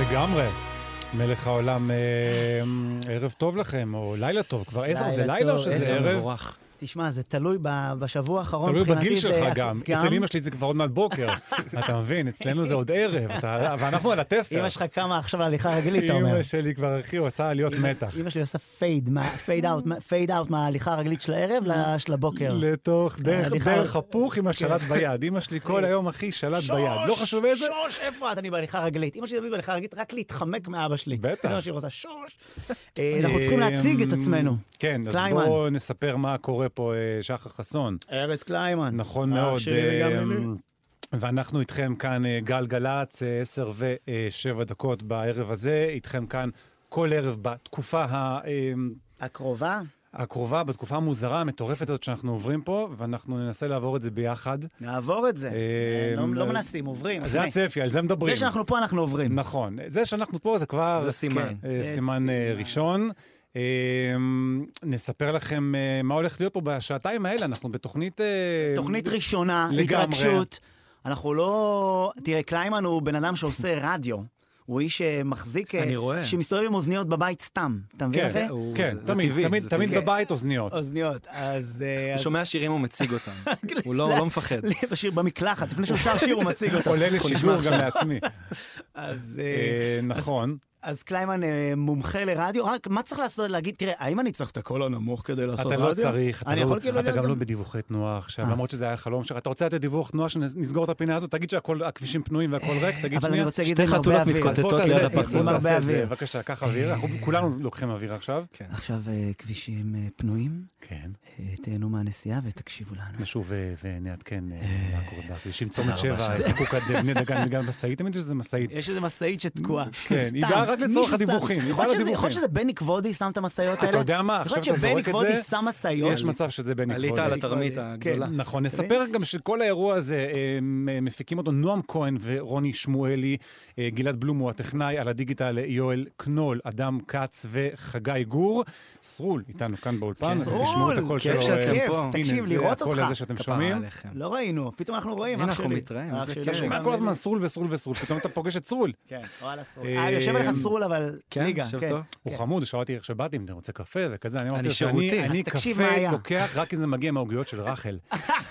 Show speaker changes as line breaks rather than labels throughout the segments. לגמרי. מלך העולם, אה, ערב טוב לכם, או לילה טוב. כבר עשר זה
לילה
לילה או
טוב,
שזה
עשר
ערב?
מבורך.
תשמע, זה תלוי ב- בשבוע האחרון.
תלוי
מבחינתי
בגיל
זה
שלך
הכ-
גם. אצל אמא שלי זה כבר עוד מעט בוקר. אתה מבין? אצלנו זה עוד ערב, אתה- ואנחנו על התפר.
אמא שלך קמה עכשיו להליכה רגלית, אתה אומר.
אמא שלי כבר, אחי, הוא עשה עליות מתח.
אמא שלי עושה פייד, פייד אאוט, פייד אאוט מההליכה הרגלית של הערב לש- לבוקר.
לתוך דרך-
ההליכה-
דרך הפוך עם השלט ביד. אמא שלי כל היום, אחי, שלט ביד. לא חשוב איזה?
כן. שוש, איפה את? אני בהליכה רגלית. אמא שלי תמיד בהליכה רגלית, רק להתחמק מאבא שלי.
בטח.
זה מה שהיא רוצה, שוש. אה, אנחנו צריכים להציג את
אה,
עצמנו.
כן, אז
קליימן.
בואו נספר מה קורה פה, אה, שחר חסון.
ארז קליימן.
נכון
אח
מאוד.
שלי
אה,
וגם לי.
ואנחנו איתכם כאן אה, גל גלצ, אה, עשר ושבע דקות בערב הזה, איתכם כאן כל ערב בתקופה ה... אה,
נכון. הקרובה,
הקרובה, בתקופה המוזרה, המטורפת הזאת שאנחנו עוברים פה, ואנחנו ננסה לעבור את זה ביחד.
נעבור את זה.
אה,
לא- לא
אה,
מנסים, עוברים.
זה
אוקיי.
אחי.
הצפי, על זה מדברים.
זה שאנחנו פה, אנחנו עוברים.
נכון. זה שאנחנו פה זה כבר...
זה סימן.
אה,
זה
סימן אה,
סימן.
ראשון. אה, נספר לכם אה, מה הולך להיות פה בשעתיים האלה, אנחנו בתוכנית... אה,
תוכנית ראשונה,
לגמרי.
התרגשות. אנחנו לא... תראה, קליימן הוא בן אדם שעושה רדיו. הוא איש שמחזיק... אה,
אני רואה.
שמסתובב עם אוזניות בבית סתם. אתה מבין, אחי?
כן,
הוא-
כן,
זה- זה
תמיד,
טבעי,
תמיד,
זה
תמיד
טבעי.
בבית אוזניות.
אוזניות. אז... אה,
הוא
אז-
שומע שירים ומציג אותם. הוא לא
זה-
הוא לא מפחד.
בשיר במקלחת, לפני שהוא שר שיר הוא מציג אותו.
עולה לשידור גם לעצמי.
אה, אז, אה,
אה, נכון.
אז קליימן אה, מומחה לרדיו, רק מה צריך לעשות? להגיד, תראה, האם אני צריך את הקול הנמוך כדי לעשות
אתה
רדיו?
לא צריך, אתה
אני
לא-
יכול כאילו
אתה
להיות
גם לא בדיווחי תנועה עכשיו,
אה.
למרות שזה היה החלום שלך. אתה רוצה לתת דיווח תנועה שנסגור את הפינה הזאת? תגיד שהכבישים פנויים והכל ריק? תגיד
אבל אני
שנייה.
רוצה להגיד, זה
שתי
עם הרבה
חתולות
אוויר.
אז בוא
מתקוטטות
תעשה
ליד
את זה,
הפרצוף.
בוא תעשה את זה,
אוויר.
בבקשה, קח אוויר. אנחנו כולנו לוקחים אוויר עכשיו.
עכשיו אה, כבישים אה, פנויים,
כן.
אה, תהנו מהנסיעה ותקשיבו לנו.
נשוב אה, ונעדכן אה, מה קורה בכבישים. צומת
רבה
שבע,
שזה-
חיקוק עד בני דגן בגלל משאית, תמיד שזה משאית.
יש איזה משאית שתקועה.
כן, היא
סתם.
באה רק לצורך
מישהו שם.
הדיווחים, היא
יכול
באה
להיות שזה-
לדיווחים.
יכול להיות שזה בני כבודי שם את המשאיות האלה?
אתה יודע מה, עכשיו
יכול להיות
אתה
שבני
זורק את
כבודי
זה,
שם משאיות.
יש מצב שזה בני כבודי.
כן, עלית על התרמית הגדולה.
נכון, נספר גם שכל האירוע הזה, אה, מ- מפיקים אותו נועם כהן ורוני שמואלי, אה, גלעד בלום הוא הטכנאי, על הדיגיטל אה, יואל קנול, אדם כץ וחגי גור. סרול איתנו כאן באולפן,
סרול,
תשמעו את הקול
כיף
שלו.
שאתם
אה,
פה.
הנה,
תקשיב,
זה
לראות
הקול
אותך.
הזה שאתם
כפרה
שומעים.
עליכם.
לא ראינו, פתאום אנחנו רואים,
הנה,
אח
אנחנו
שלי.
מתראים,
אח
זה
שלי
כיף.
אתה שומע
גם.
כל הזמן סרול וסרול וסרול, פתאום אתה פוגש את סרול.
כן, וואלה סרול.
אה,
אה, יושב לך
אה,
סרול, אבל
כן,
ליגה,
יושב
כן.
טוב.
הוא חמוד, הוא שאלתי איך שבאתי, אם אתה רוצה קפה וכזה, אני אמרתי
אני
לו שאני
שירותי.
אני
אז תקשיב מה
קפה
היה.
לוקח רק אם זה מגיע מהעוגיות של רחל.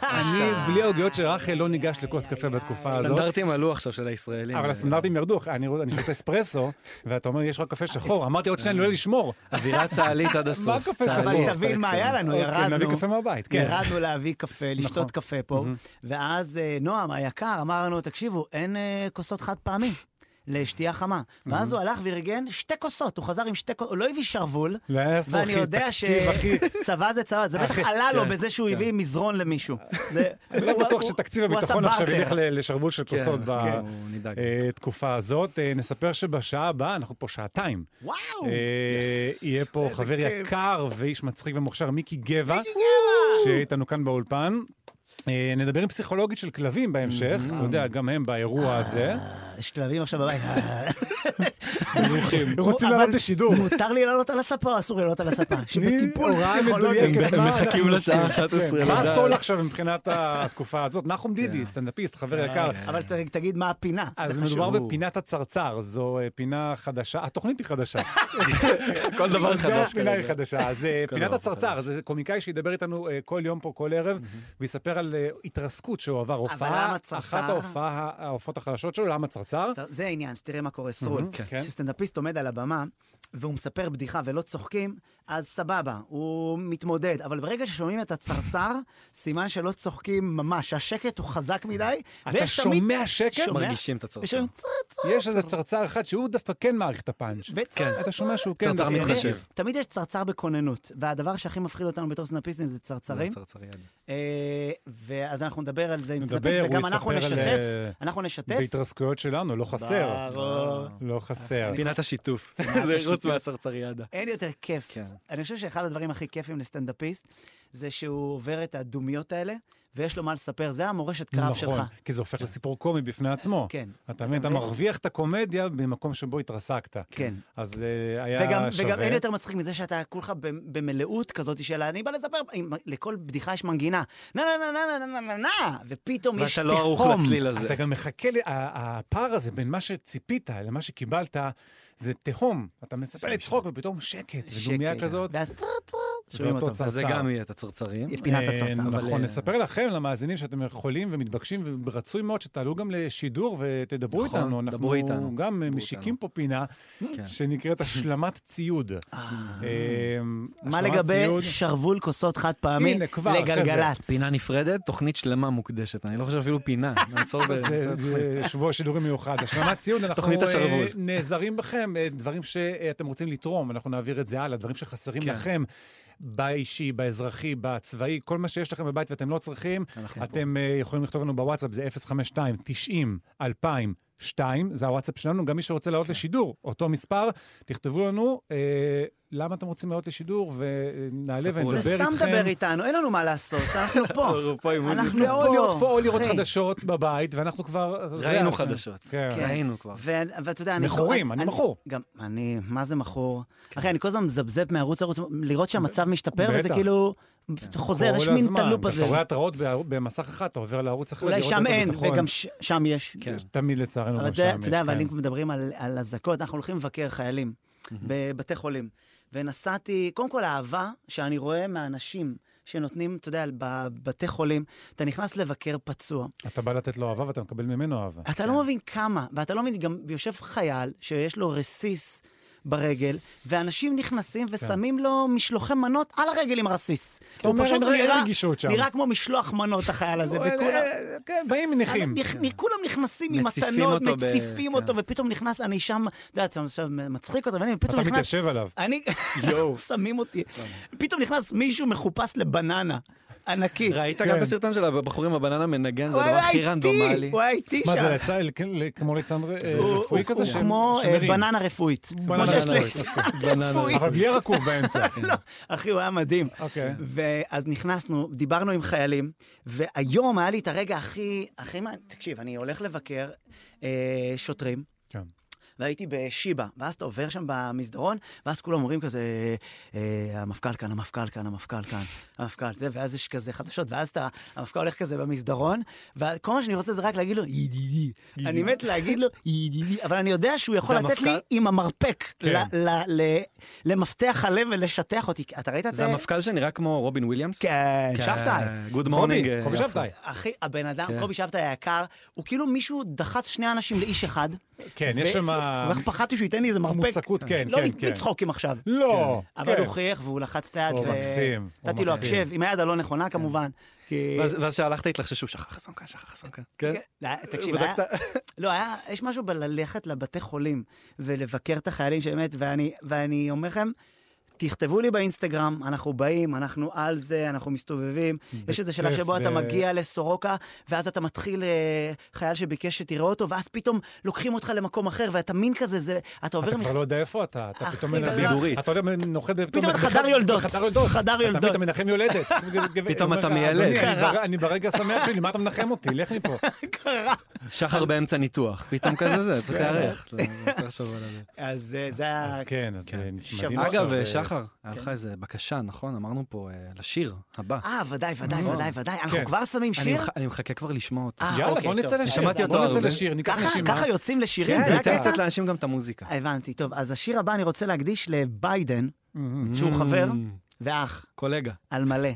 אני, בלי העוגיות של רחל, לא ניגש לכוס קפה בתקופה הזאת.
הסטנדרטים עלו עכשיו של הישראלים.
אבל הסטנדרטים ירדו, אני אני שותה אספרסו, ואתה אומר, יש רק
אה,
קפה שחור. אמרתי, עוד שניה, אני עולה לשמור.
אווירה צה"לית עד הסוף.
מה הקפה שלך?
צה"לית
אבל
פר
תבין מה
אקסלנס.
היה לנו,
אוקיי,
לא, ירדנו.
נביא קפה מהבית, כן.
ירדנו להביא קפה,
נכון.
לשתות קפה פה, ואז אה, נועם היקר אמר לנו, תקשיבו, אין אה, כוסות חד פעמי. לשתייה חמה. ואז הוא הלך וארגן שתי כוסות, הוא חזר עם שתי כוסות, הוא לא הביא שרוול,
לאיפה,
ואני
אחי?
יודע
תקציב, אחי. כן,
שצבא זה צבא, זה בטח עלה לו בזה שהוא הביא מזרון למישהו. זה-
אני לא
הוא-
בטוח
הוא-
שתקציב
הוא עשה
הביטחון עכשיו
בארטר.
ילך ל- לשרוול של
כן,
כוסות
כן, הוא נדאג.
בתקופה הזאת. אה, נספר שבשעה הבאה, אנחנו פה שעתיים.
וואו!
אה,
יס,
יהיה פה
איזה
חבר
כיף.
יקר ואיש מצחיק ומוכשר, מיקי גבע, שיהיה איתנו כאן באולפן. אה, נדבר עם פסיכולוגית של כלבים בהמשך, אתה יודע, גם הם
אה.
באירוע הזה.
יש כלבים עכשיו בבית.
רוצים לעלות לשידור.
מותר לי לעלות על הספה או אסור לי לעלות על הספה? שבטיפול
הוראה
פסיכולוגי.
מדויקת.
הם
מה
מחכים
אנחנו
לשעה
עושים?
11
כן, מה
לדעת. כן.
הטול עכשיו מבחינת התקופה הזאת? נחום דידי, סטנדאפיסט, חבר
אה,
יקר.
אבל ת- תגיד מה הפינה.
אז
זה
מדובר
חשוב.
בפינת הצרצר, זו אה, פינה חדשה, התוכנית היא חדשה.
כל דבר חדש.
הפינה היא
כרגע.
חדשה. אז אה,
כל
פינת
דבר
הצרצר,
חדש.
זה קומיקאי שידבר איתנו אה, כל יום פה, כל ערב, ויספר על אה, התרסקות שהוא עבר. הופעה,
למה
אחת
צרצר?
ההופעה- ההופעות החלשות שלו, למה צרצר?
צר- זה העניין, שתראה מה קורה, סרול.
כן.
כשסטנדאפיסט עומד על הבמה, והוא מספר בדיחה ולא צוחקים, אז סבבה, הוא מתמודד. אבל ברגע ששומעים את הצרצר, סימן שלא צוחקים ממש, השקט הוא חזק מדי,
אתה שומע שקט?
שומע.
מרגישים את הצרצר.
ושומעים צרצר.
יש איזה צרצר אחד שהוא דווקא כן מעריך את הפאנץ'.
וצרצר.
אתה שומע שהוא כן...
צרצר
דווקא-
מתחשב.
תמיד יש צרצר בכוננות, והדבר שהכי מפחיד אותנו בתור סטנדאפיסטים זה צרצרים.
צרצריאד.
אה, ואז אנחנו נדבר על זה עם
נדבר,
סטנדאפיסט,
הוא
וגם אנחנו
יספר על,
נשתף,
אה,
אנחנו נשתף.
והתרסקויות שלנו, לא חסר.
ברור.
לא חסר.
פינת השיתוף. זה חוץ מהצרצריאדה.
אין יותר כיף.
כן.
אני חושב שאחד הדברים הכי כיפים לסטנדאפיסט, זה שהוא עובר את הדומיות האלה, ויש לו מה לספר, זה המורשת קרב שלך.
נכון, כי זה הופך לסיפור קומי בפני עצמו.
כן.
אתה מבין, אתה
מבין?
מרוויח את הקומדיה במקום שבו התרסקת.
כן.
אז אה,
וגם,
היה שווה.
וגם אין יותר מצחיק מזה שאתה כולך ב- במלאות כזאת של אני בא לספר, עם- לכל בדיחה יש מנגינה. נה נה נה נה נה נה נה נה, ופתאום יש
ואתה
תהום.
לא ערוך לצליל הזה.
אתה גם מחכה, ל- ה- הפער הזה בין מה שציפית למה שקיבלת, זה תהום. אתה מצפה לצחוק ופתאום שקט, ודומיה
שקט.
כזאת.
ואז צר צר, שומעים
ואותו
אותו.
צרצר.
אז זה גם יהיה את הצרצרים.
יש פינת
אה,
הצרצר.
אבל,
נכון,
אה,
נספר לכם, למאזינים, שאתם יכולים ומתבקשים, ורצוי מאוד שתעלו גם לשידור ותדברו
נכון,
איתנו.
דברו איתנו,
אנחנו גם
דברו
משיקים
איתנו.
פה פינה
כן.
שנקראת השלמת ציוד. אה,
מה
השלמת
לגבי
ציוד.
שרוול כוסות חד פעמי
הנה, כבר,
לגלגלצ?
פינה נפרדת, תוכנית שלמה מוקדשת. אני לא חושב אפילו פינה. נעצור ב...
זה- זה שבוע שידורים מיוחד. השלמת ציון, אנחנו
תוכנית
אה,
השרוול.
נעזרים בכם, אה, דברים שאתם רוצים לתרום, אנחנו נעביר את זה הלאה, דברים שחסרים
כן.
לכם, באישי, באזרחי, בצבאי, כל מה שיש לכם בבית ואתם לא צריכים,
אנחנו פה.
אתם אה, יכולים לכתוב לנו בוואטסאפ, זה 052 90 2000 2, זה הוואטסאפ שלנו, גם מי שרוצה
כן.
לעלות לשידור, אותו מספר, תכתבו לנו אה, למה אתם רוצים לעלות לשידור, ונעלה
ספרו
ונדבר
לנו.
איתכם.
סתם דבר איתנו, אין לנו מה לעשות, אנחנו פה.
אנחנו פה עם מוזיקה.
אנחנו
זה או
פה.
להיות פה או לראות
אחי.
חדשות בבית, ואנחנו כבר... אתה יודע,
ראינו חדשות.
כן.
כן.
ראינו כבר.
ו- ואתה יודע, אני...
מכורים, אני מכור. כן.
גם, אני, מה זה מכור? אחי, אני כל הזמן מזבזב מערוץ לערוץ, לראות שהמצב משתפר, וזה
בטח. כן.
כאילו חוזר,
כל
יש מין
הזמן.
את הלופ
אתה
הזה.
רואה התראות בער- במסך אחד, אתה עובר לערוץ אחר.
אולי
לראות
שם
את
אין,
הביטחון.
וגם ש- שם יש.
כן.
תמיד לצערנו
אבל
גם שם
אתה
יש.
אתה יודע, אבל
כן.
אם מדברים על- על אזעקות, אנחנו הולכים לבקר חיילים בבתי חולים. ונסעתי, קודם כל האהבה שאני רואה מהאנשים שנותנים, אתה יודע, בבתי חולים, אתה נכנס לבקר פצוע.
אתה בא לתת לו אהבה ואתה מקבל ממנו אהבה.
אתה לא מבין כמה, ואתה לא מבין, גם יושב חייל שיש לו רסיס ברגל, ואנשים נכנסים ושמים לו משלוחי מנות על הרגל עם רסיס.
כן. אתה אומר, אין- אין רגישות שם.
נראה כמו משלוח מנות, החייל הזה,
אה,
וכולם...
אה, כן, באים נכים.
נכ- כולם נכנסים עם
מציפים
מתנות,
אותו ב-
מציפים
כן.
אותו, ופתאום נכנס, אני שם, אתה יודע, אתה עכשיו מצחיק אותו, ואני
אתה
פתאום נכנס...
מתיישב לא. עליו.
אני... שמים אותי. פתאום נכנס מישהו מחופש לבננה, ענקית.
ראית
כן.
גם את הסרטון של הבחור עם הבננה מנגן, זה
הוא
הדבר
היה
הכי רנדומלי.
איתי, הוא היה איתי שם.
מה זה, לצד, ל- כמו ליצן אה,
הוא-
רפואי
הוא-
כזה?
הוא
שהם-
כמו אה,
שמרים.
בננה רפואית. כמו
בננה
שיש
רפואית,
ליצן
בננה
רפואי.
אבל בלי הרקוב באמצע.
לא, אחי, הוא היה מדהים.
אוקיי.
ואז נכנסנו, דיברנו עם חיילים, והיום היה לי את הרגע הכי... הכי מה... תקשיב, אני הולך לבקר אה, שוטרים.
כן.
והייתי בשיבא, ואז אתה עובר שם במסדרון, ואז כולם אומרים כזה, אה, המפכ"ל כאן, המפכ"ל כאן, המפכ"ל כאן, המפכ"ל זה, ואז יש כזה חדשות, ואז אתה, המפכ"ל הולך כזה במסדרון, וכל מה שאני רוצה זה רק להגיד לו, ידידי. אני מת להגיד לו, ידידי, אבל אני יודע שהוא יכול
זה
לתת לי
המפכ"ל?
עם המרפק
כן.
ל- ל- ל- למפתח הלב ולשטח אותי. אתה ראית את זה?
זה המפכ"ל שנראה כמו רובין וויליאמס?
כן,
כן.
שבתאי.
גוד
קובי,
אה,
מורנינג.
קובי
יפה.
שבתאי.
אחי, הבן אדם,
כן.
קובי שבתאי היקר, הוא כאילו מישהו דחס שני אנשים לאיש אחד.
כן, יש
ו-
שם...
כל כך פחדתי שהוא ייתן לי איזה מרפק.
מוצקות, כן,
לא
כן,
לת-
כן.
לצחוקים עכשיו.
לא.
אבל
כן.
הוא חייך והוא לחץ את היד.
הוא
ו-
מקסים, הוא
נתתי לו
מקסים. כן.
הקשב, עם היד הלא נכונה כמובן. כי-
ואז ואז שהלכת התלחששו, שכח חסם כאן, שכח חסם כאן. כן?
לא, תקשיב, היה-
בדקת?
לא, היה, יש משהו בללכת לבתי חולים ולבקר את החיילים שבאמת, ואני, ואני אומר לכם, תכתבו לי באינסטגרם, אנחנו באים, אנחנו על זה, אנחנו מסתובבים. יש איזה שלב
בכיף,
שבו אתה
ב-
מגיע לסורוקה, ואז אתה מתחיל, אה, חייל שביקש שתראה אותו, ואז פתאום לוקחים אותך למקום אחר, ואתה מין כזה, זה, אתה עובר...
אתה כבר
מח-
לא יודע איפה אתה, אתה
אחי,
פתאום
אה, אתה
מנחם,
בידורית.
אתה יודע, נוחת פתאום,
פתאום אתה
בחדר-
חדר יולדות.
בחדר יולדות,
חדר
אתה מבין,
יולדת.
אתה מנחם יולדת,
פתאום
אומר
אתה
לך,
מיילד.
"אדוני, אני
קרה.
בר- אני ברגע שמח שלי, מה אתה מנחם אותי, לך מפה,
שחר באמצע ניתוח, פתאום כזה זה, צריך לארח. זה- זה כן. צריך לחשוב על זה.
אז אה, זה היה...
אז כן, אז
כן.
אה, נצמדים
שבוע.
עכשיו,
אגב,
אה,
שחר, היה לך איזה בקשה, נכון? אמרנו פה אה, לשיר הבא.
אה, ודאי, ודאי, ודאי, ודאי. אנחנו
כן.
כבר שמים
אני
שיר?
מח- אני מחכה כבר לשמוע אותו.
אה,
יאללה,
אוקיי,
בוא נצא
טוב.
לשיר,
שמעתי אותו
בוא נצא
הרבה.
לשיר, ניקח
ככה-
נשימה.
ככה יוצאים לשירים,
כן,
זה
ניתן
הקטע?
קצת לאנשים גם את המוזיקה.
הבנתי, טוב, אז השיר הבא אני רוצה להקדיש לביידן
מהמם.
אה, שהוא חבר?
Mm,
ואח,
קולגה.
על מלא.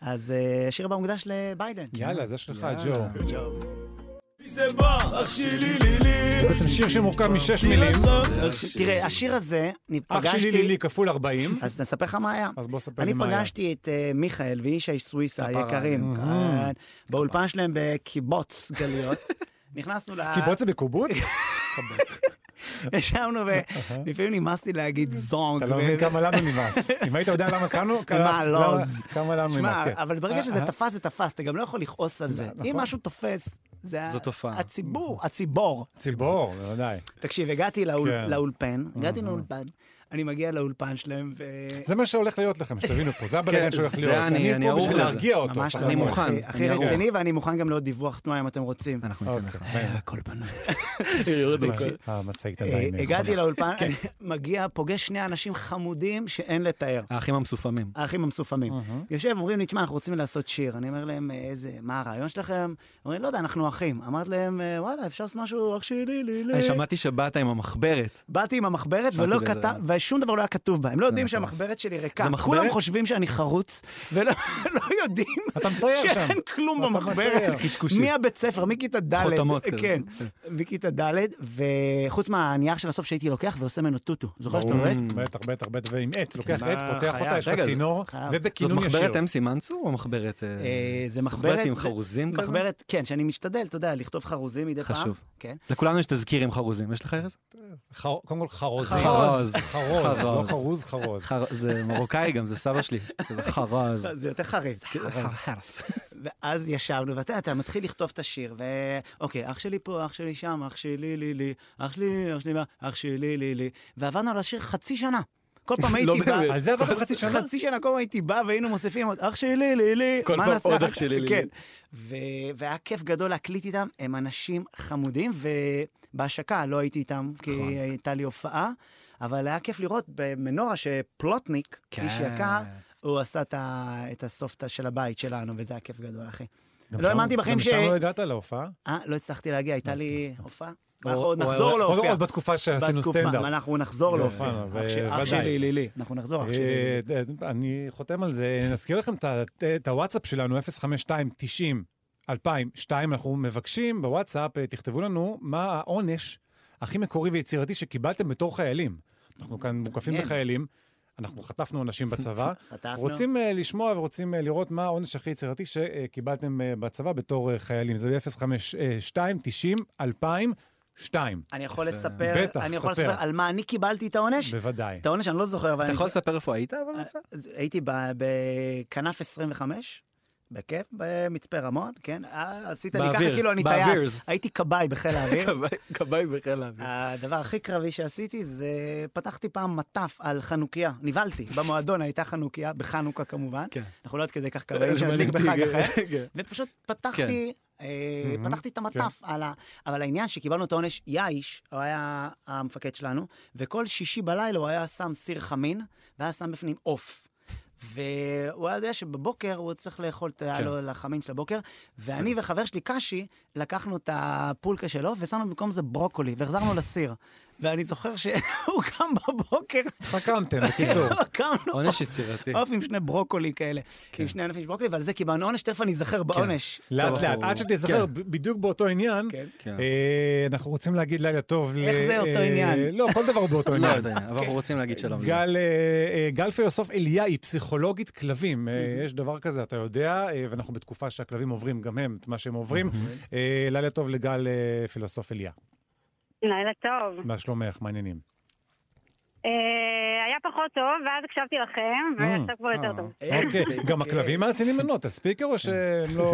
אז אה, השיר הבא מוקדש לביידן.
יאללה, זה שלך,
יאללה.
ג'ו.
זה בא, אח שלי לי לי.
זה בעצם שיר שמורכב משש מילים,
תראה, השיר הזה, אני
אח שלי
פגשתי...
לילי כפול 40,
אז נספר לך מה היה.
אז בוא ספר לי
אני
מה היה.
פגשתי את אה, מיכאל וישי סוויסה
כפרה
היקרים,
עליהם.
כאן, באולפן שלהם בקיבוץ גלויות. נכנסנו ל...
קיבוץ זה בקובוט?
ישבנו ולפעמים נמאסתי להגיד זונג.
אתה לא מבין כמה לנו נמאס. אם היית יודע למה כאנו, כמה-
מה, לא,
למה-
אז-
כמה לנו
תשמע,
נמאס, כן.
אבל ברגע שזה
אה,
תפס, זה תפס, אתה גם לא יכול לכעוס על זה. אם
נכון.
משהו תופס, זה
זו
ה-
תופעה.
הציבור, הציבור.
ציבור, בוודאי.
תקשיב, הגעתי לאול-
כן.
לאולפן, הגעתי לאולפן, אני מגיע לאולפן שלהם, ו...
זה מה שהולך להיות לכם, שתבינו פה, זה הבלגן
כן,
שהולך
זה
להיות.
אני- אני
פה
ערוך
בשביל
לזה.
להרגיע אותו.
ממש
סך
לא.
הכל.
אני מוכן.
הכי- הכי
אני ערוך.
רציני, ואני מוכן גם להיות דיווח תנועה אם אתם רוצים.
אנחנו ניתן לך.
אוקיי.
הכל פנוי.
המשאית
אה,
עדיין...
הגעתי לאולפן,
כן.
אני מגיע, פוגש שני אנשים חמודים שאין לתאר.
האחים המסופמים.
האחים המסופמים.
אהה.
יושב, אומרים לי, תשמע, אנחנו רוצים לעשות שיר. אני אומר להם, "אה, איזה, מה הרעיון שלכם? אומרים, לא יודע, אנחנו אחים. אמרתי להם, "אה, וואלה, אפשר לעשות משהו, אח שלי, לי, לי.
אני שמעתי שבאת עם המחברת.
באתי עם המחברת,
שמעתי
ולא
בזה.
כתב, ושום דבר לא היה כתוב בה. הם לא יודעים
מטורף.
שהמחברת שלי ריקה.
זה מחברת?
כולם חומרים שאני חרוץ, ולא לא יודעים
אתה מצייר שם.
שאין כלום
אתה מצייר.
במחברת.
קשקושים.
מהבית ספר, מכיתה ד',
חותמות
אה,
כזה.
כן, מכיתה ד', וחוץ מהנייר של הסוף שהייתי לוקח ועושה ממנו טוטו. זוכר שאתה
ברור.
לועס?
Mm.
בטח, בטח, בטח, ועם עט, לוקח
מה,
עט, פותח
חייב.
אותה, יש
רגע,
לך
זה-
צינור,
חייב.
זאת
ובכינון ישיר.
מחברת אמ- אמסי מנסור או מחברת... אה,
אה, זה מחברת...
עם
זה-
חרוזים כזה?
מחברת, כן, שאני משתדל, אתה יודע, לכתוב חרוזים מדי פעם.
חשוב.
כן.
לכולנו יש תזכיר עם חרוזים. יש לך ארז?
חר- קודם כל חרוז.
חרוז.
חרוז, לא
חרוז.
חרוז, חרוז.
חר- זה מרוקאי גם, זה סבא שלי. זה חרז.
זה יותר חריף. זה חרוז. ואז ישבנו, ואתה יודע, אתה מתחיל לכתוב את השיר, ו... אוקיי, אח שלי פה, אח שלי שם, אח שלי, לי, לי, אח שלי, אח שלי, מה, אח שלי, לי, לי. ועבדנו על השיר חצי שנה. כל פעם
לא
הייתי בא,
באמת.
על זה עבדתם חצי שנה?
חצי שנה כל פעם הייתי בא והיינו מוסיפים עוד אח שלי, לי, לי,
כל
מה
פעם
נעשה
עוד
אחר
אח
כך?"
שלי, לי, לי.
כן. ו... והיה כיף גדול להקליט איתם, הם אנשים חמודים, ובהשקה לא הייתי איתם, כי
נכון.
הייתה לי הופעה, אבל היה כיף לראות במנורה שפלוטניק,
כן.
איש יקר, הוא עשה את, ה... את הסופטה של הבית שלנו, וזה היה כיף גדול, אחי.
גם
לא
שם-
האמנתי בחיים ש-
גם שם לא הגעת להופעה?
אה, לא הצלחתי להגיע, הייתה לי הופעה.
או-
אנחנו עוד
או-
נחזור
או-
להופיע.
עוד בתקופה שעשינו
בתקופה,
סטנדאפ.
אנחנו נחזור להופיע.
הופענו,
אח שלי- אח
בוודאי.
שלי, לי, לי. אנחנו נחזור, אח שלי. לי, לי.
אה, אני חותם על זה. נזכיר לכם את ה- את הוואטסאפ שלנו, 05290 2002. אנחנו מבקשים בוואטסאפ, אה, תכתבו לנו מה העונש הכי מקורי ויצירתי שקיבלתם בתור חיילים. אנחנו כאן מוקפים
מעניין.
בחיילים, אנחנו חטפנו אנשים בצבא.
חטפנו.
רוצים אה, לשמוע ורוצים אה, לראות מה העונש הכי יצירתי שקיבלתם אה, בצבא בתור אה, חיילים. זה אה, ב-05290-2002.
אני יכול לספר,
בטח,
אני יכול
ספר.
לספר על מה אני קיבלתי את העונש?
בוודאי.
את העונש אני לא זוכר, אבל
אתה
אני... אה,
יכול לספר איפה היית אבל? ניצן?
אז הייתי ב- בכנף 25, בכיף, במצפה רמון, כן? אה, עשית לי
באוויר,
ככה כאילו אני
באוויר.
טייס. הייתי אה, כבאי בחיל האוויר.
כבאי- כבאי בחיל האוויר.
הדבר הכי קרבי שעשיתי זה פתחתי פעם מטף על חנוכיה, נבהלתי, במועדון הייתה חנוכיה, בחנוכה כמובן,
כן.
אנחנו לא עד כדי כך קרבים שנדליק בחג אחר, ופשוט פתחתי, אה,
מהמם, כן.
פתחתי את המטף על ה... אבל העניין שקיבלנו את העונש, יאיש, הוא היה המפקד שלנו, וכל שישי בלילה הוא היה שם סיר חמין, והיה שם בפנים עוף. והוא היה יודע שבבוקר הוא צריך לאכול, את- היה
כן.
לו לחמין של הבוקר, ואני וחבר שלי קשי לקחנו את הפולקה שלו ושמנו במקום זה ברוקולי, והחזרנו לסיר. ואני זוכר שהוא קם בבוקר,
חכמתם, בקיצור. כן.
קמנו
עונש יצירתי.
עוף עם שני ברוקולי כאלה, עם שני ענפים של ברוקולי, ועל זה קיבלנו עונש, תכף אני אזכר בעונש.
לאט
טוב,
לאט,
אנחנו-
עד שתיזכר ב- בדיוק באותו עניין,
כן.
כן.
אה, אנחנו רוצים להגיד לילה טוב ל...
איך זה אותו
אה,
עניין?
לא, כל דבר הוא באותו
אה,
לא
עניין.
יודע, אבל
אוקיי.
אנחנו רוצים להגיד שלום.
גל, אה, אה, גל פילוסוף אליה היא פסיכולוגית כלבים. אה, יש דבר כזה, אתה יודע, אה, ואנחנו בתקופה שהכלבים עוברים גם הם את מה שהם עוברים. אה, לילה טוב לגל אה, פילוסוף אליה.
לילה טוב.
מה שלומך? מה העניינים?
אה, היה פחות טוב, ואז הקשבתי לכם, ועכשיו כבר יותר טוב.
Mm, אה,
אוקיי, גם הכלבים מאזינים לנו, אתה ספיקר
כן.
או שהם לא...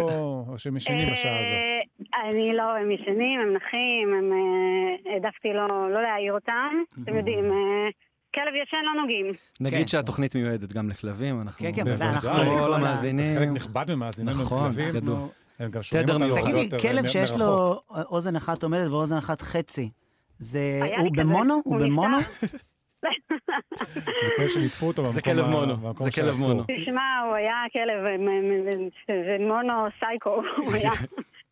או שהם ישנים בשעה הזאת?
אה, אני לא, הם ישנים, הם נחים, הם... אה, העדפתי לא לא להעיר אותם.
Mm-hmm.
אתם יודעים, אה, כלב ישן לא נוגעים.
נגיד
כן.
שהתוכנית מיועדת גם לכלבים, אנחנו...
כן, כן,
בוודאי,
בוודאי, אנחנו...
כל
כל ה-
נכון. המאזינים.
חלק נכבד ממאזינינו הם
נכון,
כלבים.
גדול.
הם גם שומעים
תדר
אותנו הרבה
מיוחד.
תגידי,
יותר,
כלב
אה,
שיש
מרחוק.
לו אוזן אחת עומדת ואוזן אחת חצי, זה...
היה לי
הוא
כזה,
במונו?
הוא
הוא במונו?
ניסה.
זה כלב שליטפו אותו במקום
כלב
ה-
מונו,
במקום
זה כלב
שאסור.
מונו.
תשמע, הוא היה כלב, אה, מ- מ- זה מונו סייקו, הוא היה.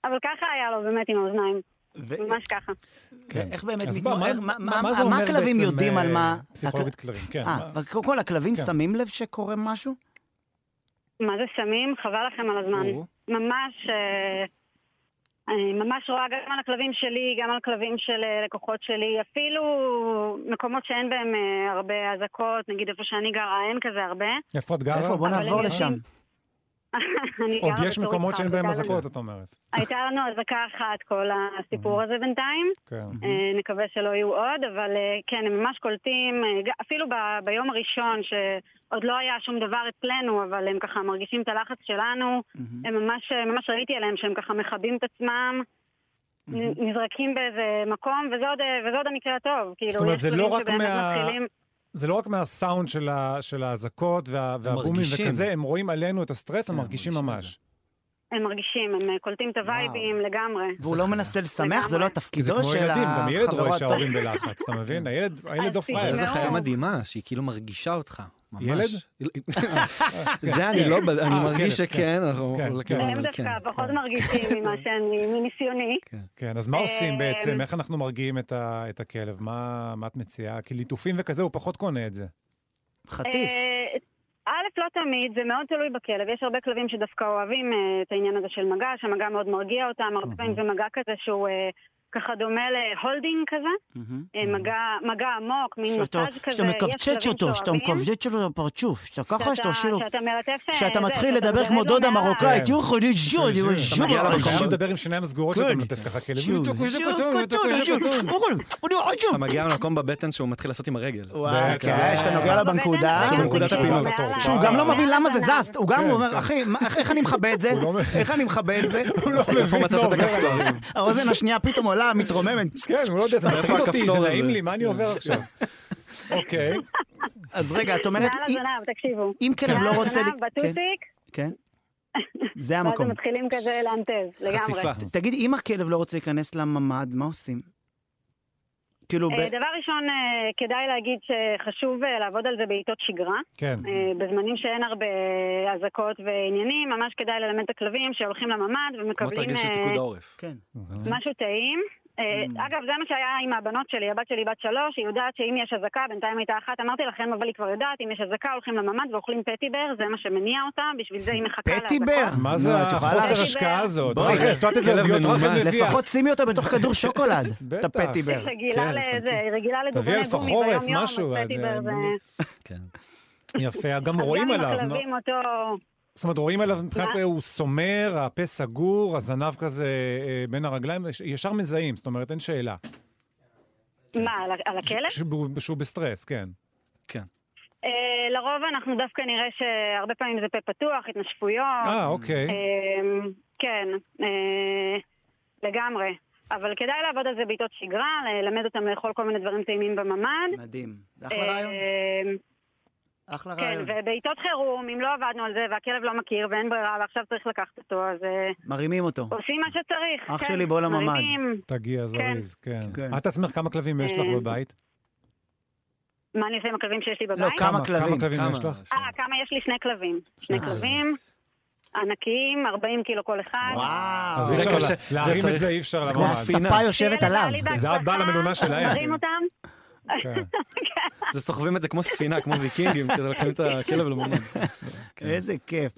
אבל ככה היה לו באמת עם האוזניים,
ו-
ממש ככה.
כן.
ואיך באמת
אז
מתמודד?
בוא,
מה-
מה-
מה-
מה זה
מה
אומר
הכלבים
בעצם,
יודעים
אה,
על מה...
פסיכולוגית כלבים, כן.
אה,
מה-
אבל קודם כל, הכלבים
כן.
שמים לב שקורה משהו?
מה זה סמים? חבל לכם על הזמן.
או.
ממש... אה, אני ממש רואה גם על הכלבים שלי, גם על כלבים של אה, לקוחות שלי, אפילו מקומות שאין בהם אה, הרבה אזעקות, נגיד איפה שאני גרה אין כזה הרבה.
איפה את גרה?
איפה? בוא
אבל
נעבור
הם
לשם.
יודעים. אני
עוד
גרה
יש
בטורקיה,
מקומות שאין בהם
הייתה לנו-
אזעקות, Mm. את אומרת.
הייתה לנו אזעקה אחת כל הסיפור הזה בינתיים,
כן.
אה, נקווה שלא יהיו עוד, אבל אה, כן, הם ממש קולטים, אה, ג- אפילו ב- ביום הראשון, שעוד לא היה שום דבר אצלנו, אבל הם ככה מרגישים את הלחץ שלנו,
מהמם.
הם ממש, אה, ממש ראיתי עליהם שהם ככה מכבים את עצמם, נ- נזרקים באיזה מקום, וזה עוד, וזה עוד המקרה הטוב. כאילו,
זאת אומרת,
יש
זה לא
כלבים
רק
שבאמת
מה-
מתחילים-
זה לא רק מהסאונד של, ה, של האזעקות וה, והבומים
מרגישים.
וכזה, הם רואים עלינו את הסטרס, הם
הם
מרגישים
מרגישים את
ממש.
הם מרגישים, הם אה, קולטים את הווייבים לגמרי.
והוא לא מנסה לשמח,
לגמרי.
זה לא
כי זה
תפקידו
כמו
של
ילדים, גם ילד רואה
החברות.
שההורים בלחץ, אתה מבין? הילד הילד
אז
לא
תשמעו.
פראייר.
איזה חיה
מאוד.
מדהימה, שהיא כאילו מרגישה אותך. ממש.
ילד?
זה אני לא, בד- אני
אה, כן,
מרגיש שכן, אנחנו...
כן,
אבל
כן.
הם
אבל
דווקא
כן.
פחות מרגישים ממה שאני, מניסיוני.
כן, אז מה עושים
אה,
בעצם? איך אנחנו מרגיעים את ה- את הכלב? מה מה את מציעה? כי ליטופים וכזה, הוא פחות קונה את זה.
חטיף.
אה, א', לא תמיד, זה מאוד תלוי בכלב. יש הרבה כלבים שדווקא אוהבים אה, את העניין הזה של מגע, שהמגע מאוד מרגיע אותם, הרבה פעמים זה
אוקיי.
מגע כזה שהוא אה, ככה דומה להולדינג כזה,
מהמם.
אה, מגע- מגע עמוק, מין
Mhm. אוקיי. שאתה-
מסאז' כזה.
שאתה
יש כלבים
מכווצ'ץ' אותו, שאתה
שאוהבים,
מכווצ'ץ' אותו פרצוף, שאתה ככה, שאתה
שאתה-
עושה לו...
שאתה מלטף... אה,
שאתה
זה,
מתחיל
שאתה
לדבר
מגרד
כמו
לו
דודה
מעל.
מרוקאית,
כן.
יו חודי ז'ו, יו
אתה
ז'ו,
מגיע
אתה
למקום
חייב
ש-
לדבר עם שיניים סגורות
כן.
שאתה מלטף ככה כלב.
שוב,
"תקוי, זה
שוב,
כתום, זה
כתום,
כתום, זה
שוב,
כתום".
אורל, אורל, אורל,
אתה מגיע למקום בבטן שהוא מתחיל לעשות עם הרגל.
כן,
וואי, כזה,
זה-
שאתה נוגע לו
בבטן,
בנקודה.
כן,
בנקודת
זה
הפעילות.
מעל ה-
שהוא
כן.
גם לא מבין למה זה
מעל
זז, הוא גם אומר, אחי, מה- איך- איך אני מכבה את זה?
לא מבין. לא
איך אני מכבה את זה?
איפה מצאת את הכפתור?
האוזן השנייה פתאום עולה, מתרוממת.
כן, הוא לא יודע, זה מפחיד אותי, זה
הכפתור
נעים
הזה?
לי, מה אני עובר עכשיו? אוקיי.
אז רגע, את
מעל
אומרת, אי-
הזנב, תקשיבו.
אם כלב
מעל
לא רוצה...
הזנב,
ל- כן,
בטוסיק,
כן. זה
ואז
המקום.
הם מתחילים כזה לאנטז, לגמרי.
חשיפה.
תגיד, אם הכלב לא רוצה להיכנס לממ"ד, מה עושים? כאילו, ב-
אה, דבר ראשון, אה, כדאי להגיד שחשוב אה, לעבוד על זה בעיתות שגרה.
כן.
אה, בזמנים שאין הרבה אזעקות ועניינים, ממש כדאי ללמד את הכלבים שהולכים לממ"ד
כמו
ומקבלים
תרגיל של
אה,
פיקוד העורף.
כן.
משהו טעים. אה, אגב, זה מה שהיה עם הבנות שלי. הבת שלי בת שלוש, היא יודעת שאם יש אזעקה, בינתיים הייתה אחת, אמרתי לכם, אבל היא כבר יודעת, אם יש אזעקה הולכים לממ"ד ואוכלים פטיבר, זה מה שמניע אותה, בשביל זה היא מחכה לאזעקות.
פטי בר.
מה
נו,
זה
את יכולה
החוסר
לה-
השקעה הזאת?
בואי,
רחל, את את זה
כלב
להיות רחל
מנומס.
נסיעה.
לפחות שימי אותו בתוך כדור שוקולד, את
בטח.
הפטי בר.
היא רגילה
כן,
לזה, היא רגילה לגובי
תביאי אלפחורס,
גומי ביום-יום, אז
משהו, אז,
פטיבר זה...
אה,
כן.
יפה, גם
אז
רואים
גם עם
עליו. לא? נו.
הכלבים אותו...
זאת אומרת, רואים עליו מבחינת
מה?
אה, הוא סומר, הפה סגור, הזנב כזה אה, בין הרגליים, יש- ישר מזהים, זאת אומרת, אין שאלה.
מה, על ה- על הכלב?
שהוא- שהוא בסטרס, כן.
כן.
אה, לרוב אנחנו דווקא נראה שהרבה פעמים זה פה פתוח,
אה,
התנשפויות.
אוקיי.
אה, כן, אה, לגמרי. אבל כדאי לעבוד על זה בעיתות שגרה, ללמד אותם לאכול כל מיני דברים טעימים בממ"ד.
מדהים. זה אחלה נכון רעיון,
אה,
אחלה
כן,
רעיון.
ובעיתות חירום, אם לא עבדנו על זה והכלב לא מכיר ואין ברירה ועכשיו צריך לקחת אותו, אז אה,
מרימים אותו.
עושים מה שצריך.
אח
כן,
שלי בעולם ממ"ד.
מרימים.
תגיע
כן.
זריז, כן.
כן.
את עצמך, כמה כלבים יש לך
אה,
בבית?
מה אני עושה עם הכלבים שיש לי בבית?
לא, כמה אה.
כמה
כלבים?
כלבים
כמה?
יש לך?
אה, כמה יש לי? שני כלבים. שני כלבים, ענקיים, 40 קילו כל אחד.
וואו.
אז
זה
אי אפשר
קשה,
לה-
זה
להרים את
צריך-
זה, אי אפשר
כמו
לממ"ד.
הספה יושבת
שיהיה
עליו.
לבעלי
זה
בהצלחה,
הבא למלונה שלהם.
מרים אותם.
כן.
זה סוחבים את זה כמו ספינה, כמו ויקינגים, כזה לקחים את הכלב לממ"ד. כן.
איזה כיף.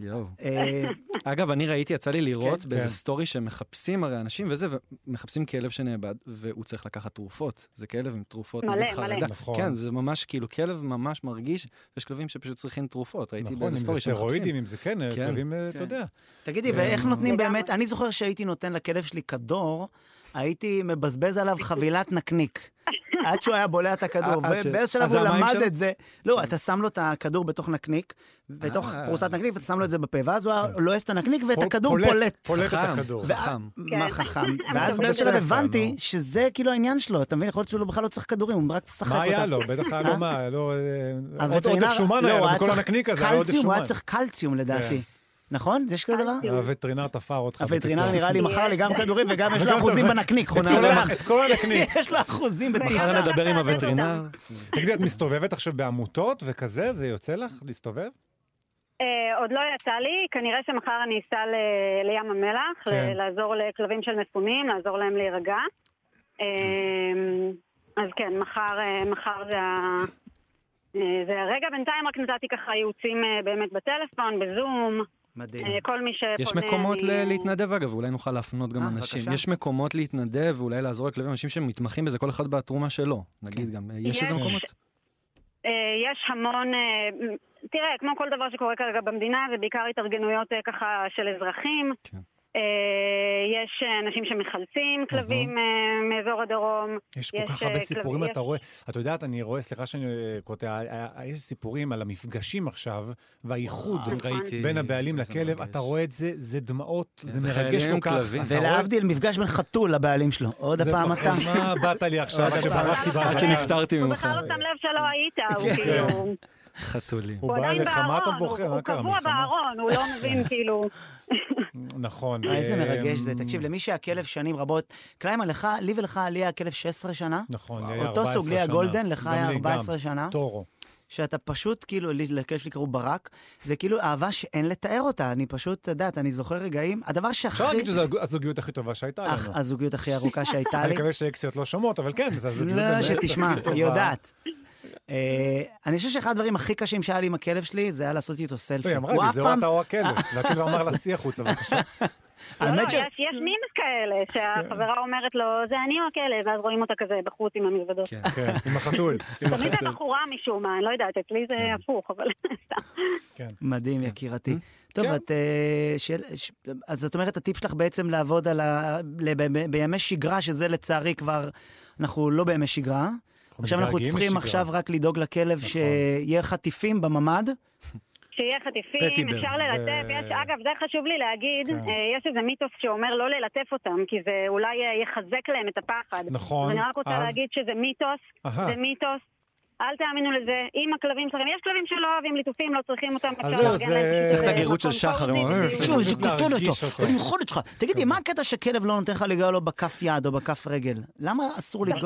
יואו.
אה,
אגב, אני ראיתי, יצא לי לראות
כן. כן.
באיזה סטורי שמחפשים הרי אנשים וזה, ומחפשים כלב שנאבד, והוא צריך לקחת תרופות. זה כלב עם תרופות,
מלא,
נגיד
מלא.
חרדה.
נכון.
כן, זה ממש כאילו, כלב ממש מרגיש, יש כלבים שפשוט צריכים תרופות. ראיתי
נכון, אם
באיזה
זה
סטורי שמחפשים.
סטרואידים, אם זה כן,
כן.
כלבים, אה, אתה
כן.
יודע.
תגידי, ואיך נותנים באמת, אני זוכר שהייתי נותן לכלב שלי כדור, הייתי מבזבז עליו חבילת נקניק. עד שהוא היה בולע את הכדור,
עד אה, ש-
ובאיזשהו
אז
שלב
זה
הוא
המים
למד
שלו?
את זה. לא, אתה שם לו את הכדור בתוך נקניק, בתוך
אה. כן.
פרוסת נקניק, ואתה שם לו את זה בפה, ואז הוא היה לועס את הנקניק ואת
פול-
הכדור
פולט,
פולט.
פולט את
חם,
הכדור.
ואז-
חם.
מה חכם? ואז
אבל
באיזשהו שלב
בסדר,
הבנתי
נו.
שזה כאילו העניין שלו, אתה מבין? יכול להיות שהוא בכלל לא צריך כדורים, הוא רק משחק אותה.
מה היה לו? בטח היה לו מה? היה לו אה, עוד
הווטרינר-
עודף שומן
לא,
היה לו,
הוא
בכל
צריך
הנקניק הזה היה עודף
קלציום, הוא היה
שומן. כן.
צריך קלציום לדעתי. נכון? יש כזה דבר?
הווטרינר תפר אותך.
הווטרינר
בקיצור.
נראה לי מכר לי גם כדורים וגם יש לו
וגם
אחוזים
אתה-
בנקניק,
את
חונה
כל
עליו.
ה- את כל הנקניק.
יש לו אחוזים בנקניק.
מחר נדבר עם
כן, אותם.
הווטרינר.
תגידי, את מסתובבת עכשיו בעמותות וכזה? זה יוצא לך להסתובב?
אה, עוד לא יצא לי, כנראה שמחר אני אסע ל- לים המלח,
כן.
ל- לעזור לכלבים של מפונים, לעזור להם להירגע. אה, אז כן, מחר, אה, מחר זה ה... אה, זה הרגע, בינתיים רק נתתי ככה ייעוצים אה, באמת בטלפון, בזום,
מדהים.
אה, כל מי שפונה.
יש מקומות
אני-
ל- להתנדב, אגב, אולי נוכל להפנות גם
אה,
אנשים.
בבקשה.
יש מקומות להתנדב, ואולי לעזור לכלבים, אנשים שמתמחים בזה, כל אחד בתרומה שלו. נגיד גם, אה, יש
כן. יש.
איזה מקומות?
אה, יש המון, אה, תראה, כמו כל דבר שקורה כרגע במדינה, זה בעיקר התארגנויות אה, ככה של אזרחים.
כן.
אה, יש אה, אנשים שמחלצים כלבים אה, מאזור הדרום.
יש כל
יש,
כך הרבה
אה,
סיפורים,
כלבים-
אתה רואה, אתה יודעת, אני רואה, סליחה שאני אה, קוטע, אה, אה, יש סיפורים על המפגשים עכשיו, והאיחוד
וואו, נכון.
ראיתי...
בין הבעלים
איזה
לכלב,
מרגש.
אתה רואה את זה, זה דמעות,
כן.
זה
וחיילים
מרגש כל
עם
כך.
כלבים.
אתה רואה-
ולהבדיל, מפגש בין חתול לבעלים שלו. עוד
זה
הפעם
בח-
אתה.
מה באת לי עכשיו, עד שברחתי
עד
בהזעקה?
שנפטרתי
הוא
ממך.
בכלל לא שם לב שלא היית, הוא כאילו...
חתולים.
הוא
הוא
כן. בא
עדיין
אליך, מה אתה
בארון, הוא
בוחר?
הוא
מה קרה,
קבוע
מלחמה?
בארון, הוא לא מבין כאילו...
נכון.
איזה
אה,
מרגש זה. תקשיב, למי שהכלב שנים רבות, קליימן, לך, לי ולך, לי היה כלב 16 שנה.
נכון, לי היה 14
אותו
שנה.
סוג, לי היה גולדן, לך
גם
היה
לי, גם.
14 שנה.
טורו.
שאתה פשוט, כאילו, לי- לכלב שלי קראו ברק, זה כאילו אהבה שאין לתאר אותה. אני פשוט, את יודעת, אני זוכר רגעים. הדבר שהכי...
אפשר להגיד שזו הג- הזוגיות הכי טובה שהייתה
אך,
לנו.
הזוגיות הכי ארוכה שהייתה
אני
לי.
מקווה שאקסיות לא שומעות, אבל כן, זו הזוגיות
לא,
באמת
שתשמע,
הכי טובה.
היא יודעת. אה, אני חושב שאחד הדברים הכי קשים שהיה לי עם הכלב שלי, זה היה לעשות איתו סלפי.
לא, היא אמרה
הוא
לי,
אף
זה או
פעם-
אתה או הכלב. והכלב אמר לה, צאי החוצה בבקשה.
לא, לא,
האמת ש-
יש יש מימס כאלה,
כן.
שהחברה אומרת לו, זה אני או הכלב, ואז רואים אותה כזה בחוץ עם המזוודות.
כן.
כן, עם החתול. עם
תמיד זה
החתול.
בחורה משום מה, אני לא יודעת, אצלי
כן.
זה הפוך, אבל סתם.
מדהים, יקירתי. טוב,
כן.
את... אה, שאל- ש- אז זאת אומרת, הטיפ שלך בעצם לעבוד על ה... לב- ב- בימי שגרה, שזה לצערי כבר... אנחנו לא בימי שגרה. עכשיו אנחנו
מתגעגעים
צריכים
לשגרה.
עכשיו רק לדאוג לכלב
נכון.
שיהיה חטיפים בממ"ד.
שיהיה חטיפים,
פטיבר,
אפשר ללטף. יש, אגב, זה חשוב לי להגיד,
כן.
אה, יש איזה מיתוס שאומר לא ללטף אותם, כי זה אולי אה, יחזק להם את הפחד.
נכון,
אז אני רק רוצה
אז-
להגיד שזה מיתוס,
אהה.
זה מיתוס. אל תאמינו לזה, אם הכלבים שלכם, יש כלבים שלא אוהבים ליטופים, לא צריכים אותם,
אז
אפשר
זהו,
לארגן
זה-
להם אה,
צריך את
מקום
הגרות של
קומפוסטי,
שחר, הוא אומר,
בדיוק.
צריך
תשמעו, זה קוטל
להרגיש
אותו,
אותו.
הוא במכונת שלך. תגידי, מה הקטע שכלב לא נותן לך לגעת לו בכף יד או בכף רגל? למה אסור לגעת?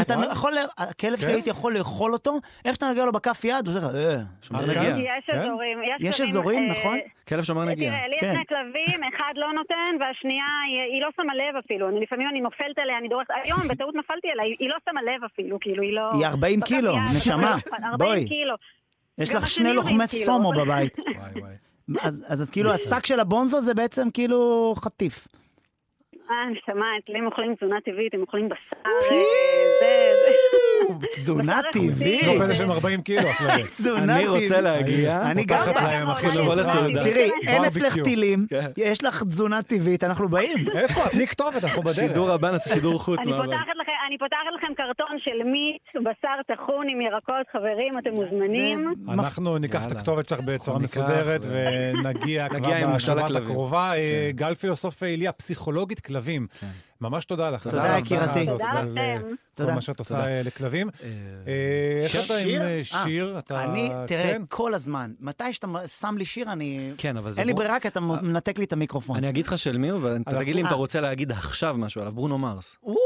אתה
וואי.
יכול, ל- הכלב שלי
כן.
הייתי יכול לאכול אותו, איך שאתה נוגע לו בכף יד, הוא עושה לך, אה, שומר
אה,
נגיעה.
כן?
יש
כן?
אזורים,
יש אזורים,
אה,
נכון?
כלב שומר נגיע.
תראה, לי יש
כן.
שני כלבים, אחד לא נותן, והשנייה, היא- היא לא שמה לב אפילו. אני לפעמים אני נופלת עליה, אני דורסת, היום בטעות נפלתי עליה, היא- היא לא שמה לב אפילו, כאילו, היא לא...
היא 40
לא שמה
קילו,
יד,
נשמה,
40
בואי.
קילו.
יש
גם
לך
השני
שני
הוא
לוחמי
כאילו.
סומו בבית.
וואי וואי.
אז אז את כאילו, השק של הבונזו זה בעצם כאילו חטיף.
אה, נשמה, אצלי הם אוכלים תזונה טבעית, הם אוכלים בשר, אה, זה... זה-
תזונה
בשר איכותי.
טבעית.
לא פלא שהם 40 קילו, הכלבים.
תזונה
אני רוצה להגיע.
אני גם
בא.
פותחת להם אחי
אולי
לבוא
נשמע
לסעודה.
לי.
תראי, אין אצלך
ברביקיו.
טילים,
כן.
יש לך תזונה טבעית, אנחנו באים.
איפה? תני כתובת, אנחנו בדרך.
שידור הבא נעשה שידור חוץ
אני
מהבן.
פותחת לכם- אני פותחת לכם קרטון של מיץ, בשר טחון עם ירקות, חברים, אתם מוזמנים.
אנחנו ניקח את
יאללה.
הכתובת שלך בצורה
ניקח
מסודרת
ו-
ונגיע כבר
נגיע עם משל
בשבת
הכלבים. כן.
הקרובה. אה, גל פילוסוף איליה, פסיכולוגית כלבים. ממש תודה לך.
תודה,
על ההזמנה
יקירתי.
הזאת
תודה
ועל, אה,
לכם.
כל
תודה.
מה שאת עושה
תודה.
אה, לכלבים.
אה,
אה, איך
שיר?
אתה עם אה,
אה,
שיר? אתה...
אני, תראה,
כן?
כל הזמן. מתי שאתה שם לי שיר, אני...
כן, אבל זה...
אין לי
ברו-
ברירה, כי אתה
אה,
מנתק לי את המיקרופון.
אני אגיד לך של מי הוא,
אנחנו-
ואתה תגיד לי אם
אה.
אתה רוצה להגיד עכשיו משהו עליו. ברונו מרס.
וואו,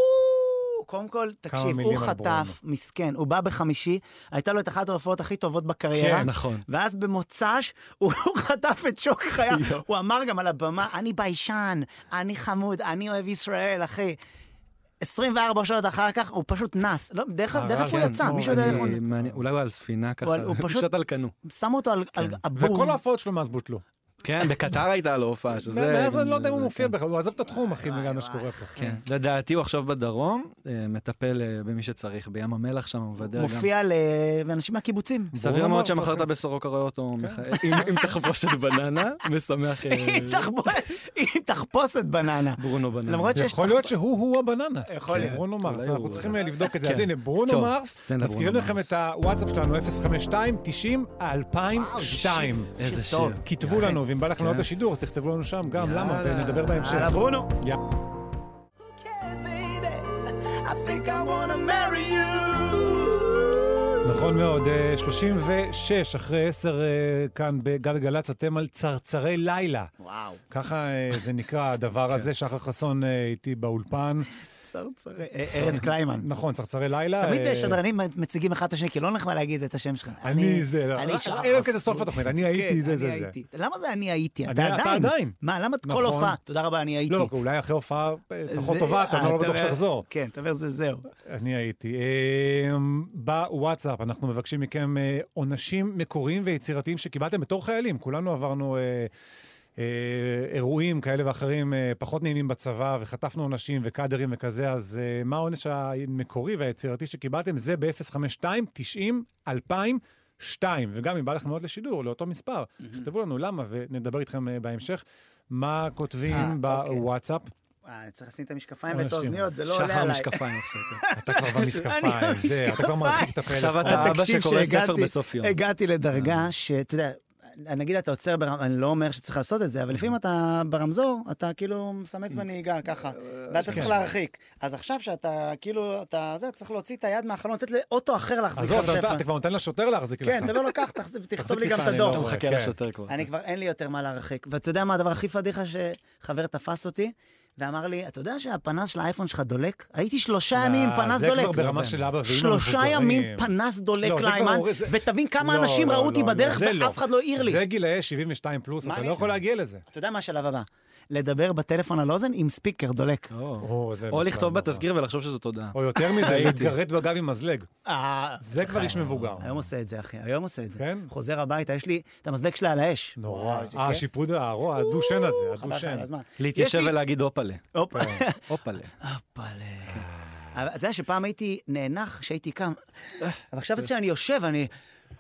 קודם כל, תקשיב,
מילים
הוא
על ברונו.
חטף, מסכן, הוא בא בחמישי, הייתה לו את אחת ההופעות הכי טובות בקריירה.
כן, נכון.
ואז במוצ"ש הוא חטף את שוק חיה. הוא אמר גם על הבמה, אני ביישן, אני חמוד, אני אוהב ישראל, אחי. 24 שעות אחר כך הוא פשוט נס. לא, דרך
הרעש
דרך איפה הוא
כן,
יצא,
כמו-
מישהו יודע
אני-
איך הוא...
מעניין, אולי הוא על ספינה ככה,
הוא פשוט-
שט על קנו.
שמו אותו על על
כן.
הבור.
וכל ההופעות שלו מאז בוטלו.
כן, בקטר הייתה לו הופעה, אה, שזה...
מאז אני לא יודע אם הוא
זה-
מופיע
כן.
בכלל, הוא עזב את התחום, אחי,
וואי,
בגלל מה
וואי.
שקורה פה.
כן. לדעתי הוא עכשיו בדרום, אה, מטפל אה, במי שצריך, בים המלח שם, הוא מבדר גם.
מופיע לאנשים מהקיבוצים.
סביר
ברונו
מאוד
מרס,
שמחר
אחי.
אתה בסורוקה רואה אותו מכהן- עם- עם תחפושת בננה, משמח אה,
עם תחפו- עם תחפושת בננה.
ברונו בננה.
למרות שיש...
יכול להיות שהוא-הוא הבננה.
יכול להיות.
כן. ברונו מרס,
אולי
אנחנו
הוא-
צריכים אה, לבדוק את זה. אז
כן.
הנה, ברונו
טוב,
מרס,
תן לברונו
מזכירים לכם
מרס.
את הוואטסאפ שלנו, 052-90-2002.
איזה שיר.
טוב.
כתבו לנו, ואם בא לכם לעלות
כן.
לשידור, אז תכתבו לנו שם גם למה,
יאללה.
ונדבר בהמשך.
יאללה, ברונו.
לא
יא- נכון מאוד, אה, 36 אחרי 10 אה, כאן בגלגלצ, אתם על צרצרי לילה.
וואו,
ככה אה, זה נקרא הדבר הזה, שחר חסון אה, איתי באולפן.
צרצרי. אה, ארז קליימן.
נכון, צרצרי לילה. אה,
תמיד שדרנים מציגים אחד את השני, כי לא נחמד להגיד את השם שלך.
אני זה, לא.
אני שחר
אלא אם כן זה סוף
חסון.
התוכנית, אני הייתי,
כן,
זה, זה,
אני
זה.
הייתי. למה זה אני הייתי?
אני-
אתה
אתה
עדיין.
עדיין.
מה, למה את
נכון.
כל הופעה? תודה רבה, אני הייתי.
לא, אולי אחרי הופעה אה, פחות
זה-
טובה, אתה
אה,
לא בטוח
אומר-
שתחזור.
כן, אתה אומר, זה זהו.
אני הייתי. אה, בוואטסאפ אנחנו מבקשים מכם אה, עונשים מקוריים ויצירתיים שקיבלתם בתור חיילים. כולנו עברנו אה, אה, אירועים כאלה ואחרים אה, פחות נעימים בצבא, וחטפנו עונשים וקאדרים וכזה, אז אה, מה העונש המקורי והיצירתי שקיבלתם? זה ב-052-90-2002. וגם אם בא לכם מאוד לשידור, לאותו מספר, תכתבו לנו למה ונדבר איתכם אה, בהמשך. מה
אה,
כותבים
אוקיי.
בוואטסאפ?
אה, צריך לשים את המשקפיים
בוא
ואת
נשאיר.
האוזניות, זה לא עולה
שחר
עליי.
משקפיים עכשיו. כן.
אתה כבר במשקפיים,
אני
זה, אתה כבר מרחיק את הפלאפון.
עכשיו אתה אבא
תקשיב
שקורא ספר
שהגעתי-
בסוף יום.
הגעתי לדרגה שאתה יודע, נגיד אתה עוצר ברמזור, אני לא אומר שצריך לעשות את זה, אבל לפעמים אתה ברמזור, אתה כאילו מסמס בנהיגה ככה, ואתה צריך להרחיק. אז עכשיו שאתה כאילו, אתה זה, צריך להוציא את היד מהחלון, לתת לאוטו אחר להחזיק
עזוב,
לך
אתה- אתה
בטלפון.
אתה כבר נותן לשוטר להחזיק לך.
כן, תבוא לו כך, תחז-
תחזיק
תכתוב לי גם
טיפה,
את
אני
הדור.
לא
אתה
רואה,
מחכה
כן.
לשוטר כבר.
אני כבר, אין לי יותר מה להרחיק. ואתה יודע מה הדבר הכי פדיחה שחבר תפס אותי? ואמר לי, אתה יודע שהפנס של האייפון שלך דולק? הייתי שלושה ימים עם
אה,
פנס
זה
דולק.
כבר ברמה של אבא ואמא
שלושה
מבוגרים.
ימים פנס דולק
לא, זה כבר
לאיימן,
הוריד, זה-
ותבין כמה
לא,
אנשים
לא,
ראו
לא,
אותי
לא,
בדרך
זה לא.
ואף אחד לא העיר לי.
זה גילאי 72 פלוס,
מה
אתה
אני
לא יכול
אתן?
להגיע לזה.
אתה יודע מה השלב הבא? לדבר בטלפון על אוזן עם ספיקר דולק.
או
או, זה
או
בכלל
לכתוב
נורא.
בתסגיר ולחשוב שזאת הודעה.
או יותר מזה,
הייתי.
להתגרד בגב עם מזלג. אה, זה כבר איש מבוגר.
היום עושה את זה, אחי, היום עושה את זה.
כן?
חוזר הביתה, יש לי את המזלג שלה על האש.
נורא.
וואו, איזה
אה,
כיף.
השיפוד הרוע, הדושן הזה,
חבל לך
הדושן.
על הזמן.
להתיישב
יש לי-
ולהגיד הופלה.
הופה.
אה.
הופלה.
הפלה.
כן.
אבל אתה יודע שפעם הייתי נאנח כשהייתי קם, אבל עכשיו זה שאני יושב, אני...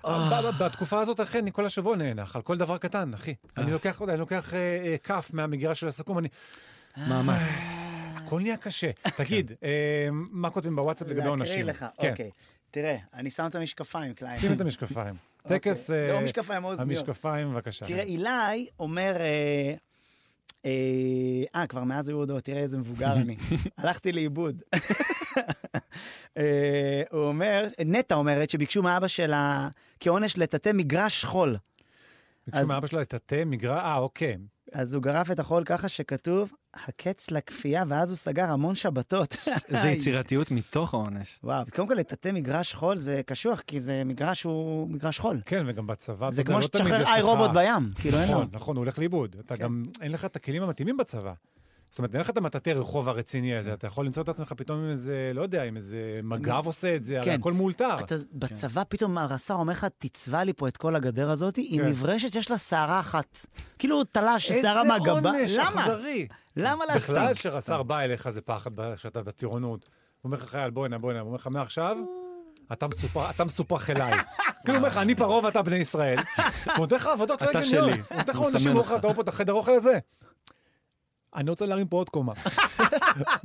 אה,
אה.
ב- ב- בתקופה הזאת, אחי, אני כל השבוע נאנח, על כל דבר קטן, אחי. אני לוקח, אני לוקח אה, אה, כף מהמגירה של הסכו"ם, אני...
אה.
מאמץ.
הכל נהיה קשה. תגיד, אה, מה כותבים בוואטסאפ לגבי
להקריא
עונשים?
לך,
כן,
אוקיי. תראה, אני שם את המשקפיים, קליין.
שים את המשקפיים.
אוקיי.
טקס...
לא,
אה,
משקפיים, אוזניות.
המשקפיים, בבקשה.
תראה, אילי אומר... אה, אה, אה, כבר מאז היו הודעות, תראה איזה מבוגר אני. הלכתי לאיבוד. אה, הוא אומר, נטע אומרת שביקשו מאבא שלה כעונש לטאטא מגרש חול.
ביקשו
אז-
מאבא שלו לטאטא מגרע, אה, אוקיי.
אז הוא גרף את החול ככה שכתוב, הקץ לכפייה, ואז הוא סגר המון שבתות.
זה יצירתיות מתוך העונש.
וואו, קודם כל לטאטא מגרש חול זה קשוח, כי זה מגרש הוא מגרש חול.
כן, וגם בצבא, אתה
זה
יודע,
כמו
לא תמיד
שתשחרר
יש
איי
לך-
רובוט בים, כאילו אין לו.
נכון, נכון, הוא הולך לאיבוד. אתה
כן.
גם, אין לך את הכלים המתאימים בצבא. זאת אומרת, אין לך את המטאטא רחוב הרציני
כן.
הזה, אתה יכול למצוא את עצמך פתאום עם איזה, לא יודע, עם איזה מג"ב עושה את זה, הרי
כן.
הכל מאולתר.
אתה, בצבא פתאום הרס"ר אומר לך, תצבע לי פה את כל הגדר הזאת, עם
כן.
מברשת שיש לה שערה אחת. כאילו הוא תלש שערה מהגבה.
איזה עונש
למה?
אכזרי.
למה להסתיק?
בכלל, כשרס"ר בא אליך זה פחד ב- כשאתה בטירונות. הוא אומר לך, חייל, בוא'נה, בוא'נה, הוא אומר לך, מעכשיו, אתה מסופח- אתה מסופח אליי. כאילו, הוא אומר לך, אני פרעה ואתה בני ישראל. הוא נותן לך עבודות
אתה
רגל
שלי.
מאוד. הוא נותן לך
הוא
עונשים,
מסמן
הוא אומר לך,
אותך.
אתה רואה פה את החדר אוכל הזה. אני רוצה להרים פה עוד קומה.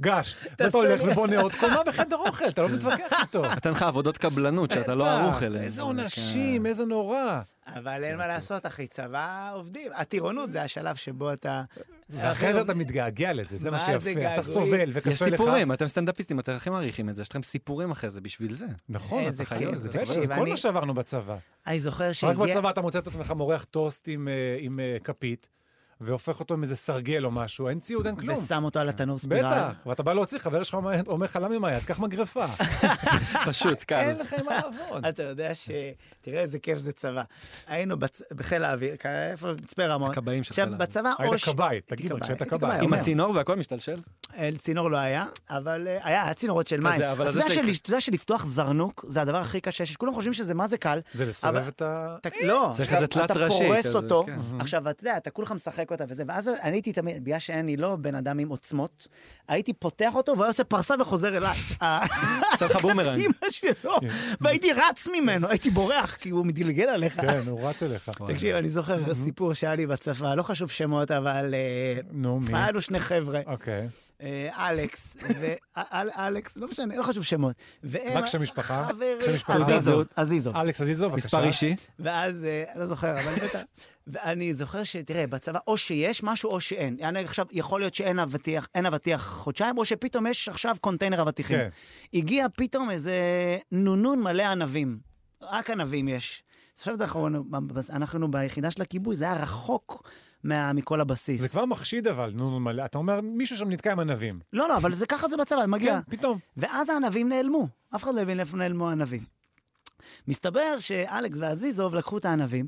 גש. ואתה הולך ובונה עוד קומה בחדר אוכל, אתה לא מתווכח איתו. אה,
נתן לך עבודות קבלנות שאתה כן. לא
אה,
ערוך אליהן.
איזה
אבל אה,
עונשים, איזה נורא.
אבל אין מה לעשות, אחי, צבא עובדים. הטירונות זה השלב שבו אתה...
ואחרי זה אתה מתגעגע לזה, זה מה
מה זה
שיפה. אתה
געגועים?
סובל
כן. יש
וקשה לך.
סיפורים, אתם סטנדאפיסטים, אתם הכי מעריכים את זה, יש לכם סיפורים אחרי זה, בשביל זה.
נכון,
איזה
אתה חייב,
כיף,
זה
תקשיב,
בטח, כל
אני-
מה שעברנו בצבא.
אני זוכר
רק
שהגיע...
בצבא אתה מוצא את עצמך מורח טוסט עם, אה, עם אה, כפית, והופך אותו עם איזה סרגל או משהו, אין ציוד, אין כלום.
ושם אותו על התנור ספירל.
בטח, ואתה בא להוציא, חבר שלך אומר אומר לך, למה עם היד? קח מגרפה.
פשוט, קל.
אין לך עם מה לעבוד.
אתה יודע ש... תראה איזה כיף זה צבא. היינו בצ... בחיל האוויר, כ- איפה? מצפה רמון.
הכבאים של
עכשיו,
חיל האוויר.
בצבא
היית
או ש...
כבאי, תגיד
הייתי
רק שהיית
הייתי
כבאי.
אומר.
עם הצינור והכל משתלשל?
אל צינור לא היה, אבל אה, היה, היה צינורות של מים.
כזה, אבל
אתה
אז
יודע
יש לי-
של- אתה יודע שלפתוח זרנוק זה הדבר הכי קשה, שכולם חושבים שזה מה זה קל.
זה
אבל-
לסובב את ה...
אתה, לא,
צריך
עכשיו
איזה תלת
אתה
ראשי
פורס
כזה,
אותו,
כן.
עכשיו אתה יודע, אתה כולך משחק אותה וזה, ואז אני הייתי תמיד, בגלל שאני לא בן אדם עם עוצמות, הייתי פותח אותו והיה עושה פרסה וחוזר אליי.
עושה לך בומרנג. כן.
אימא שלו, והייתי רץ ממנו, הייתי בורח, כי הוא מדלגל עליך.
כן, הוא רץ אליך.
תקשיב, אני זוכר סיפור שהיה לי בצבא, לא חשוב שמות, אבל... אה,
נו, מי?
היה לנו שני חבר'ה,
אוקיי.
אה, אלכס, ואלכס, לא משנה, לא חשוב שמות. והם
רק שם משפחה?
חבר-
שם משפחה?
עזיזו, עזיזו.
אלכס עזיזו, בבקשה.
מספר אישי?
ואז, אה, לא זוכר, אבל בטח. ואני זוכר שתראה, בצבא או שיש משהו או שאין. אני עכשיו, יכול להיות שאין אבטיח, אין אבטיח חודשיים, או שפתאום יש עכשיו קונטיינר אבטיחים.
כן.
הגיע פתאום איזה נונון מלא ענבים. רק ענבים יש. אז עכשיו אנחנו, אנחנו ביחידה של הכיבוי, זה היה רחוק מה, מכל הבסיס.
זה כבר מחשיד אבל, נו, מלא. אתה אומר, מישהו שם נתקע עם ענבים.
לא, לא, אבל זה ככה זה בצבא, מגיע.
כן, פתאום.
ואז הענבים נעלמו. אף אחד לא הבין איפה נעלמו הענבים. מסתבר שאלכס ועזיזוב לקחו את הענבים,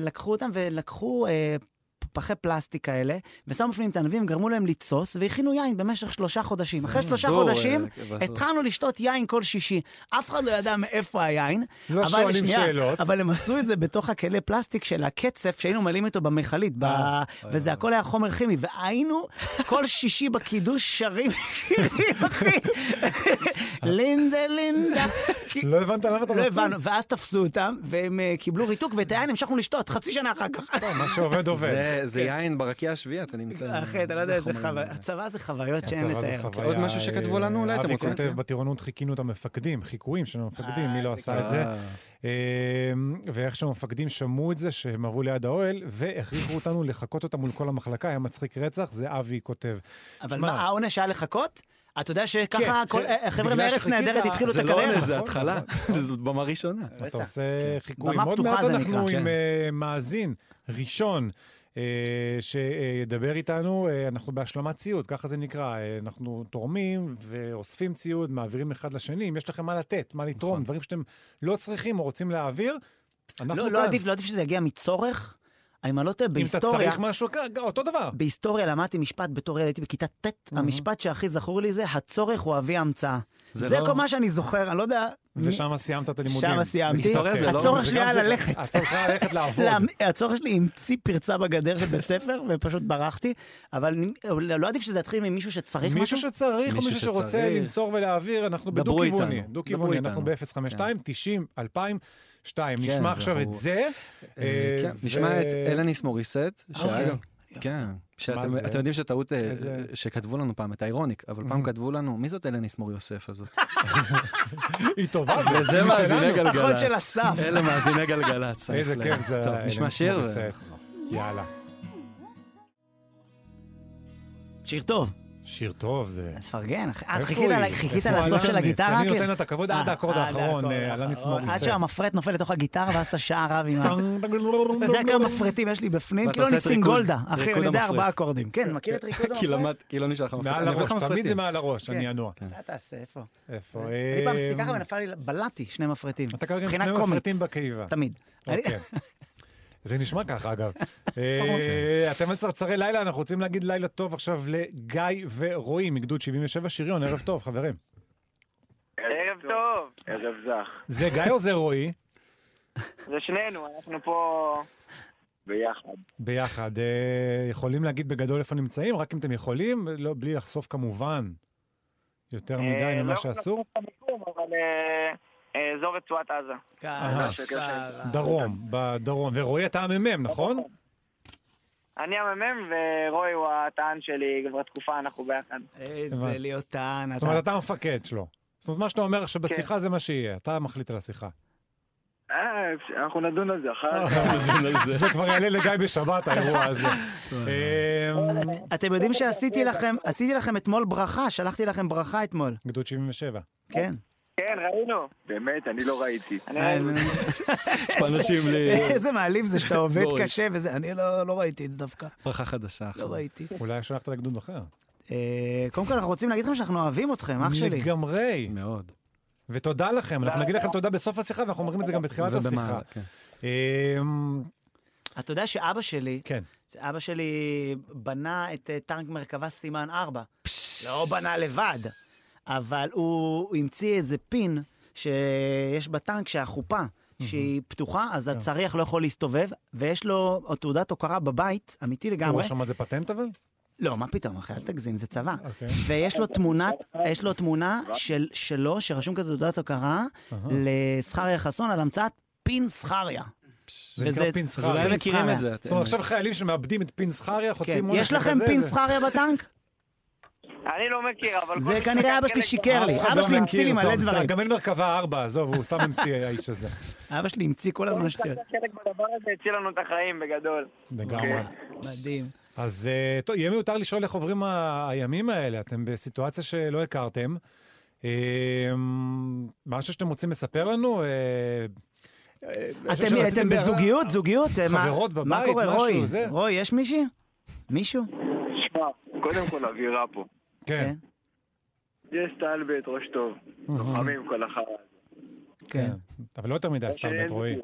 ולקחו אותם ולקחו אה, פ- פחי פלסטיק כאלה, ושמו בפנים את הענבים, גרמו להם לתסוס, והכינו יין במשך שלושה חודשים. אחרי שלושה
זור,
חודשים,
אה, בזור.
התחלנו לשתות יין כל שישי. אף אחד לא ידע מאיפה היין.
לא
אבל-
שואלים
שנייה,
שאלות.
אבל הם עשו את זה בתוך הכלי פלסטיק של הקצף שהיינו מלאים איתו במכלית, ב...
אה,
וזה הכל היה חומר כימי, והיינו כל שישי בקידוש שרים שירים, אחי. לינדה, לינדה.
לא הבנת למה אתה
לא
מסכים.
הבנו, ואז תפסו אותם, והם אה, קיבלו ריתוק, ואת היין המשכנו לשתות חצי שנה אחר כך.
מה שעובד עובד.
זה- זה יין ברקיע השביעי, אתה נמצא...
כן. אחי, אתה לא יודע איזה
חומרים.
חוויה, הצבא זה חוויות שאין
הצבא זה
לתאר.
חוויה,
כן, עוד משהו שכתבו לנו, אולי
אה,
אתם
אבי
רוצים?
כותב בטירונות חיכינו את המפקדים, חיקויים של המפקדים, מי לא
אה,
עשה את זה.
אה,
אמ, ואיך שהמפקדים שמעו את זה, שהם עברו ליד האוהל, והכריחו אותנו לחקות אותה מול כל המחלקה, היה מצחיק רצח, זה אבי כותב.
אבל
שמע,
מה, העונש היה לחכות? אתה יודע שככה
כן,
כל-
כן.
החבר'ה
בגלל
מארץ
שחיכית,
נהדרת התחילו את
זה לא
הקריירה.
עונש, זה
נכון,
התחלה.
נכון.
זאת במה ראשונה.
אתה עושה חיקויים.
במה
עוד
פתוחה
מעט
זה
אנחנו
נקרא,
עם
כן.
אה, מאזין ראשון. אה, שידבר איתנו, אה, אנחנו בהשלמת ציוד, ככה זה נקרא. אה, אנחנו תורמים ואוספים ציוד, מעבירים אחד לשני. אם יש לכם מה לתת, מה לתרום,
נכון.
דברים שאתם לא צריכים או רוצים להעביר, אנחנו
לא,
כאן.
לא עדיף, לא עדיף שזה יגיע מצורך? אם אני לא טועה,
אם אתה
בהיסטוריה,
צריך משהו, כן, אותו דבר.
בהיסטוריה למדתי משפט בתור ילד, הייתי בכיתה ט', המשפט שהכי זכור לי זה, הצורך הוא אבי ההמצאה.
זה
זה
לא-
כל מה שאני זוכר, אני לא יודע...
ושם סיימת את הלימודים.
שם סיימתי.
מסתתר.
זה לא-
הצורך
זה
שלי
גם
היה
זה-
ללכת.
הצורך היה ללכת לעבוד.
למ- הצורך שלי המציא פרצה בגדר של בית ספר, ופשוט ברחתי, אבל אני- אבל לא עדיף שזה יתחיל ממישהו שצריך משהו?
מישהו שצריך או
מישהו
מישהו שרוצה
שצריך.
למסור ולהעביר, אנחנו
דברו
בדו-כיווני.
איתנו, דברו
דו-כיווני, אנחנו
איתנו.
ב-052, 90, 2000, 2.
כן,
נשמע עכשיו את
אנחנו-
זה. אה,
אה, כן,
ו-
נשמע את אלניס מוריסט,
אוקיי.
שהיה גם... כן,
מה זה?
שאתם אתם יודעים שטעות אה,
איזה-
שכתבו לנו פעם, את האירוניק, אבל פעם כתבו לנו, מי זאת אלניס מור יוסף הזאת?
היא טובה,
וזה
היא
מאזיני
שלנו.
גלגלצ.
אחות של אסף.
אלה מאזיני גלגלצ.
איזה
נפלא.
כיף זה.
טוב,
אלן
נשמע שיר.
מוריסט.
ו-
יאללה.
שיר טוב.
שיר טוב זה.
אז פרגן, אח- את
איפה
חיכית
היא?
על- חיכית
איפה
על הסוף
אלניס?
של הגיטרה?
אני
כן?
נותן לה את הכבוד עד
אה,
האקורד האחרון,
האקורד
אה, אלניס
האחרון.
מוריסט.
עד שהמפרט נופל לתוך הגיטרה, ואז אתה שר רב עם
אה.
ה... זה כמה מפרטים יש לי בפנים,
ואתה
כאילו
עושה
אני
את ריקוד-
סינגולדה, אחי,
ריקוד
אני יודע
המפרט.
ארבעה אקורדים. כן, מכיר את ריקוד
כי
המפרט?
למד, כי לא נשאר לך מפרטים.
מעל
אני אביא
הראש,
לך
תמיד זה
מפרטים.
מעל הראש, אני
כן.
אנוע.
אתה תעשה, איפה?
איפה?
אני פעם עשיתי
אה,
ככה ונפל לי, בלעתי שני מפרטים.
אתה כרגע עם
מבחינה
שני
קומית.
מפרטים בקיבה.
תמיד.
אוקיי. זה נשמע ככה, אגב. אה, אתם על צרצרי לילה, אנחנו רוצים להגיד לילה טוב עכשיו לגיא ורועי מגדוד 77 שריון, ערב טוב, חברים.
ערב טוב.
ערב זך,
זה גיא או זה רועי?
זה שנינו, אנחנו פה...
ביחד.
ביחד. אה, יכולים להגיד בגדול איפה נמצאים, רק אם אתם יכולים, לא, בלי לחשוף כמובן יותר
אה,
מדי
לא
ממה
יכול
שאסור.
לחשוף את המיקום, אבל אה, אה, אזור רצועת עזה.
אה,
דרום, בדרום. ורועי אתה המ"מ, נכון?
אני הממ"מ ורוי הוא הטען שלי, כבר תקופה אנחנו ביחד.
איזה
הבנתי.
להיות טען.
זאת
אתה.
אומרת, אתה המפקד שלו. זאת אומרת, מה שאתה אומר
כן.
עכשיו בשיחה זה מה שיהיה, אתה מחליט על השיחה.
אה, אנחנו נדון על זה אחר כך.
זה כבר יעלה לגיא בשבת, האירוע הזה. אה,
אתם יודעים שעשיתי לכם, עשיתי לכם אתמול ברכה, שלחתי לכם ברכה אתמול.
גדוד 77.
כן. אה,
כן, ראינו.
באמת, אני לא ראיתי.
כן.
אני ראינו.
יש פה אנשים
אה.
ל...
איזה מעליב זה
לא
שאתה עובד
בואי.
קשה וזה, אני לא לא ראיתי את זה דווקא.
ברכה חדשה
לא
עכשיו.
ראיתי.
אולי שלחת לגדוד אחר.
אה, קודם כל אנחנו רוצים להגיד לכם שאנחנו אוהבים אתכם, אח שלי.
לגמרי.
מאוד.
ותודה לכם, אנחנו נגיד לכם תודה בסוף השיחה, ואנחנו אומרים את זה גם בתחילת השיחה.
ובמה... כן.
אמ,
אתה יודע שאבא שלי,
כן.
אבא שלי בנה את אה, טנק מרכבה סימן 4. לא בנה לבד, אבל הוא הוא המציא איזה פין שיש בטנק שהחופה, שהיא פתוחה, אז הצריח לא יכול להסתובב, ויש לו תעודת הוקרה בבית, אמיתי
הוא
לגמרי.
רשם על זה פטנט אבל?
לא, מה פתאום, אחי, אל תגזים, זה צבא.
אוקיי.
ויש לו תמונת, יש לו תמונה של, שלו, שרשום כזה תעודת הוקרה,
אהה.
אה, לזכריה חסון על המצאת פין זכריה.
זה נקרא
וזה-
פין
אז אולי
סחריה.
הם
פין
מכירים
זכריה.
את זה.
זאת אומרת, עכשיו חיילים שמאבדים את פין סחריה,
כן,
חוטפים עונש
יש לכם
כזה,
פין
זה-
זכריה בטנק?
אני לא מכיר, אבל... כל
זה
מי
כנראה אבא שלי
שמסתכל
שיקר לי.
אף אחד
אבא
לא מכיר,
שלי המציא לי
זה
מלא
המצאה.
דברים.
גם אין מרכבה ארבע, עזוב, הוא סתם המציא האיש הזה.
אבא שלי המציא כל
כל
הזמן
מי
שטויות.
שלקח חלק בדבר הזה הציל לנו את החיים בגדול.
אוקיי.
לגמרי.
אה, מדהים.
אז אה, טוב, יהיה מיותר לשאול איך עוברים ה- הימים האלה, אתם בסיטואציה שלא הכרתם. אה, משהו שאתם רוצים לספר לנו? אה, אה, משהו
אתם-
שרציתם
אתם
לדבר-
בזוגיות, זוגיות? אה, מה-
חברות בבית,
מה קורה,
משהו,
רוי?
זה.
רוי, יש מישהי? מישהו?
שמע, קודם כל אווירה פה.
כן.
יש טלבט, ראש טוב.
אה.
לוחמים כל אחת.
אוקיי. כן. אבל לא יותר מדי סתם, את רועי.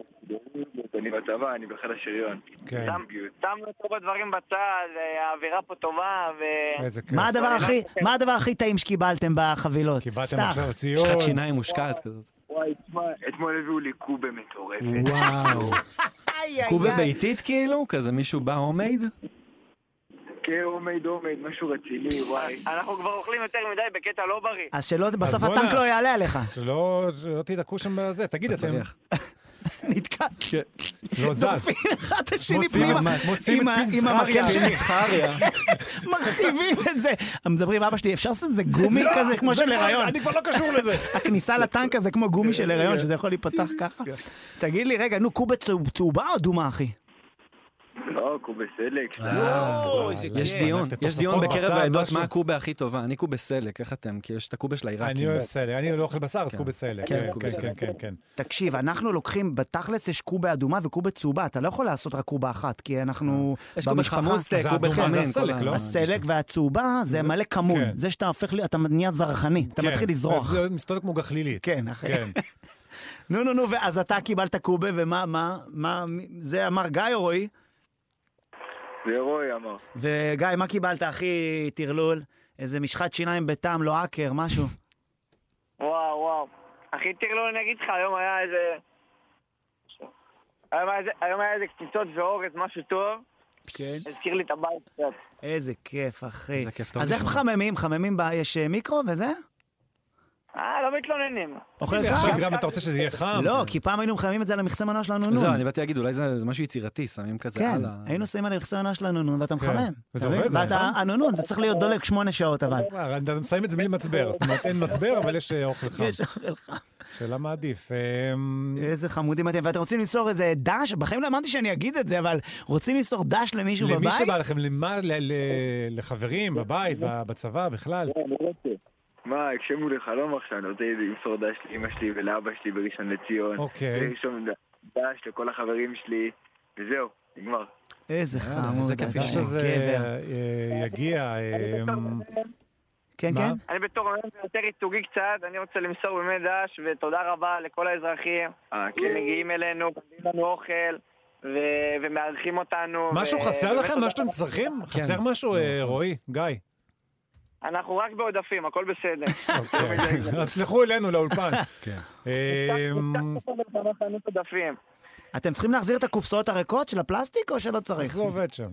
אני בצבא, אני בחיל השריון.
כן.
גם גיוס.
שמנו את רוב הדברים בצד, אה, האווירה פה טובה, ו...
איזה כיף.
מה הדבר הכי, מה הדבר הכי טעים שקיבלתם בחבילות?
קיבלתם
פתח.
עכשיו ציון.
שחת שיניים מושקעת כזאת.
וואי, תשמע, אתמול הביאו לי קובה מטורפת.
וואו.
איי, איי,
קובה
איי.
ביתית כאילו? כזה מישהו בא הומייד?
כאומד אומד, משהו רציני, וואי.
אנחנו כבר אוכלים יותר מדי בקטע לא בריא.
אז שלא,
אז
בסוף
בוא'נה.
הטנק לא יעלה עליך.
שלא שלא תידקו לא, שם בזה, תגיד אתם.
בצריח.
נתקע.
לא זז.
דופקים אחד את השני
מוצאים
פנימה.
ממש, מוצאים
עם
את
ה- עם
פינס חריה,
המקל של-
פינס חריה.
מרחיבים את זה. מדברים, אבא שלי, אפשר לעשות את זה גומי כזה, כמו של הריון.
אני כבר לא קשור לזה.
הכניסה לטנק הזה כמו גומי של הריון, שזה יכול להיפתח ככה.
כן.
תגיד לי, רגע, נו, קובה צהוב- צהובה או אדומה, אחי?
לא, קובסלק.
אה.
אה,
יש דיון,
את
יש דיון
התוספות
בקרב
בצד,
העדות
משהו.
מה הקובה הכי טובה. אני קובה סלק, איך אתם? כאילו יש את הקובה של העיראקים.
אני אוהב סלק, אני לא אוכל בשר, אז קובי סלק.
כן,
כן,
קובי
כן,
סלק.
כן, כן, כן.
תקשיב, אנחנו לוקחים, בתכלס יש קובה אדומה וקובה צהובה, אתה לא יכול לעשות רק קובה אחת, כי אנחנו
אה,
יש קובה
במשפחה...
חמוסטק,
זה
קובה
האדומה, זה
חמין.
הסלק,
כל
לא?
ה-
הסלק והצהובה זה מלא כמון.
כן.
זה שאתה הופך, ל- אתה נהיה זרחני, אתה
כן.
מתחיל לזרוח.
זה מסתובב כמו גחלילית.
כן, אחי.
כן.
נו, נו, נו, אז אתה קיבלת קובה, ומה, מה, מה, מי- זה אמר גיא או רועי?
זה רוי אמר.
וגיא, מה קיבלת, אחי טרלול? איזה משחת שיניים בטעם לא עקר, משהו.
וואו, וואו. אחי, טרלול, אני אגיד לך, היום היה איזה... היום היה איזה- היום היה איזה קציצות ואורז, משהו טוב.
כן.
הזכיר לי את הבית קצת.
איזה כיף, אחי.
איזה כיף, טוב
אז איך
לשמוע.
מחממים? מחממים, ב- יש אה, מיקרו וזה?
אה, לא מתלוננים.
אוכל
עכשיו
קר?
גם אתה רוצה שזה יהיה חם?
לא, כי פעם היינו מחממים את זה על המכסה מנוע שלנו נון.
זהו, אני באתי להגיד, אולי זה זה משהו יצירתי, שמים כזה
כן,
על ה...
היינו שמים על המכסה מנוע שלנו נון, ואתה
כן.
מחמם.
וזה
אתה מבין?
עובד, זה
ואתה,
נכון.
הנונון, אתה צריך להיות דולק שמונה שעות, אבל.
וואו, לא, אתה מסיים את זה בלי מצבר, זאת אומרת אין מצבר אבל יש אה, אוכל חם,
יש אוכל חם.
שאלה מה עדיף. אמ,
איזה חמודים אתם, ואתם רוצים למסור איזה דש? בחיים לא האמנתי שאני אגיד את זה, אבל רוצים למסור דש למישהו
למי
בבית?
שבא לכם, למה- ל- ל- לחברים, בבית, ב- בצבא, בכלל.
לא,
מה, הגשמו לי חלום עכשיו, אני רוצה למסור דש לאמא שלי ולאבא שלי בראשון לציון.
אוקיי.
לראשון דש לכל החברים שלי, וזהו, נגמר.
איזה
יאללה,
חמוד,
איזה כיף
אתה
איך
לשמוע.
שזה
גבר.
אה, יגיע, אמ,
כן,
מה?
כן?
אני בתור היום זה יותר ייצוגי קצת, אני רוצה למסור באמת דש, ותודה רבה לכל האזרחים
אה, כן.
שמגיעים אלינו, מביאים לנו אוכל, ו- ומארחים אותנו.
משהו
ו-
חסר
ובאמת
לכם?
תודה.
מה שאתם צריכים?
כן.
חסר
לא.
משהו, אה, רועי? גיא.
אנחנו רק בעודפים, הכל בסדר.
אוקיי. אז שלחו אלינו לאולפן.
כן.
אמ,
חנות עודפים.
אתם צריכים להחזיר את הקופסאות הריקות של הפלסטיק או שלא
איך
צריך?
זה עובד שם?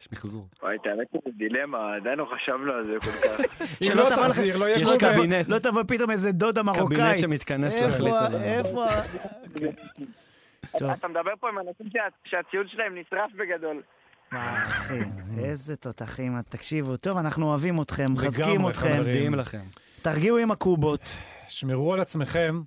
יש מחזור.
וואי, האמת שזה דילמה, עדיין לא חשבנו על זה כל כך.
אם
שלא
לא
תבוא לך-
תחזיר, לא יהיה
יש
לא
קובה.
תבוא-
קבינט.
לא תבוא פתאום איזה דודה מרוקאית.
קבינט שמתכנס
איפה-
להחליט על הדבר.
איפה... טוב,
אתה מדבר פה עם אנשים שה- שהציוד שלהם נשרף בגדול.
מה, אחי, איזה תותחים, תקשיבו. טוב, אנחנו אוהבים אתכם, מחזקים
לגמרי,
אתכם.
חברים.
מצדיעים לכם.
תרגיעו עם הקובות.
שמרו על עצמכם,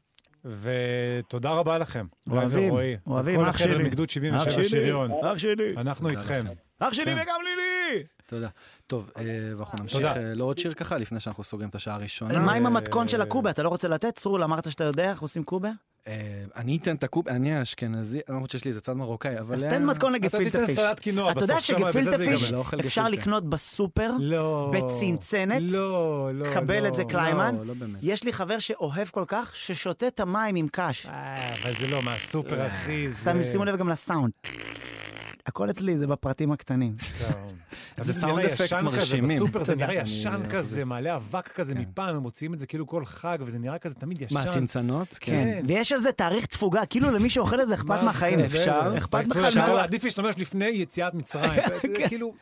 ותודה רבה לכם. גיא
אוהבים,
ורועי.
אוהבים, אח
כל החבר'ה
שלי.
מגדוד
אח
77
שלי,
שריון.
אח שלי.
אנחנו
תודה
איתכם.
לכם.
אח שלי
כן.
וגם לילי!
תודה. טוב, אה, ואנחנו נמשיך
תודה.
אה, לעוד שיר ככה, לפני שאנחנו סוגרים את השעה
אבל
אה,
הראשונה.
אה, מה עם המתכון של הקובה? אתה לא רוצה לתת? צרול, אמרת שאתה יודע איך עושים קובה?
אה, אני אתן את הקוב, אני אשכנזי, למרות שיש לי איזה צד מרוקאי, אבל...
אז
אה,
תן מתכון
אתה
לגפילטה
תיתן
פיש.
סלט קינוע
אתה
בסוף,
יודע
שם, בזה
שגפילטה
זה
פיש
ייגמר.
לא אוכל
אפשר
גפילטה.
לקנות בסופר?
לא.
בצנצנת?
לא, לא.
קבל את זה
לא.
קליימן?
לא, לא באמת.
יש לי חבר שאוהב כל כך, ששותה את המים עם קש.
אה, אבל זה לא מהסופר, אחי. זה-
שם- אה, שימו לב גם לסאונד. הכל אצלי זה בפרטים הקטנים.
טוב.
זה
אבל
סאונד
נראה
אפקטס
ישן כזה,
מרשימים.
בסופר זה
אתה
נראה
יודע,
ישן
אני-
כזה, מעלה אבק כזה
כן.
מפעם, הם מוציאים את זה כאילו כל חג, וזה נראה כזה תמיד ישן.
מה, צנצנות?
כן.
ויש על זה תאריך תפוגה, כאילו למי שאוכל את זה אכפת מהחיים. אכפת כן. בכלל
אפשר
מה...
עדיף להשתמש לפני יציאת מצרים. זה כאילו,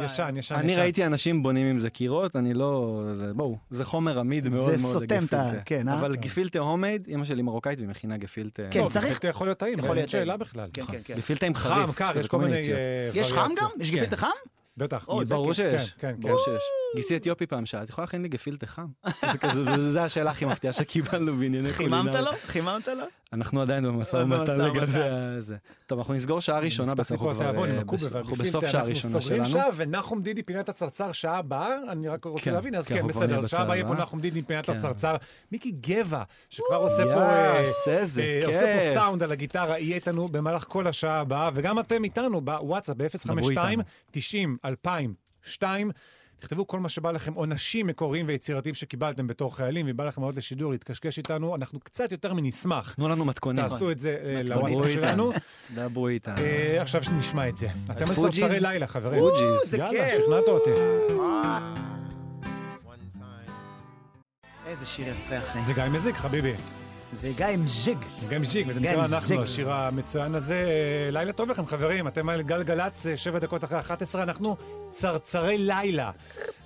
ישן, ישן,
אני
ישן.
ראיתי אנשים בונים עם זה קירות, אני לא... זה, בואו, זה חומר עמיד מאוד מאוד,
סותם את ה-
הגפילטה.
כן, אה?
אבל גפילטה הומייד, אמא שלי מרוקאית והיא מכינה גפילטה.
כן,
לא,
צריך-
גפילטה יכול להיות טעים,
יכול
אין
להיות
שאלה
טעים.
בכלל.
כן, כן, כן.
גפילטה עם חריף.
חם, קר,
כזה
יש כל מיני... אה,
יש חם גם?
וריאציות.
יש
כן,
גפילטה חם?
בטח.
אוי,
ברור
כן,
שיש,
כן, כן.
ברור שיש. גיסי אתיופי פעם שאל, את יכולה להכין לי גפילטה חם? זה כזה, זה- זה השאלה הכי מפתיעה שקיבלנו בענייני קולינריה.
חיממת לו? חיממת לו?
אנחנו עדיין במשא ומתן
במשא ומתן.
לגבי זה. טוב, אנחנו נסגור שעה ראשונה, בעצם אנחנו כבר... אה, בס- אנחנו בסוף שעה ראשונה
אנחנו סוגרים
שלנו.
שעה, ונחום דידי פינת הצרצר שעה הבאה, אני רק רוצה
כן,
להבין, אז
כן,
כן,
אנחנו כבר
בסדר,
נהיה
אז שעה הבאה יהיה פה
בצבא.
נחום דידי פינת
כן.
הצרצר. מיקי גבע, שכבר עושה פה... אה,
יאס, איזה
אה, עושה פה
כיף.
סאונד על הגיטרה, יהיה איתנו במהלך כל השעה הבאה, וגם אתם איתנו בוואטסאפ
איתנו.
ב-052-90-2002. תכתבו כל מה שבא לכם, עונשים מקוריים ויצירתיים שקיבלתם בתור חיילים, ובא לכם עוד לשידור להתקשקש איתנו, אנחנו קצת יותר מנשמח.
תנו לנו מתכונים.
תעשו את זה אה,
מתכונים.
לוואטסאפ שלנו.
דברו איתנו.
אה, עכשיו נשמע את זה. אתם על
פוג'יז?
צרצרי לילה, חברים.
פוג'יז.
זה
יאללה,
כיף.
שכנעת אותי.
איזה שיר יפה, אחי.
זה גיא מזיק, חביבי.
זה גיא עם ז'יג.
גם ז'יק, וזה נקרא
גם ז'יק.
אנחנו, השיר המצוין הזה. אה, לילה טוב לכם, חברים. אתם על גלגלצ, אה, שבע דקות אחרי 11, אנחנו צרצרי לילה.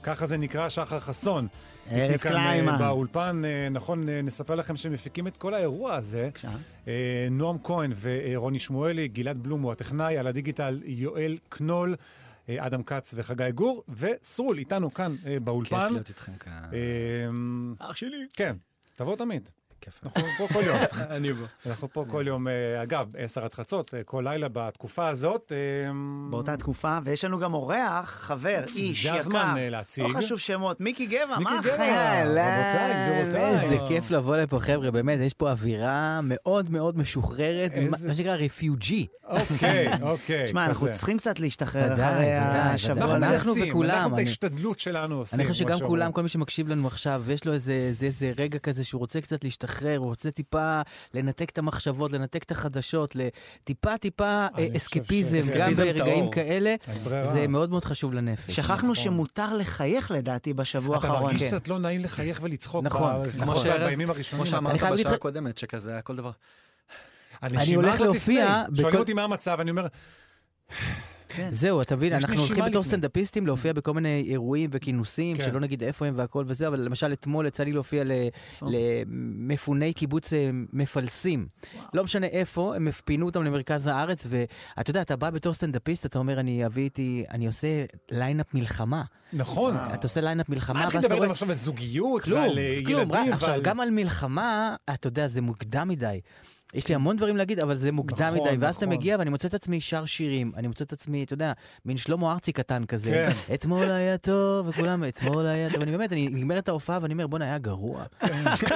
ככה זה נקרא שחר חסון.
ארז
איתי כאן, אה,
קליימן.
באולפן, אה, נכון, אה, נספר לכם שמפיקים את כל האירוע הזה.
בבקשה.
אה, נועם כהן ורוני שמואלי, גלעד בלום הוא הטכנאי, על הדיגיטל יואל קנול, אה, אדם כץ וחגי גור, וסרול איתנו כאן אה,
כיף
באולפן.
להיות איתכם כאן.
אה,
אח שלי.
כן, תבואו תמיד.
כיף.
אנחנו פה כל יום.
אני בו.
אנחנו פה כל יום, אה, אגב, עשר עד חצות, אה, כל לילה בתקופה הזאת. אה,
באותה תקופה, ויש לנו גם אורח, חבר, איש יקר.
זה הזמן אה, להציג.
לא חשוב שמות, מיקי גבע,
מיקי
מה
גבע, רבותיי, גבירותיי.
איזה כיף לבוא לפה, חבר'ה, באמת, יש פה אווירה מאוד מאוד משוחררת,
איזה-
מה שנקרא רפיוג'י.
אוקיי, אוקיי.
תשמע, אנחנו
כזה.
צריכים קצת
ודאי,
להשתחרר אחרי
ודאי,
השבוע
ודאי.
הזה.
אנחנו
מנסים,
וכולם,
אנחנו את
אני-
ההשתדלות שלנו עושים.
אני חושב
כמו
שגם
שאומרים.
כולם, כל מי שמקשיב לנו עכשיו, יש לו איזה, איזה, איזה רגע כזה שהוא רוצה קצת להשתחרר, הוא רוצה טיפה לנתק את המחשבות, לנתק את החדשות, לטיפה טיפה
אני
אה,
חושב
אסקפיזם,
ש- אה.
גם
אסקפיזם
ברגעים
טהור.
כאלה,
אין ברירה.
זה מאוד מאוד חשוב לנפש.
שכחנו
נכון.
שמותר לחייך לדעתי בשבוע
אתה
האחרון.
מרגיש
כן.
קצת לא נעים לחייך ולצחוק.
נכון,
ב-
כמו
לפחות
שארז-
בימים הראשונים.
כמו
אני
שאמרת
חייב להגיד
בשעה
לך-
הקודמת, שכזה היה כל דבר.
הנשימה
אני הולך
הזאת
להופיע
לפני. שואלים
בכל-
אותי מה המצב, אני אומר,
זהו, אתה מבין,
יש
אנחנו
נשימה
הולכים בתור
לפני.
סטנדאפיסטים להופיע בכל מיני אירועים וכינוסים,
כן.
שלא נגיד איפה הם והכל וזה, אבל למשל אתמול יצא לי להופיע ל- למפוני קיבוץ אה, מפלסים. לא משנה איפה, הם פינו אותם למרכז הארץ, ואתה יודע, אתה בא בתור סטנדאפיסט, אתה אומר, אני אביא איתי, אני עושה ליינאפ מלחמה.
נכון.
אתה אה, עושה ליינאפ
מה
מלחמה,
התחיל
ואז אתה
לדבר
רואה...
איתם עכשיו על זוגיות
כלום,
ועל אה,
כלום. רק-
ילדים
עכשיו,
ועל-
גם על מלחמה, אתה יודע, זה מוקדם מדי. יש לי המון דברים להגיד, אבל זה מוקדם
נכון,
מדי. ואז אתה
נכון.
מגיע ואני מוצא את עצמי שר שירים. אני מוצא את עצמי, אתה יודע, מין שלמה ארצי קטן כזה.
כן.
אתמול היה טוב, וכולם, אתמול היה טוב. אני באמת, אני נגמר את ההופעה ואני אומר, בואנה, היה גרוע.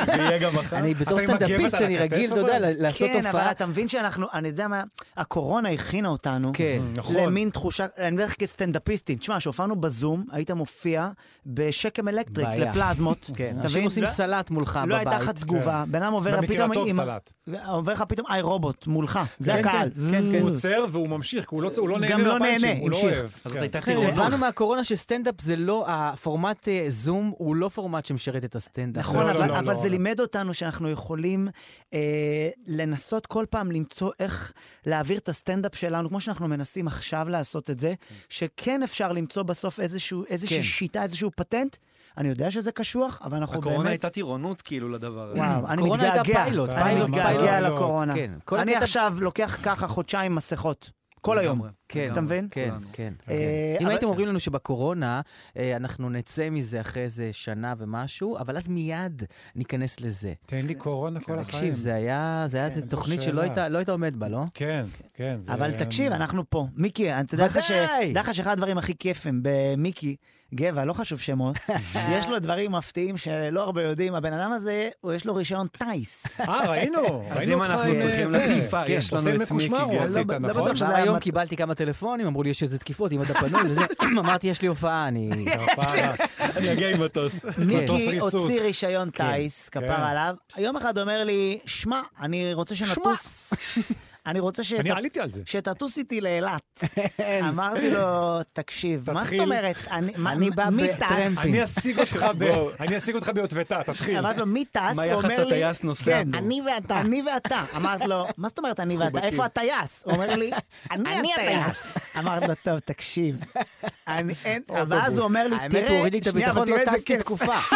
ויהיה גם אחר.
אני בתור
אתה עם הגבת
סטנדאפיסט,
על
אני
הכתף,
רגיל, אתה יודע,
אבל?
ל- לעשות
כן, אבל
הופעה.
אתה מבין שאנחנו, אני יודע מה, הקורונה הכינה אותנו.
כן.
נכון.
למין תחושה, אני אומר לך כסטנדאפיסטים, תשמע, כשהופענו בזום, היית מופיע בשקם אלקטריק
בעיה.
לפלזמות.
כן,
אתה
אנשים
מבין?
עושים
לא-
סלט מולך
לא הייתה לך
בבית.
תגובה, בן אדם עובר
כן. במקרה
פתאום,
הטוב
עם-
סלט.
עובר לך פתאום איי רובוט מולך, זה
כן,
הקהל.
כן, כן, כן.
הוא עוצר והוא ממשיך, כי הוא לא- הוא לא
גם
נהנה
לא
מהפאנצ'ים,
נהנה,
הוא לא
המשיך.
אוהב.
אז
כן.
אתה הייתה
תראו,
טירונית.
הבנו מהקורונה שסטנדאפ זה לא, הפורמט אה, זום הוא לא פורמט שמשרת את הסטנדאפ.
נכון,
לא,
אבל,
לא,
אבל
לא,
זה
לא.
לימד אותנו שאנחנו יכולים אה, לנסות כל פעם למצוא איך להעביר את הסטנדאפ שלנו, כמו שאנחנו מנסים עכשיו לעשות את זה, שכן אפשר למצוא בסוף איזשהו, איזושהי
כן.
שיטה, איזשהו פטנט. אני יודע שזה קשוח, אבל אנחנו
הקורונה
באמת...
הייתה טירונות כאילו לדבר הזה.
וואו, אני
קורונה הייתה
מתגעגע,
פיילוט,
אני
פיילוט,
מתגעגע
פיילוט.
לקורונה.
כן, כל
אני
הקטע-
עכשיו לוקח ככה חודשיים מסכות, כל היום.
לגמרי,
כן,
אתה מבין?
כן,
כולנו.
כן.
אה,
אם
אבל-
הייתם אומרים לנו שבקורונה אה, אנחנו נצא מזה אחרי איזה שנה ומשהו, אבל אז מיד ניכנס לזה.
תן לי קורונה כל החיים.
תקשיב, זה היה זה היה
כן,
איזה
זו
תוכנית
שאלה.
שלא הייתה- לא היית עומד בה, לא?
כן, כן. זה-
אבל
אה,
תקשיב, אנחנו פה. מיקי, אתה יודע לך ש...
ודאי.
דע לך שאחד הדברים הכי כיפים במיקי, גבע, לא חשוב שמות, יש לו דברים מפתיעים שלא הרבה יודעים. הבן אדם הזה, הוא- יש לו רישיון טיס.
אה, ראינו,
אז
ראינו
אם
אותך
אנחנו
עם
צריכים
זה. כן,
לתקיפה, יש
עושה
לנו את מיקי
מקושמרו,
גבע.
עשית,
לא- לא
נכון?
בטוח שזה
עכשיו
היה
היום
מת-
קיבלתי כמה טלפונים, אמרו לי יש איזה תקיפות, אם אתה פנוי וזה, אמרתי יש לי הופעה, אני... לא-"
כפרה.
אני אגיע עם מטוס.
מטוס
מיקי
ריסוס.
הוציא רישיון טיס,
כן.
כפר עליו. יום אחד אומר לי, שמע, אני רוצה שנטוס. אני רוצה שת-
אני עליתי על זה.
שתטוס איתי לאילת. אמרתי לו, תקשיב, מה זאת
תתחיל.
אומרת? אני- מה-
אני בא
מי
בטרמפים.
טס?
אני אשיג אותך ב- אני אשיג אותך ביוטבתה, תתחיל.
אמרתי לו, מי טס?
כן. מה
הוא אומר
יחס
לי,
הטייס נוסע
כן,
בו?
אני ואתה. אני ואתה. אמרתי לו, מה זאת אומרת אני ואתה? איפה הטייס? הוא אומר לי, אני הטייס. אמרתי לו, טוב, תקשיב. אני- אין- ואז הוא אומר לי, תראה,
האמת, הוא הוריד לי את
שנייה, אבל
הביטחון, לא
תראה איזה
טסתי
כיף."
תקופה.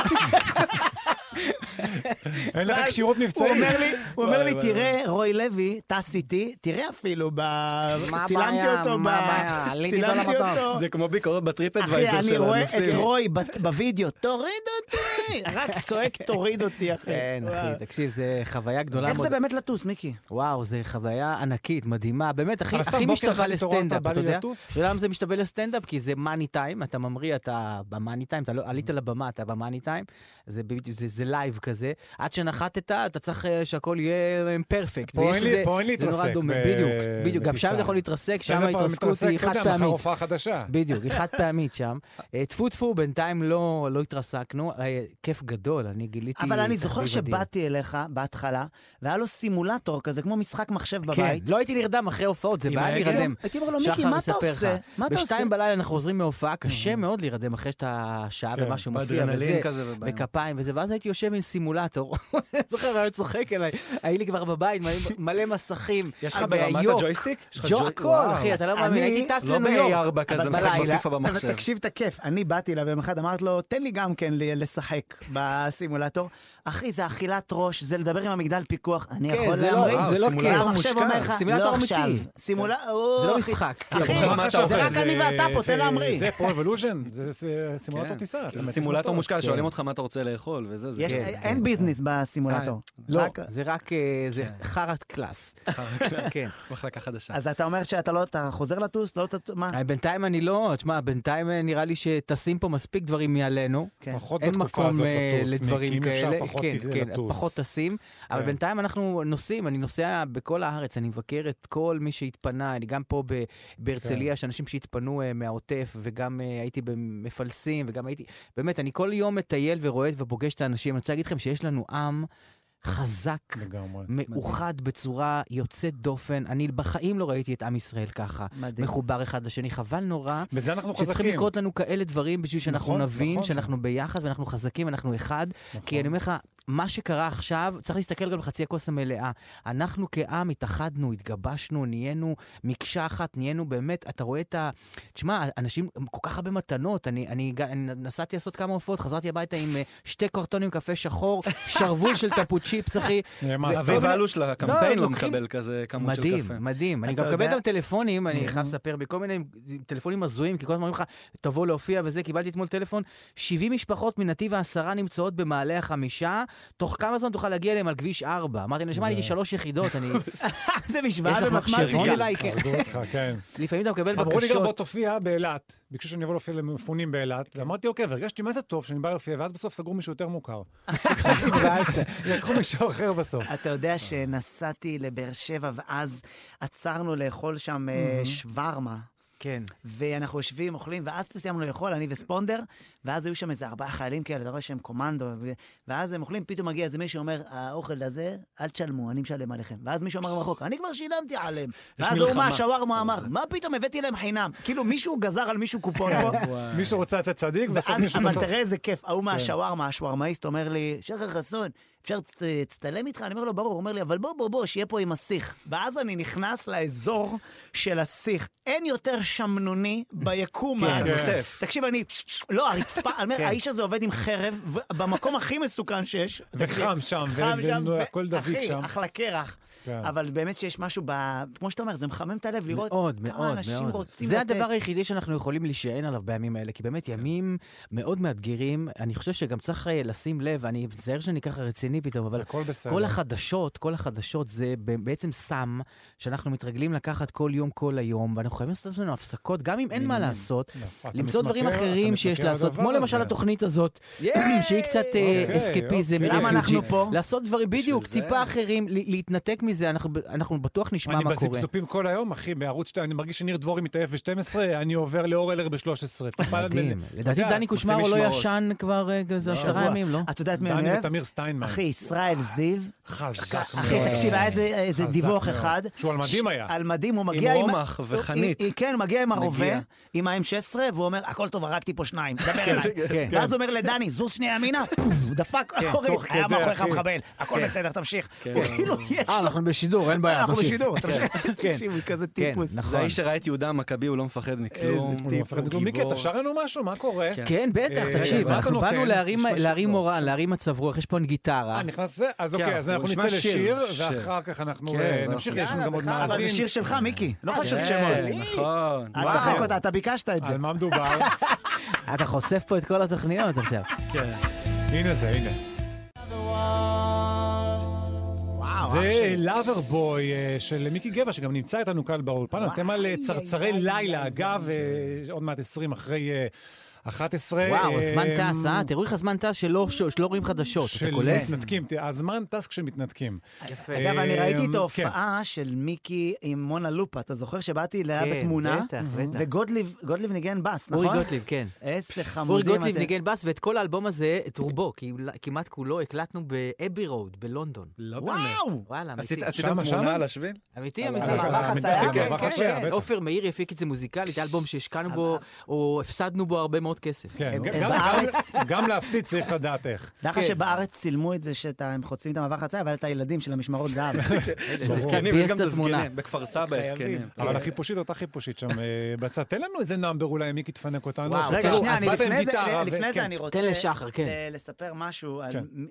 אין לך כשירות
לא הוא
מבצעית.
אומר לי, הוא אומר
וואי,
לי,
וואי,
תראה, רוי לוי טס איתי, תראה אפילו, ב-
מה
צילמתי
הבעיה?
אותו,
מה
ב-
הבעיה? עליתי כל
צילמתי
המטוס.
אותו.
זה כמו ביקורת
אחי,
בטריפדוויזר
אני
של
רואה את
הנוסעים.
רוי בת- בווידאו, תוריד אותי! רק צועק, תוריד אותי, אחי.
כן,
וואו.
אחי, תקשיב, זה חוויה גדולה
איך
מאוד.
זה באמת לטוס, מיקי?
וואו, זו חוויה ענקית, מדהימה, באמת, הכי,
אבל סתם
הכי
בוקר
משתווה
אחד התעוררת,
לסטנדאפ,
בא
אתה
לי
יודע?
לטוס?
אתה יודע למה זה משתווה לסטנדאפ? כי זה מאני טיים, אתה ממריא, אתה במאני טיים, אתה לא,
Mm.
עלית לבמה, אתה במאני טיים, זה, בדיוק- זה, זה לייב כזה, עד שנחתת, אתה צריך אה, שהכל יהיה אה, פרפקט.
פה אין
ויש
לי-
לזה-
פה אין
זה נורא
להתרסק
דומה,
ב-
בדיוק, בדיוק, גם שם
בטיסה.
אתה יכול להתרסק, שם
סטנדאפ
ההתרסקות
מתרסק, כן,
היא
אתה יודע,
חד
מחר
פעמית.
הופעה חדשה.
בדיוק, היא חד פעמית שם. אה, טפו טפו, בינתיים לא, לא התרסקנו. אה, כיף גדול, אני גיליתי...
אבל אני זוכר
תחביב אדיר.
שבאתי אליך בהתחלה, והיה לו סימולטור כזה, כמו משחק מחשב
כן,
בבית.
לא הייתי נרדם אחרי הופעות, זה
עם
בעיה
ההגה?
להירדם.
הייתי אומר לו, מיקי, מה אתה
מספר
עושה? מה אתה עושה?
בשתיים בלילה אנחנו חוזרים מההופעה, קשה מאוד להירדם אחרי שאתה שעה
כן,
ומשהו מופיע, וזה,
באדרנלין כזה ובאים.
וכפיים וזה, ואז הייתי יושב עם סימולטור, אני זוכר, היה צוחק אליי, היה לי כבר בבית מלא- מלא מסכים,
יש לך ברמת
אה, יוק.
הג'ויסטיק? יש לך
ג'ו
ג'וי-
הכל,
וואו.
אחי, אתה לא מאמין,
אני-
הייתי טס
לא
לניו יורק.
ב-A4 כזה,
אבל
משחק
בלילה-
בפיפ"א
אבל
במחשב.
תקשיב את הכיף, אני באתי אליו יום אחד, אמרת לו, תן לי גם כן ל- לשחק בסימולטור. אחי, זה אכילת ראש, זה לדבר עם המגדל פיקוח, אני
כן,
יכול
זה לא-
להמריא.
וואו, זה לא
והמחשב
כאילו
אומר
מושקע,
לך,
סימולטור
"לא
אמיתי". כן.
עכשיו, סימולטור,
זה לא משחק.
אחי,
אבל מה אתה
זה
אוכל?
רק אני ואתה פה, תן להמריא.
זה פרו אבולושן, זה סימולטור
כן.
טיסה. אתה
זה
מטיס
סימולטור
מטוס.
מושקע,
כן.
שואלים אותך מה אתה רוצה לאכול וזה, זה כאילו-
יש-
כיף.
אין ביזנס בסימולטור.
כן. לא,
רק-
זה רק, אה, זה
כן.
חרא קלאס. כן.
מחלקה חדשה.
אז אתה אומר שאתה לא, אתה חוזר לטוס? לא תטוס? מה?
אה, בינתיים אני לא, תשמע, בינתיים אה, נראה לי שטסים פה מספיק דברים מעלינו.
כן.
פחות
אין
בתקופה
מקום
הזאת
אה,
לטוס,
לדברים
מיקי, אם אפשר
כאלה.
פחות
כן,
טיס-
כן,
לטוס.
פחות טסים. אבל
כן.
בינתיים אנחנו נוסעים, אני נוסע בכל הארץ, אני מבקר את כל מי שהתפנה, אני גם פה ב- בהרצליה, יש אנשים שהתפנו אה, מהעוטף, וגם אה, הייתי במפלסים, וגם הייתי... באמת, אני כל יום מטייל ורואה ופוגש את האנשים. אני רוצה להגיד לכם שיש לנו עם חזק.
לגמרי.
מאוחד בצורה יוצאת דופן. אני בחיים לא ראיתי את עם ישראל ככה.
מדהים.
מחובר אחד לשני, חבל נורא.
בזה אנחנו חזקים.
שצריכים לקרות לנו כאלה דברים בשביל שאנחנו
נכון,
נבין
נכון.
שאנחנו ביחד ואנחנו חזקים, אנחנו אחד.
נכון.
כי אני אומר לך, מה שקרה עכשיו, צריך להסתכל גם בחצי הכוס המלאה. אנחנו כעם התאחדנו, התגבשנו, נהיינו מקשה אחת, נהיינו באמת, אתה רואה את ה... תשמע, אנשים, כל כך הרבה מתנות. אני, אני, ג- אני נסעתי לעשות כמה הופעות, חזרתי הביתה עם אה, שתי קרטונים קפה שחור, שרוול של טפו צ'יפס, אחי.
נעמד.
ו-
אביב
אביב
מיני-
אלוש לקמפיין
לא,
לא
לוקחים-
מקבל כזה כמות של קפה.
מדהים, נכון. מדהים. אני
אתה
גם מקבל
יודע-
גם טלפונים, אני חייב לספר, בכל מיני טלפונים הזויים, כי כל הזמן אומרים לך, תבוא להופיע וזה, קיבלתי אתמול טלפון, 70 משפחות מנתיב העשרה נמצאות במעלה החמישה, תוך כמה זמן תוכל להגיע אליהם על כביש 4. אמרתי, נשמע, הייתי שלוש יחידות, אני...
זה
יש
משוואה
לך מחשבון
במתמטיקה.
אולי? כן.
הרגו אותך, כן.
לפעמים אתה מקבל
אמרו לי גם בוא
בקשות.
תופיע באילת. ביקשו שאני אבוא להופיע למפונים באילת, ואמרתי, אוקיי, והרגשתי מה זה טוב שאני בא להופיע, ואז בסוף סגרו מישהו יותר מוכר. ואז לקחו מישהו אחר בסוף.
אתה יודע שנסעתי לבאר שבע, ואז עצרנו לאכול שם אה, שווארמה.
כן.
ואנחנו יושבים, אוכלים, ואז סיימנו לאכול, אני וספונדר, ואז היו שם איזה ארבעה חיילים כאלה, אתה רואה שהם קומנדו, ו- ואז הם אוכלים, פתאום מגיע איזה מישהו אומר, האוכל הזה, אל תשלמו, אני משלם עליכם. ואז מישהו אמר מרחוק, אני כבר שילמתי עליהם. ואז ההוא
מלחמה.
מהשווארמה אמר, מה פתאום הבאתי להם חינם? כאילו מישהו גזר על מישהו קופון פה.
מישהו רוצה לצאת צדיק, בסוף
ואז,
מישהו
אבל
בסוף... כן.
תראה איזה כיף, ההוא מהשווארמה, השווארמאיסט אומר לי, שחר חסון, אפשר לצ- לצטלם איתך? אני אומר לו, ברור, הוא אומר לי, אבל בוא, בוא, בוא, שיהיה פה עם הסיך. ואז אני נכנס לאזור של הסיך. אין יותר שמנוני ביקום.
כן,
מה-
כתף.
תקשיב, אני, לא, הרצפה, אני אומר,
כן.
האיש הזה עובד עם חרב, ו- במקום הכי מסוכן שיש.
וחם שם,
חם שם, ו-
והכל דביק
אחי,
שם.
אחלה קרח.
כן.
אבל באמת שיש משהו ב... כמו שאתה אומר, זה מחמם את הלב לראות
מאוד,
כמה
מאוד,
אנשים
מאוד.
רוצים
זה
לתת.
הדבר היחידי שאנחנו יכולים להישען עליו בימים האלה, כי באמת ימים מאוד מאתגרים. אני חושב שגם צריך אה, לשים לב, אני מצטער שאני ככה רציני פתאום, אבל
הכל בסדר.
כל החדשות, כל החדשות זה ב- בעצם סם שאנחנו מתרגלים לקחת כל יום, כל היום, ואנחנו חייבים לעשות לנו הפסקות, גם אם אין מה לעשות,
נכון, אתה
למצוא דברים
מתמכר, אתה
אחרים שיש
מתמכר
לעשות,
לדבר
כמו למשל
הזה.
התוכנית הזאת, שהיא קצת אה,
אוקיי,
אסקפיזם,
אוקיי.
למה
רפיוג'י.
אנחנו פה?
לעשות דברים, בדיוק,
בשביל זה.
טיפה אחרים, ל- להתנתק מזה, אנחנו ב- אנחנו בטוח נשמע
אני
מה קורה.
בזפזופים כל היום, אחי, בערוץ 2, אני מרגיש שניר דבורי מתעייף ב-12, אני עובר לאור אלר ב-13.
מדהים. לדעתי דני קושמרו
עושים
לא
משמרות.
ישן כבר אה, איזה עשרה
שבוע.
ימים, לא?
את יודעת מי אני
דני
אוהב?
ותמיר סטיינמן.
אחי, ישראל זיו.
חזק מאוד.
אחי, תקשיב, היה איזה- איזה
חזק
דיווח
מאוד.
אחד.
שהוא על מדים
ש-
היה.
על מדים, הוא מגיע עם...
רומח
הוא-
וחנית.
היא- היא- כן, מגיע עם הרובה,
מגיע.
עם ה-M16, והוא אומר, הכל טוב, הרגתי פה שניים, דבר אליי.
כן.
ואז הוא אומר לדני, זוז שנייה ימינה, פום, הוא דפק, אחורית,
תוך
היה
כדי,
מאחוריך
אחי.
מחבל, הכל בסדר, תמשיך. הוא כאילו, יש...
אה, אנחנו בשידור, אין בעיה,
אנחנו
תמשיך.
בשידור, תמשיך.
כן.
תקשיב, הוא כזה
כן,
טיפוס.
זה
נכון.
האיש שראה את יהודה המכבי, הוא לא מפחד מכלום.
הוא לא מפחד מכלום. מיקי, אתה שר לנו משהו? מה קורה?
כן, בטח,
אה,
תקשיב,
מה אתה
אנחנו
נותן?
באנו להרים-
נשמע שיר
להרים
טוב.
הוראה, להרים מצב רוח, יש פה גיטרה.
אה, נכנס זה? אז
כן,
אוקיי, אז
הוא
אנחנו
נשמע
נצא לשיר,
שיר.
ואחר כך אנחנו
כן,
אה,
ואנחנו-
נמשיך, יש לנו גם עוד
אבל זה
מאזין.
שיר שלך, מיקי, לא חשוב
כן,
שמות.
נכון.
אל
וואו.
תשחק אותה, אתה ביקשת את זה.
על מה מדובר?
אתה חושף פה את כל התוכניות עכשיו.
אה,
כן.
הנה זה, הנה.
וואו, אח
זה
שלי.
לאבר בוי של מיקי גבע, שגם נמצא איתנו כאן באולפן. אתם על אה, צרצרי לילה, אגב, אה, עוד מעט 20 אחרי... אה, 11.
וואו, הזמן
אה,
טס, אה? תראו איך הזמן טס שלא ש- שלא רואים חדשות, אתה
של
קולט?
מתנתקים, תראה, הזמן טס כשמתנתקים.
יפה.
אגב, אני
אמ,
ראיתי את
כן.
ההופעה של מיקי עם מונה לופה, אתה זוכר שבאתי אליה
כן,
בתמונה?
בטח, בטח.
וגוטליב גוטליב ניגן בס, נכון?
אורי גוטליב, כן.
איזה חמודים
אורי גוטליב
אתם.
ניגן בס, ואת כל האלבום הזה, את רובו, כי אולי- כמעט כולו, הקלטנו באבי רוד, בלונדון.
לא באמת.
וואו!
וואלה,
עשית-
אמיתי.
עשיתם
שמה, שמה?
תמונה על השביל?
אמיתי,
על
אמיתי.
המעבר
כן,
חצייה?
כן,
כן,
כן,
כן,
כן.
בטח.
עופר מאיר הפיק את זה מוזיקלית, אלבום שהשקענו בו, או הפסדנו בו הרבה מאוד כסף.
כן,
אה,
גם- גם-
בארץ?
גם להפסיד צריך לדעת איך.
דע לך
כן.
שבארץ צילמו את זה שהם חוצים את המעבר חצייה, אבל את הילדים של המשמרות זהב.
זה קצת
זקנים, יש
ביאס
גם
את
את
התמונה.
הזקנים. בכפר סבא יש זקנים.
כן.
אבל החיפושית אותה חיפושית שם אה, בצד. תן לנו איזה נאמבר אולי, מיקי תפנק אותנו.
וואו,
שאתה-
רגע,
טוב,
שנייה,
אז
אני
באת עם
לפני זה-
גיטרה ו-
לפני
כן.
זה אני רוצה...
תן לשחר, כן.
ל- לספר משהו על...
כן.
מ-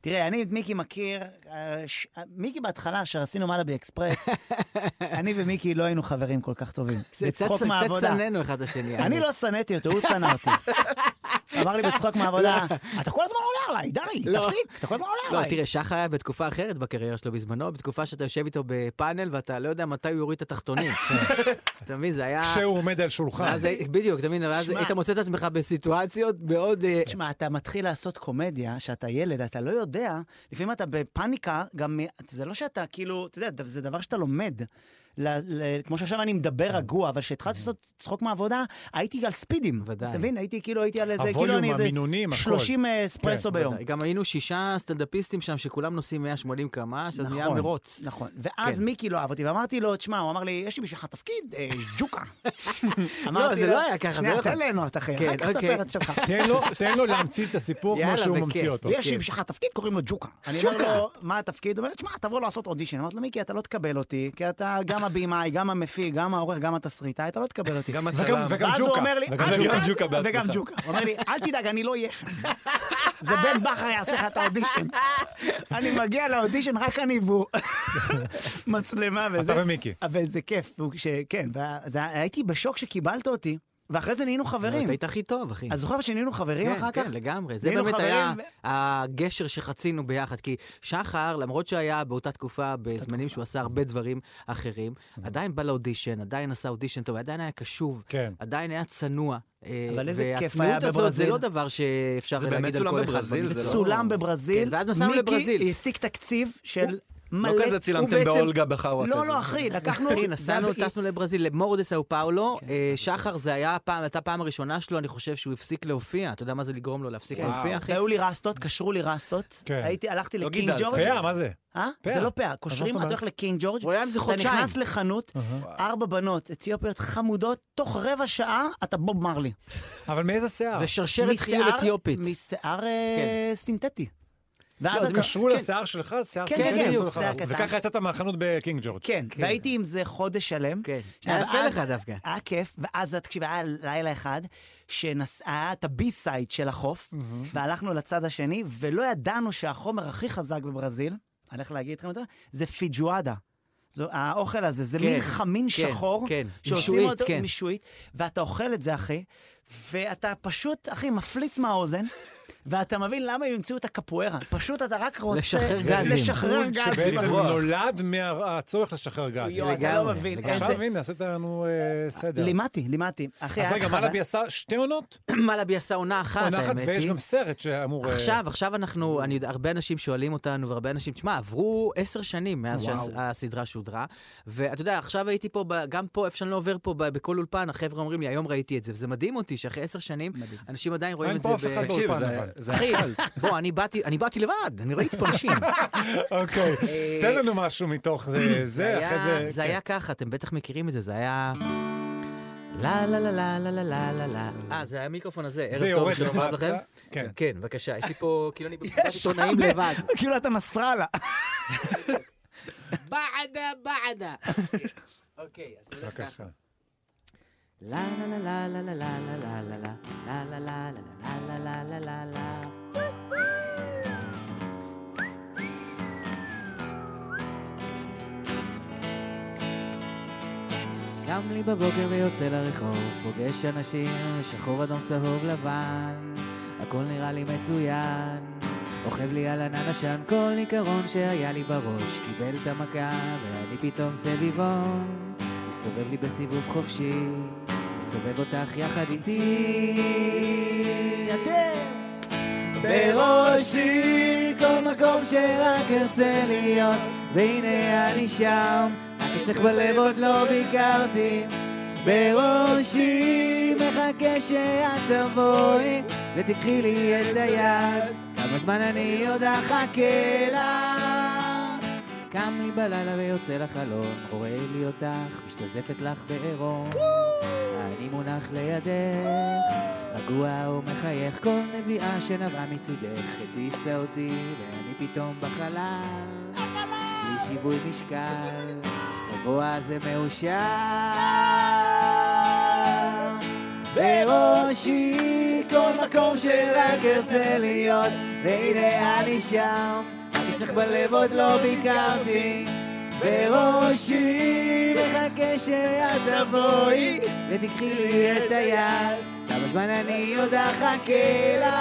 תראה, אני את מיקי מכיר, אה, ש- מיקי בהתחלה, שעשינו מלאבי אקספרס, אני ומיקי לא היינו חברים כל כך טובים.
זה קצת-
בצחוק
קצת
מהעבודה.
שנאנו אחד לשני.
אני לא שנאתי אותו, הוא שנא אותי. אמר לי בצחוק מהעבודה, אתה כל הזמן עולה עליי, די,
לא.
תפסיק, אתה כל הזמן עולה
לא,
עליי.
תראה, שחר היה בתקופה אחרת בקריירה שלו בזמנו, בתקופה שאתה יושב איתו בפאנל ואתה לא יודע מתי הוא יוריד את התחתונים. כן. אתה מבין, זה היה...
כשהוא עומד על שולחן.
אז היית- בדיוק, אתה מבין, ואז
שמע.
היית מוצא את עצמך בסיטואציות מאוד... אה,
תשמע, אתה מתחיל לעשות קומדיה, שאתה ילד, אתה לא יודע, לפעמים אתה בפאניקה, גם מ- זה לא שאתה כאילו, אתה יודע, זה דבר שאתה לומד. ל, ל, כמו שעכשיו אני מדבר רגוע, אבל כשהתחלתי לעשות צחוק מהעבודה, הייתי על ספידים.
ודאי.
אתה מבין? הייתי כאילו, הייתי על איזה, כאילו
הווליום,
אני איזה
המינונים, הכל.
30 אספרסו
כן,
ביום.
גם היינו שישה סטנדאפיסטים שם שכולם נוסעים 180 קמ"ש, אז נהיה
נכון,
מרוץ.
נכון. ואז
כן.
מיקי לא אהב אותי, ואמרתי לו, תשמע, הוא אמר לי, יש לי בשבילך תפקיד, אה, ג'וקה.
לא,
אמרתי
זה
לו,
לא היה ככה, זה לא
שנייה,
יכול-
תן ליהנות, אחי,
כן,
אחר כך
אוקיי.
תספר את שלך.
תן לו- תן לו להמציא את הסיפור כמו
יאללה,
שהוא
בכיף.
ממציא אותו.
יש לי
כן.
בשבילך תפקיד, קוראים לו ג'וקה. אני אומר לו, מה התפקיד? הוא אומר, תשמע, תבוא לעשות אודישן. אמרתי לו, מיקי, אתה לא תקבל אותי, כי אתה גם הבמאי, גם המפיק, גם העורך, גם התסריטאי, אתה לא תקבל אותי.
גם
וגם-
הצלם.
וגם
ואז הוא
ג'וקה.
אומר לי,
וגם
"אל
ג'וקה.
תדאג",
ג'וקה בעצמך.
וגם ג'וקה. הוא אומר לי, אל תדאג, אני לא אהיה שם. זה בן בכר יעשה לך את האודישן. אני מגיע לאודישן, רק אני והוא. מצלמה וזה.
אתה ומיקי.
אבל זה כיף, והוא- ש- כן, וזה- הייתי בשוק שקיבלת אותי, ואחרי זה נהיינו
לא, אתה
חברים.
היית הכי טוב, אחי.
אז זוכר שנהיינו חברים
כן,
אחר כך?
כן, לגמרי. זה
נהיינו
באמת
חברים
היה
ו-
הגשר שחצינו ביחד. כי שחר, למרות שהיה באותה תקופה, בזמנים שהוא עשה הרבה דברים אחרים,
Mm-hmm.
עדיין בא לאודישן, עדיין עשה אודישן טוב, עדיין היה קשוב,
כן.
עדיין היה צנוע. אה,
אבל איזה כיף
והצניעות
היה
הזאת
בברזיל.
זה לא דבר שאפשר
זה
להגיד
באמת
על
צולם
כל אחד.
בברזיל,
בגיל.
זה לא-
צולם בברזיל.
כן, ואז נסענו לברזיל.
מיקי השיג תקציב של מלא...
לא כזה צילמתם
הוא בעצם-
באולגה בחאווה
לא,
כזה.
לא, אחי, לקחנו...
אחי, נסענו,
זה היה-
טסנו לברזיל, למורדסאו פאולו.
כן,
אה, שחר, זה היה פעם, הייתה פעם הראשונה שלו, אני חושב שהוא הפסיק להופיע. אתה יודע מה זה לגרום לו להפסיק
כן.
להופיע, אחי?
היו לי רסטות, קשרו לי רסטות.
כן.
הייתי, הלכתי
לא
לקינג
גידלת.
ג'ורג'.
פאה, מה זה?
אה?
פאה.
זה לא פאה.
מה זאת
קושרים, אתה
אומרת?
הולך לקינג ג'ורג',
הוא היה עם זה
אתה
חודשיים.
נכנס לחנות, ארבע בנות אתיופיות חמודות, תוך רבע שעה אתה בוב מרלי.
אבל מאיזה שיער?
ושרשרת חיול
משיער-
אתיופית.
משיער אה, סינתטי. ואז
לא, אז
אתה-
קשרו
כן.
לשיער שלך, שיער
כן,
סינתטי
כן,
עשו
בדיוק,
לך.
שיער קטן.
וככה יצאת מהחנות בקינג ג'ורג'.
כן,
כן.
והייתי עם זה חודש שלם.
כן.
עכשיו,
היה יפה
אז-
לך דווקא.
היה כיף, ואז, תקשיב, היה לילה אחד, שהיה את הבי-סייד של החוף, והלכנו לצד השני, ולא ידענו שהחומר הכי חזק בברזיל, אני הולך להגיד לכם אותו, זה פיג'ואדה. זו, האוכל הזה, זה
כן,
מין חמין
כן,
שחור,
כן.
שעושים
משועית,
אותו
כן.
משועית, ואתה אוכל את זה, אחי, ואתה פשוט, אחי, מפליץ מהאוזן. ואתה מבין למה הם המציאו את הקפוארה. פשוט אתה רק רוצה...
לשחרר
זה-
גזים.
לשחרר גזים.
שבעצם נולד מהצורך לשחרר גז.
יואו, אתה לא
לגמרי,
מבין
לגמרי.
איזה...
עכשיו, הנה, עשית לנו אה, סדר.
לימדתי, לימדתי. אחי,
אז
היה
רגע,
חוויה-
מלאבי עשה שתי עונות?
מלאבי עשה עונה אחת,
עונה אחת,
האמת
ויש
היא.
גם סרט שאמור... אה,
עכשיו, עכשיו אנחנו, אני יודע, הרבה אנשים שואלים אותנו, והרבה אנשים, תשמע, עברו עשר שנים מאז
וואו.
שהסדרה שודרה, ואתה יודע, עכשיו הייתי פה, ב- גם פה, איפה שאני לא עובר פה, ב- בכל אולפן, החבר'ה אומרים לי, היום ראיתי את זה, וזה מדהים אותי שאחרי עשר שנים, אנשים עדיין רואים
אין
את זה.
פה אף
ב-
אחד באולפן.
תקשיב, זה-
אבל.
זה
אחי, בוא, אני באתי- אני באתי לבד, אני ראיתי פה אנשים.
אוקיי, תן לנו משהו מתוך זה, זה,
היה-
אחרי זה...
אה, זה
כן.
היה ככה, אתם בטח מכירים את זה, זה היה... לה לה לה לה לה לה לה לה לה. אה, זה היה המיקרופון הזה,
זה
ערב טוב
יורד
שלום רב לכם.
למטה. כן.
כן, בבקשה, יש לי פה, כאילו אני בפרסת עיתונאים לבד.
כאילו אתה נסראללה.
בעדה, בעדה. אוקיי, אז הולך ככה.
בבקשה.
לה לה לה לה לה לה לה לה לה לה לה לה לה לה לה לה לה לה לה קם לי בבוקר ויוצא לרחוב, פוגש אנשים, שחור אדום צהוב לבן, הכל נראה לי מצוין. אוכב לי על ענן עשן כל עיקרון שהיה לי בראש, קיבל את המכה, ואני פתאום סביבון. מסתובב לי בסיבוב חופשי,
סובב אותך יחד איתי. אתם! בראשי כל מקום שרק ארצה להיות, והנה אני שם, רק אצלך בלב עוד לא ביקרתי. בראשי מחכה שאת תבואי ותקחי לי את היד כמה זמן אני עוד אחכה לך קם לי בלילה ויוצא לחלום רואה לי אותך משתזפת לך בעירום אני מונח לידך רגוע ומחייך כל נביאה שנבעה מצידך הטיסה אותי ואני פתאום בחלל בלי שיווי משקל גבוה זה מאושר. בראשי כל מקום שרק ארצה להיות, והנה אני שם, אני צריך בלב עוד לא ביקרתי. בראשי מחכה שאת תבואי ותקחי לי את היד, כמה זמן אני עוד אחכה לך.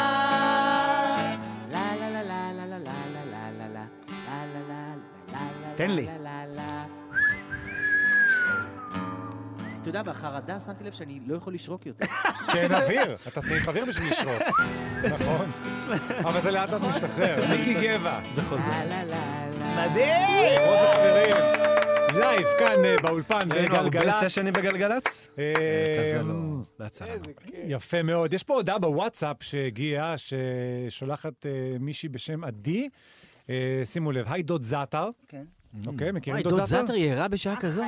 תן לי.
אתה יודע, בחרדה שמתי לב שאני לא יכול לשרוק יותר.
כן, אוויר. אתה צריך אוויר בשביל לשרוק. נכון. אבל זה לאט לאט משתחרר. זה גבע. זה חוזר.
אה, מדהים!
חברות וחברים, לייב כאן אה, באולפן
הרבה
בגלגלצ.
סשנים בגלגלצ?
אה,
כזה לא, לא יצא לנו.
יפה מאוד. יש פה הודעה בוואטסאפ שהגיעה, ששולחת אה, מישהי בשם עדי. אה, שימו לב, היי דוד זאטר.
כן.
אוקיי, מכירים
וואי,
דוד
דוד
זאטר?
זאטר היא ערה בשעה כזאת?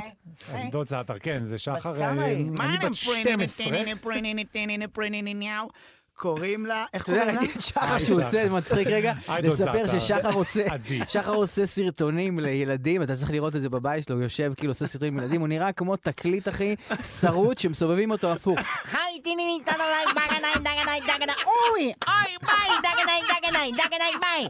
אז דוד זאטר, כן, זה שחר...
כמה
אה,
היא?
אני בת 12.
קוראים לה, איך
אתה יודע,
קוראים לה?
ראיתי את שחר שהוא עושה, זה מצחיק רגע,
היי, דוד
לספר
זאטה.
ששחר עושה,
עדי.
שחר עושה סרטונים לילדים, אתה צריך לראות את זה בבית שלו, הוא יושב כאילו עושה סרטונים לילדים, הוא נראה כמו תקליט אחי, שרוט שמסובבים אותו הפוך.
היי, טיני, טנה, לי, דגנאי, דגנאי, דגנאי, אוי, אוי, ביי, דגנאי, דגנאי, דגנאי, ביי.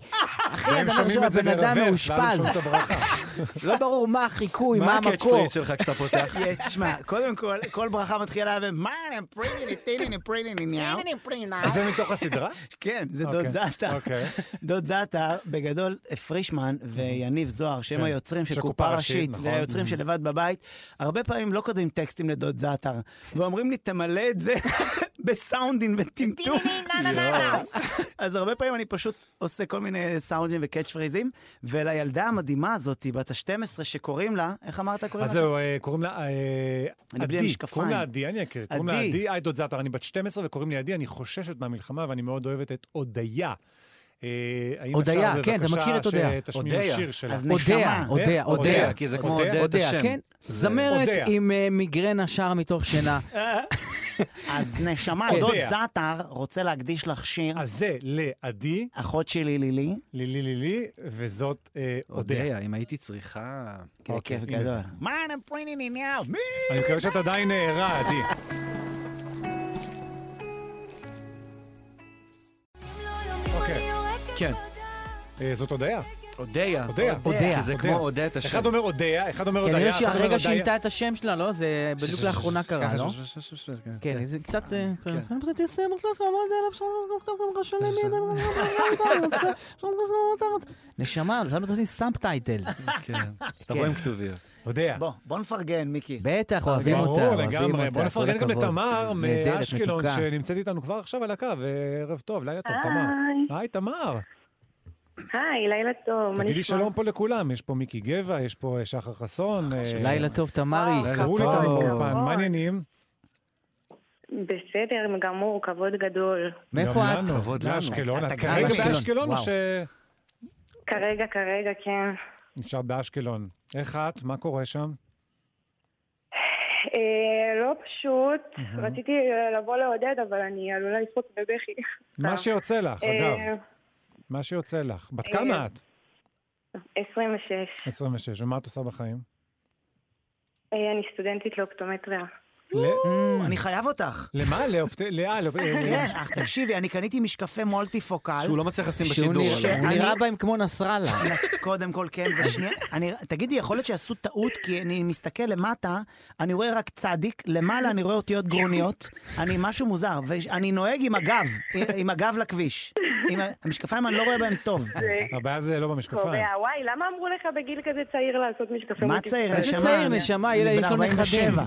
אחי,
הם
אתה אומר
שומעים את זה
שהבן אדם
ברוורס, ואז
מאושפז,
שומעים את הברכה.
לא ברור מה החיקוי, מה
הקאץ'
המקור.
פרייז שלך כשאתה פותח?
אה, תשמע, קודם כל, כל ברכה מתחילה ב... מה, הם פריני, טיני, פריני, ניאו.
אז זה מתוך הסדרה?
כן, זה
אוקיי,
דוד זאטה.
אוקיי.
דוד זאטה, בגדול, פרישמן ויניב זוהר, שהם
כן.
היוצרים של
של
קופה
קופה
ראשית,
ראשית, נכון.
והיוצרים של לבד בבית, הרבה פעמים לא כותבים טקסטים לדוד זאטר, ואומרים לי, תמלא את זה בסאונדים וטמטום. אז הרבה פעמים אני פשוט עושה כל מיני סאונדים וקאץ' פרייזים, ולילדה המדהימה הזאת, בת ה-12, שקוראים לה, איך אמרת קוראים
אז
לה?
זהו, אה, קוראים לה אה,
אני בלי
עדי,
המשקפיים.
קוראים לה עדי, אני אכיר, קוראים לה
עדי.
עדי, היי דוד זאטר, אני בת 12 וקוראים לי עדי, אני חוששת מהמלחמה ואני מאוד אוהבת את הודיה. אה, האם אפשר
הודיה, כן, אתה
בבקשה
מכיר את הודיה.
שתשמיעו
הודיה.
שיר שלה.
אז
אודיה,
נשמה.
אודיה,
איך? אודיה,
אודיה.
כי זה כמו
אודיה,
אודיה את
אודיה,
השם.
כן. זמרת
אודיה.
עם אה, מיגרנה שר מתוך שינה.
אז נשמה,
יודע.
דוד זאטר רוצה להקדיש לך שיר,
אז זה לעדי,
אחות שלי לילי.
לילי לילי, וזאת אה, אודיה.
אודיה, אם הייתי צריכה...
כן,
אוקיי,
כיף
הנה
גדול.
זה.
מה, הם פריני ניאו? מי?
אני מקווה שאת עדיין אה, ערה, עדי. אוקיי,
כן.
אה, זאת הודיה.
אודיה.
אודיה.
כן. אודיה. זה כמו אודיה את השם.
אחד אומר אודיה, אחד אומר
כנראה
הודיה, אחד אומר
שהרגע
הודיה.
שינתה את השם שלה, לא? זה בדיוק לאחרונה קרה, לא? כן, זה קצת... אה, אני פשוט אסיים אותך, אתה עומד עליו, שם אותך, אתה עומד עליו, שם אותך, אתה עומד עליו, שם אותך, אתה עומד עליו. נשמה, למה אתה עושה סאבטייטלס?
כן. תבוא עם כתוביות.
הודיה.
בוא, בוא נפרגן, מיקי.
בטח, אוהבים אותה,
ברור,
אוהבים אותה.
לגמרי. בוא
כל
נפרגן גם
הכבוד.
לתמר
נהדרת,
מאשקלון,
מתוקה.
שנמצאת איתנו כבר עכשיו על הקו. ערב טוב, לילה טוב, תמר.
היי.
היי, תמר.
היי, לילה טוב, מה
תגידי
נשמע?
שלום פה לכולם. יש פה מיקי גבע, יש פה אה, שחר חסון. אה,
לילה טוב, תמרי.
לילה
סרול
טוב.
איתנו באולפן,
נכון.
מה העניינים?
בסדר גמור, כבוד גדול.
גם
מאיפה את?
לנו,
כבוד לנו.
לאשקלון. את
אתה
כרגע
גר
באשקלון או
וואו.
שנשארת
כרגע, כרגע, כן.
באשקלון? איך את? מה קורה שם?
אה, לא פשוט, רציתי אה, לבוא לעודד, אבל אני עלולה לפרוץ בבכי.
מה שיוצא לך, אגב.
אה,
מה שיוצא לך. בת כמה את?
26.
26. ומה את עושה בחיים?
אה, אני סטודנטית לאופטומטריה.
ל-
אני חייב אותך.
למה? לאופט... אה, לאה, לאופ-
כן, אך תקשיבי, אני קשיתי משקפי מולטיפוקל.
שהוא לא מצליח לשים
שהוא
בשידור.
נראה-
שאני-
הוא נראה בהם כמו נסראללה.
נס- קודם כל כן, ושנייה, אני, תגידי, יכול להיות שעשו טעות, כי אני מסתכל למטה, אני רואה רק צדיק, למעלה אני רואה אותיות גרוניות, אני משהו מוזר, ואני נוהג עם הגב, עם הגב לכביש. עם ה- המשקפיים אני לא רואה בהם טוב.
הבעיה זה לא במשקפיים.
קובע, וואי, למה אמרו לך בגיל כזה צעיר לעשות משקפי
מה
מוטיב?
צעיר,
איזה
נשמה?
צעיר,
אני-
נשמה,
אני
ילד,
בן
יש לו נכדים.
47.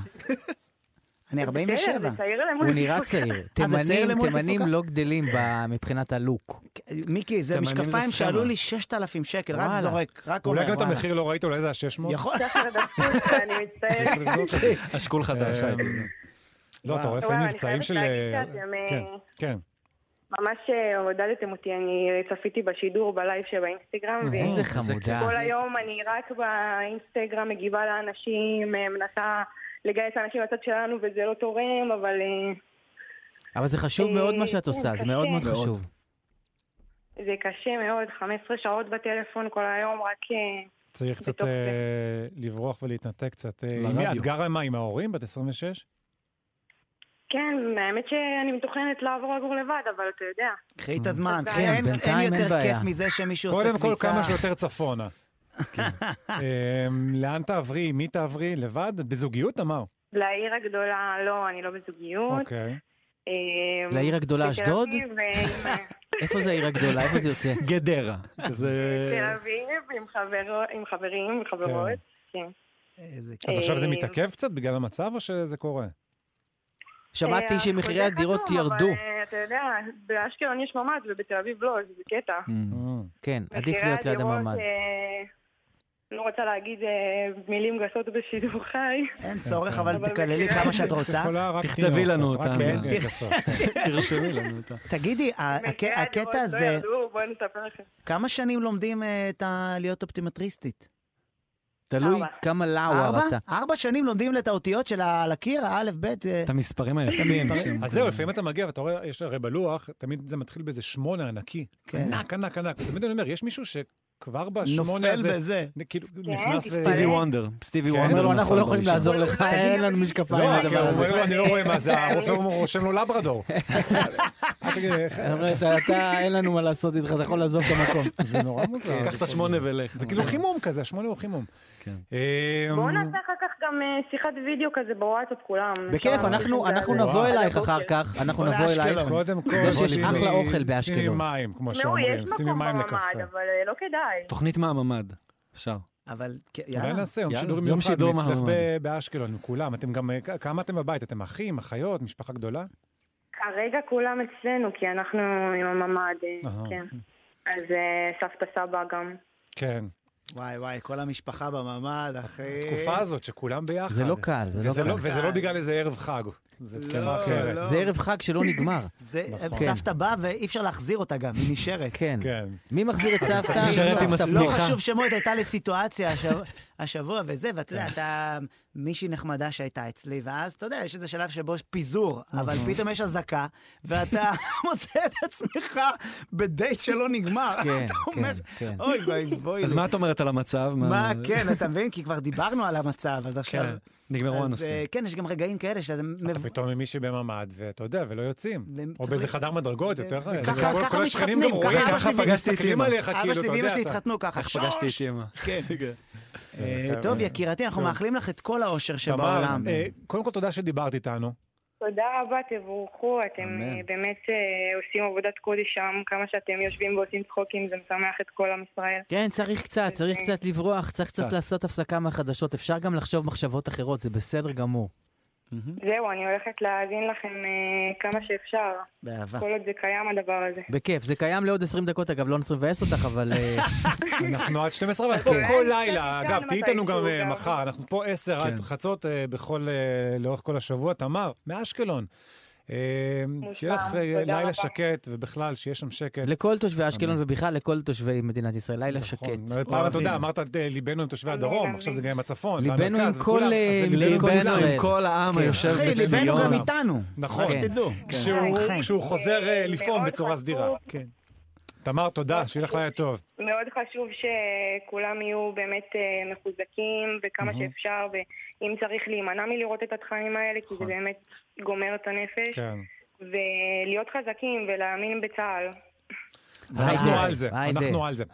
אני 47.
כן,
זה צעיר למול
הוא נראה
תפוקה.
צעיר.
אז זה צעיר
תימנים,
למול
תימנים
תפוקה? כן.
לא גדלים ב- מבחינת הלוק.
מיקי, זה
תימנים זה
משקפיים
סכמה.
שעלו לי 6,000 שקל,
וואלה.
רק זורק, רק אומר.
אולי גם את המחיר לא ראית, אולי זה ה-600? כאילו,
יכול.
השקול חדש.
אה, אוקיי.
לא, אתה רואה
וואו,
לפעמים
אני
מבצעים
חייבת
של...
להגיד שאתם, אה,
כן, כן.
ממש אה, עודדתם אותי, אני צפיתי בשידור בלייב שבאינסטגרם.
איזה
ו-
חמודה.
כל היום אני רק באינסטגרם מגיבה לאנשים, אה, מנסה לגייס אנשים לצד שלנו, וזה לא תורם, אבל אה,
אבל זה חשוב
אה,
מאוד מה שאת
כן,
עושה, זה
קשה.
מאוד מאוד
מאוד.
חשוב.
זה קשה מאוד, 15 שעות בטלפון כל היום, רק... אה,
צריך קצת
בתוך
אה, לברוח ולהתנתק קצת. אה,
לרדיו.
עם מי- את גרה מה, עם ההורים? בת 26?
כן, האמת שאני מתוכננת לעבור לגור לבד, אבל אתה יודע.
קחי את הזמן,
כן,
קחי, אין-
בינתיים
אין
אין
יותר
בעיה.
כיף מזה שמישהו עושה
Mm. קודם
כניסה.
כל, כמה שיותר צפונה. אה, לאן תעברי? עם מי תעברי? לבד? בזוגיות, תמר?
לעיר הגדולה, לא, אני לא בזוגיות.
אוקיי.
אה,
לעיר הגדולה,
בתל
אשדוד?
אביב, אה,
איפה זה העיר הגדולה? איפה זה יוצא?
גדרה.
אה.
תל אביב עם חברו- עם חברים וחברות. כן.
איזה
אז עכשיו זה
אה,
מתעכב קצת בגלל המצב, או שזה קורה?
שמעתי
אה,
שמחירי
החוזה
הדירות
חתום, אבל,
ירדו.
אה, אתה יודע, באשקלון יש ממ"ד ובתל אביב לא, זה קטע.
כן, עדיף
מחירי
להיות ליד
הדירות,
הממ"ד.
אה, לא רוצה להגיד אה, מילים גסות בשידור חי.
אין צורך, אבל תקללי
מחירי
כמה שאת רוצה.
יכולה רק
תכתבי תינוקות, לנו רק אותם. אין
כן,
גסות.
תכ-
תרשמי לנו אותה.
תגידי, ה- הק-
מחירי הדירות
הקטע
לא
הזה,
ירדו, בואו נספר לכם.
כמה שנים לומדים אה, את ה- להיות אופטימטריסטית?
תלוי כמה
אה,
לאו
ארבע?
אתה.
ארבע שנים לומדים את האותיות של ה- על הקיר, האלף, בית. אה,
המספרים
המספרים.
אז זהו, לפעמים אתה מגיע ואתה רואה, יש הרי בלוח, תמיד זה מתחיל באיזה שמונה ענקי.
כן.
ענק, ענק, ענק. תמיד אני אומר, יש מישהו שכבר בשמונה הזה...
בזה.
כאילו,
כן,
נכנס... ל-
סטיבי וונדר. נכון, סטיבי
כן.
וונדר.
אומר לו,
נכון,
אנחנו
נפל
לא יכולים
בראשון.
לעזור לך, אין לנו
משקפיים.
לא, כי הוא אומר לו, אני לא רואה מה זה, הרופא אומר, רושם לו לברדור. אל תגיד, איך-
אתה, אין לנו מה לעשות איתך, אתה יכול לעזוב את המקום. כן.
זה נורא מוזר.
קח את השמונה ולך.
זה כאילו חימום כזה, השמונה הוא חימום. אה,
בואו נעשה אחר כך גם אה, שיחת וידאו כזה בוואטסאפ כולם.
בכיף,
אפשר אה, לא,
אנחנו
לעשות את
אנחנו
זה על-
נבוא
על
אלייך
הבוקר.
אחר כך, אנחנו
בוא
נבוא
לאשקלון.
אלייך.
קודם כל,
יש
שימי-
אחלה אוכל באשקלון.
שימי מים, כמו
תשמעו,
שאומרים.
יש
שימי
מקום
מים לקפה.
בממ"ד, אבל אה, לא כדאי.
תוכנית מה הממ"ד. אפשר.
כן. אבל כ-
אולי
יאללה.
נעשה יום
יאללה,
שידור
יום
מיוחד,
שידור
נצטרך
מהמם.
ב- באשקלון, עם כולם. אתם גם, אה, כ- כמה אתם בבית? אתם אחים, אחיות, משפחה גדולה?
כרגע כולם אצלנו, כי אנחנו עם הממ"ד, אה,
אהה.
כן. אז אה, סבתא סבא גם.
כן.
וואי וואי, כל המשפחה בממ"ד, אחי.
התקופה הזאת שכולם ביחד.
זה לא קל, זה לא
וזה
קל.
וזה לא בגלל איזה ערב חג. זה תקופה
לא,
אחרת.
לא.
זה ערב חג שלא נגמר.
זה,
נכון.
סבתא באה ואי אפשר להחזיר אותה גם, היא נשארת.
כן.
כן.
מי מחזיר את סבתא?
נשארת עם
סבתא
הסמיכה.
לא
בוכה.
חשוב שמות, הייתה לי סיטואציה השב- השבוע וזה, ואתה
כן.
יודע, אתה מישהי נחמדה שהייתה אצלי, ואז אתה יודע, יש איזה שלב שבו יש פיזור, אבל
נכון.
פתאום יש אזעקה, ואתה מוצא את עצמך בדייט שלא נגמר.
כן,
אתה אומר,
כן, כן.
אוי ואבוי.
אז מה את אומרת על המצב?
מה, כן, אתה מבין? כי כבר דיברנו על המצב, אז עכשיו...
כן, נגמרו
אז,
הנושאים.
אה, כן, יש גם רגעים כאלה שאתה... מב-
אתה פתאום עם מישהי בממ"ד, ואתה יודע, ולא יוצאים. או
צריך
באיזה
ל-
חדר מדרגות, יותר...
וככה-
כל-
ככה
כל
מתחתנים,
השכנים גם
ככה
רואים,
אבא שלי
פגשתי את
ואימא.
אימא. עליך,
אבא
כאילו,
שלי
אתה
ואימא
יודע,
שלי
אתה-
התחתנו ככה,
איך פגשתי
שוש!
את אמא.
כן. אה,
יפה
טוב,
מאוד.
יקירתי, אנחנו
טוב.
מאחלים לך את כל האושר
תמר,
שבעולם.
אה, קודם כל תודה שדיברת איתנו.
תודה רבה, תבורכו, אתם
אמן.
אה, באמת אה, עושים עבודת קודש שם, כמה שאתם יושבים ועושים צחוקים, זה משמח את כל עם ישראל.
כן, צריך קצת, צריך קצת לברוח, צריך קצת
קצת.
לעשות הפסקה מהחדשות. אפשר גם לחשוב מחשבות אחרות, זה בסדר גמור.
זהו, אני הולכת להאזין לכם אה, כמה שאפשר.
באהבה.
כל עוד זה קיים הדבר הזה.
בכיף, זה קיים לעוד 20 דקות, אגב, לא נבאס אותך, אבל... אה,
אנחנו עד 12 ואנחנו פה
כן.
כל לילה. אגב, תהיי איתנו גם
מתישהו,
אה,
גם.
מחר, אנחנו פה 10 עד
כן.
חצות אה, בכל, אה, לאורך כל השבוע. תמר, מאשקלון. אה, שיהיה לך אה,
תודה
לילה
רבה.
שקט, ובכלל, שיהיה שם שקט.
לכל תושבי אשקלון ובכלל לכל תושבי מדינת ישראל, לילה
נכון,
שקט.
נכון.
לא
פעם אתה יודע, אמרת אה, ליבנו עם תושבי הדרום, עכשיו זה גם עם הצפון.
ליבנו
והמרכז,
עם כל,
וכולם. אז זה
אה,
ליבנו
ליבנו עם
ישראל.
כל העם
כן.
היושב אחי, ליבנו בציון. גם איתנו.
נכון.
רק שתדעו.
כשהוא-
כן.
כשהוא חוזר אה, לפעום
מאוד
בצורה
חשוב.
סדירה. כן. תמר, תודה, שיהיה לך לילה טוב.
מאוד חשוב שכולם יהיו באמת אה, מחוזקים וכמה
מהמם.
שאפשר, ואם צריך להימנע מלראות את התכנים האלה, כי זה באמת גומר את הנפש,
כן.
ולהיות חזקים ולהאמין בצה"ל.
אנחנו
ביי.
על זה,
ביי,
אנחנו
די.
על זה.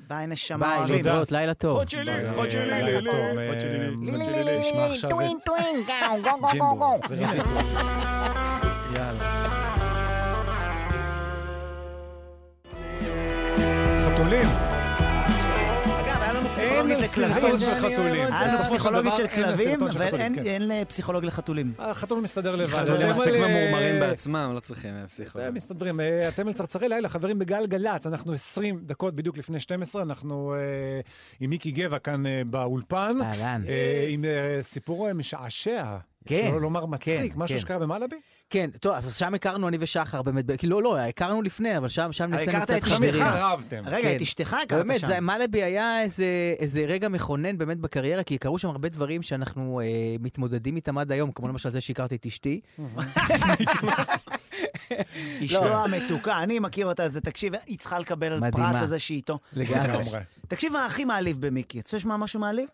ביי, נשמה.
ביי,
אוהבים.
להתראות, לילה טוב.
חוד שלי,
אה,
חוד שלי,
לילה
לילי.
טוב, אה, נשמע עכשיו את-
טווין טווין, גאו, גו גו גו
ג'ימבו.
גו.
חתולים.
אגב, היה לנו
אין
פסיכולוגית לכלבים.
סרטון של חתולים.
את
בסופו של
אה, פסיכולוגית
דבר,
של
אין
כלבים,
סרטון של
אבל
חתולים,
אין-
כן.
אין אה, פסיכולוג לחתולים.
החתול מסתדר לבד.
חתולים מספיק
אבל, אה,
ממורמרים בעצמם, לא צריכים אה, פסיכולוגיה.
אתם מסתדרים. אה, אתם על צרצרי לילה, חברים בגלגלצ. אנחנו 20 דקות בדיוק לפני 12, אנחנו אה, עם מיקי גבע כאן אה, באולפן.
אהלן.
אה, עם אה, סיפור אה, משעשע.
כן,
שלא לומר מצחיק,
כן,
משהו
כן.
שקרה במלאבי?
כן, טוב, אז שם הכרנו אני ושחר באמת, ב- כאילו, לא, הכרנו לפני, אבל שם, שם ניסינו
אה, הכרת
קצת
את אשתך.
חברים.
רבתם.
רגע, את אשתך הכרת
לא, באמת,
שם.
זה, מלאבי היה איזה, איזה רגע מכונן באמת בקריירה, כי קרו שם הרבה דברים שאנחנו אה, מתמודדים איתם עד היום, כמו למשל זה שהכרתי את אשתי.
אשתו לא, המתוקה, אני מכיר אותה, זה תקשיב, היא צריכה לקבל על
מדהימה.
פרס הזה שהיא איתו.
לגמרי.
תקשיב, מה הכי מעליב במיקי, אתה רוצה לשמוע משהו מעליב?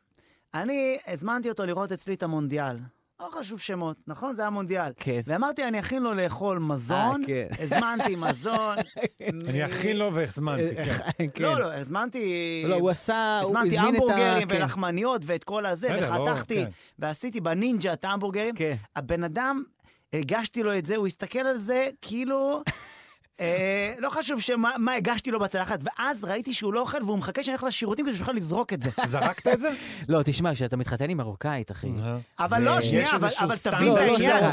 אני הזמנתי אותו לראות אצלי את המונדיאל. לא חשוב שמות, נכון? זה היה מונדיאל.
כן.
ואמרתי, אני אכין לו לאכול מזון,
אה, כן.
הזמנתי מזון.
אני לא אכין לו והזמנתי,
אה,
כן.
לא, לא, הזמנתי...
לא, הוא עשה- הוא
הזמנתי
הזמין את ה-
המבורגרים
כן.
ולחמניות ואת כל הזה,
בסדר, לא,
וחתכתי,
כן.
ועשיתי בנינג'ה את ההמבורגרים. הבן אדם, הגשתי לו את זה, הוא הסתכל על זה כאילו... אה, לא חשוב שמה מה הגשתי לו בצלחת, ואז ראיתי שהוא לא אוכל והוא מחכה שאני הולך לשירותים כדי שיוכל לזרוק את זה.
אה.
זרקת את זה?
לא, תשמע, כשאתה מתחתן עם מרוקאית, אחי.
אבל לא, שנייה, אבל אבל תבין את העניין.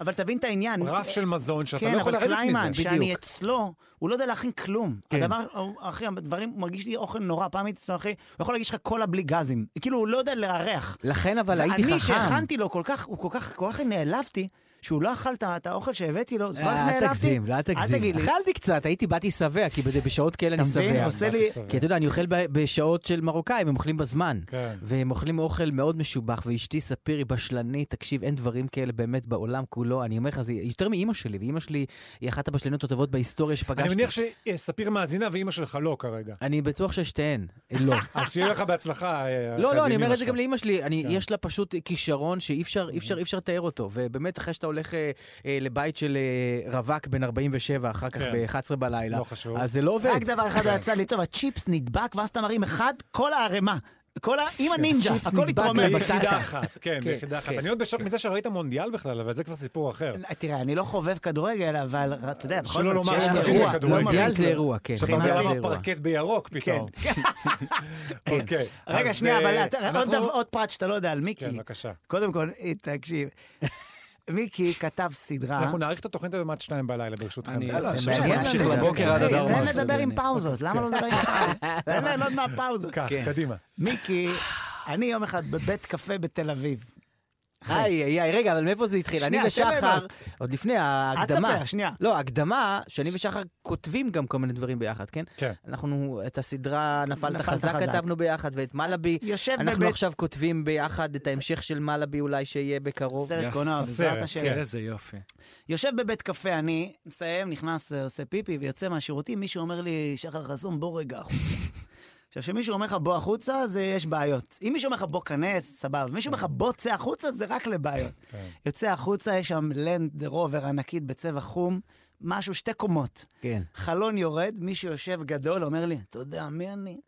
אבל תבין את העניין.
רף של מזון שאתה
כן,
לא יכול
אבל
לרדת מזה.
קליימן, שאני
בדיוק.
אצלו, הוא לא יודע להכין כלום.
כן.
הדבר, אה, אחי, הדברים, הוא מרגיש לי אוכל נורא. פעם הייתי אצלו, אחי, הוא יכול להגיש לך קולה בלי גזים. כאילו, הוא לא יודע לארח.
לכן אבל הייתי חכם.
ואני שהכנתי לו כל כך, הוא כל כך, כל כך נעלבתי, שהוא לא אכל את ה- את האוכל שהבאתי לו, אז כל כך
אה,
נעלבתי.
אל תגזים, לא, אל תגזים.
תגיד לי.
אכלתי קצת, הייתי באתי שבע, כי בד- בשעות כאלה אני
אתה
שבע.
מבין? עושה לי- באתי שבע.
כי אתה יודע, אני אוכל ב- בשעות של מרוקאים, הם אוכלים בזמן.
כן.
והם אוכלים אוכל מאוד משובח, ואשתי ספיר היא בשלנית, תקשיב, אין דברים כאלה באמת בעולם כולו. אני אומר לך, זה יותר מאימא שלי, ואימא שלי היא אחת הבשלניות הטובות בהיסטוריה שפגשתי.
אני מניח שספיר מאזינה ואימא שלך לא כרגע.
אני בטוח ששתיהן, אה, לא.
אז שיהיה לך בהצלחה. אה,
לא,
אחרי
לא,
זה
אני
עם
אומר
אמא
את זה
שלך.
גם לאימא שלי. אני,
כן.
יש לה פשוט כישרון שאי אפשר, אי אפשר, אי אפשר לתאר אותו. ובאמת, אחרי שאתה הולך אה, אה, לבית של אה, רווק בן 47, אחר כך
כן.
ב-11 בלילה,
לא
חשוב.
אז זה לא עובד.
רק דבר אחד יצא לי טוב, הצ'יפס נדבק, ואז אתה מרים אחד, כל הערימה. כל ה... עם הנינג'ה,
צ'יפס
הכל
נדבק
התרומם.
ביחידה אחת, כן, ביחידה אחת. אני עוד בשוק
כן.
מזה שראית מונדיאל בכלל, אבל זה כבר סיפור אחר.
תראה, אני לא חובב כדורגל, אבל אתה יודע, בכל
שלא
זאת,
לומר
נכון, שיש
שאני
אירוע. לא,
מבין בכדורגל.
מונדיאל זה אירוע, כן.
שאתה אומר
מונדיאל זה
למה
אירוע.
פרקט בירוק פתאום. אוקיי.
כן, רגע,
כן. אז,
שנייה,
אה,
אבל אתה- עוד
אנחנו-
דבר- עוד פרט שאתה לא יודע על מיקי.
כן, בבקשה.
קודם כל, אה, תקשיב. מיקי כתב סדרה.
אנחנו נאריך את התוכנית הזאת עד שתיים בלילה, ברשותכם.
אה? כן,
בסדר?
אני- זה
אפשר
מעניין
להמשיך
לנו.
לבוקר עד
אחי,
עד
תן
ארבע.
לדבר עם פאוזות, למה לא לדבר עם פאוזות? תן להם עוד מהפאוזות.
כך, קדימה.
מיקי, אני יום אחד בבית קפה בתל אביב.
היי, היי, היי, רגע, אבל מאיפה זה התחיל? אני
שנייה, תן
ושחר,
ליהנות.
עוד לפני ההקדמה.
תספר, שנייה.
לא, ההקדמה, שאני ושחר כותבים גם כל מיני דברים ביחד, כן?
כן.
אנחנו, את הסדרה נפלת
נפלת
חזק אה,
חזק.
כתבנו ביחד, ואת מלאבי,
יושב
אנחנו
בבית-
עכשיו כותבים ביחד את ההמשך של מלאבי אולי שיהיה בקרוב.
סרט קולנוע, בעזרת השם.
כן.
איזה יופי.
יושב בבית קפה, אני מסיים, נכנס, אה, עושה פיפי ויוצא מהשירותים, מישהו אומר לי, שחר חסום, בוא רגע החוצה. עכשיו, כשמישהו אומר לך בוא החוצה, אז אה, יש בעיות. אם מישהו אומר לך בוא כנס, סבבה. מישהו אומר לך בוא צא החוצה, זה רק לבעיות. יוצא החוצה, יש שם לנד רובר ענקית בצבע חום, משהו, שתי קומות.
כן.
חלון יורד, מישהו יושב גדול, אומר לי, אתה יודע מי אני?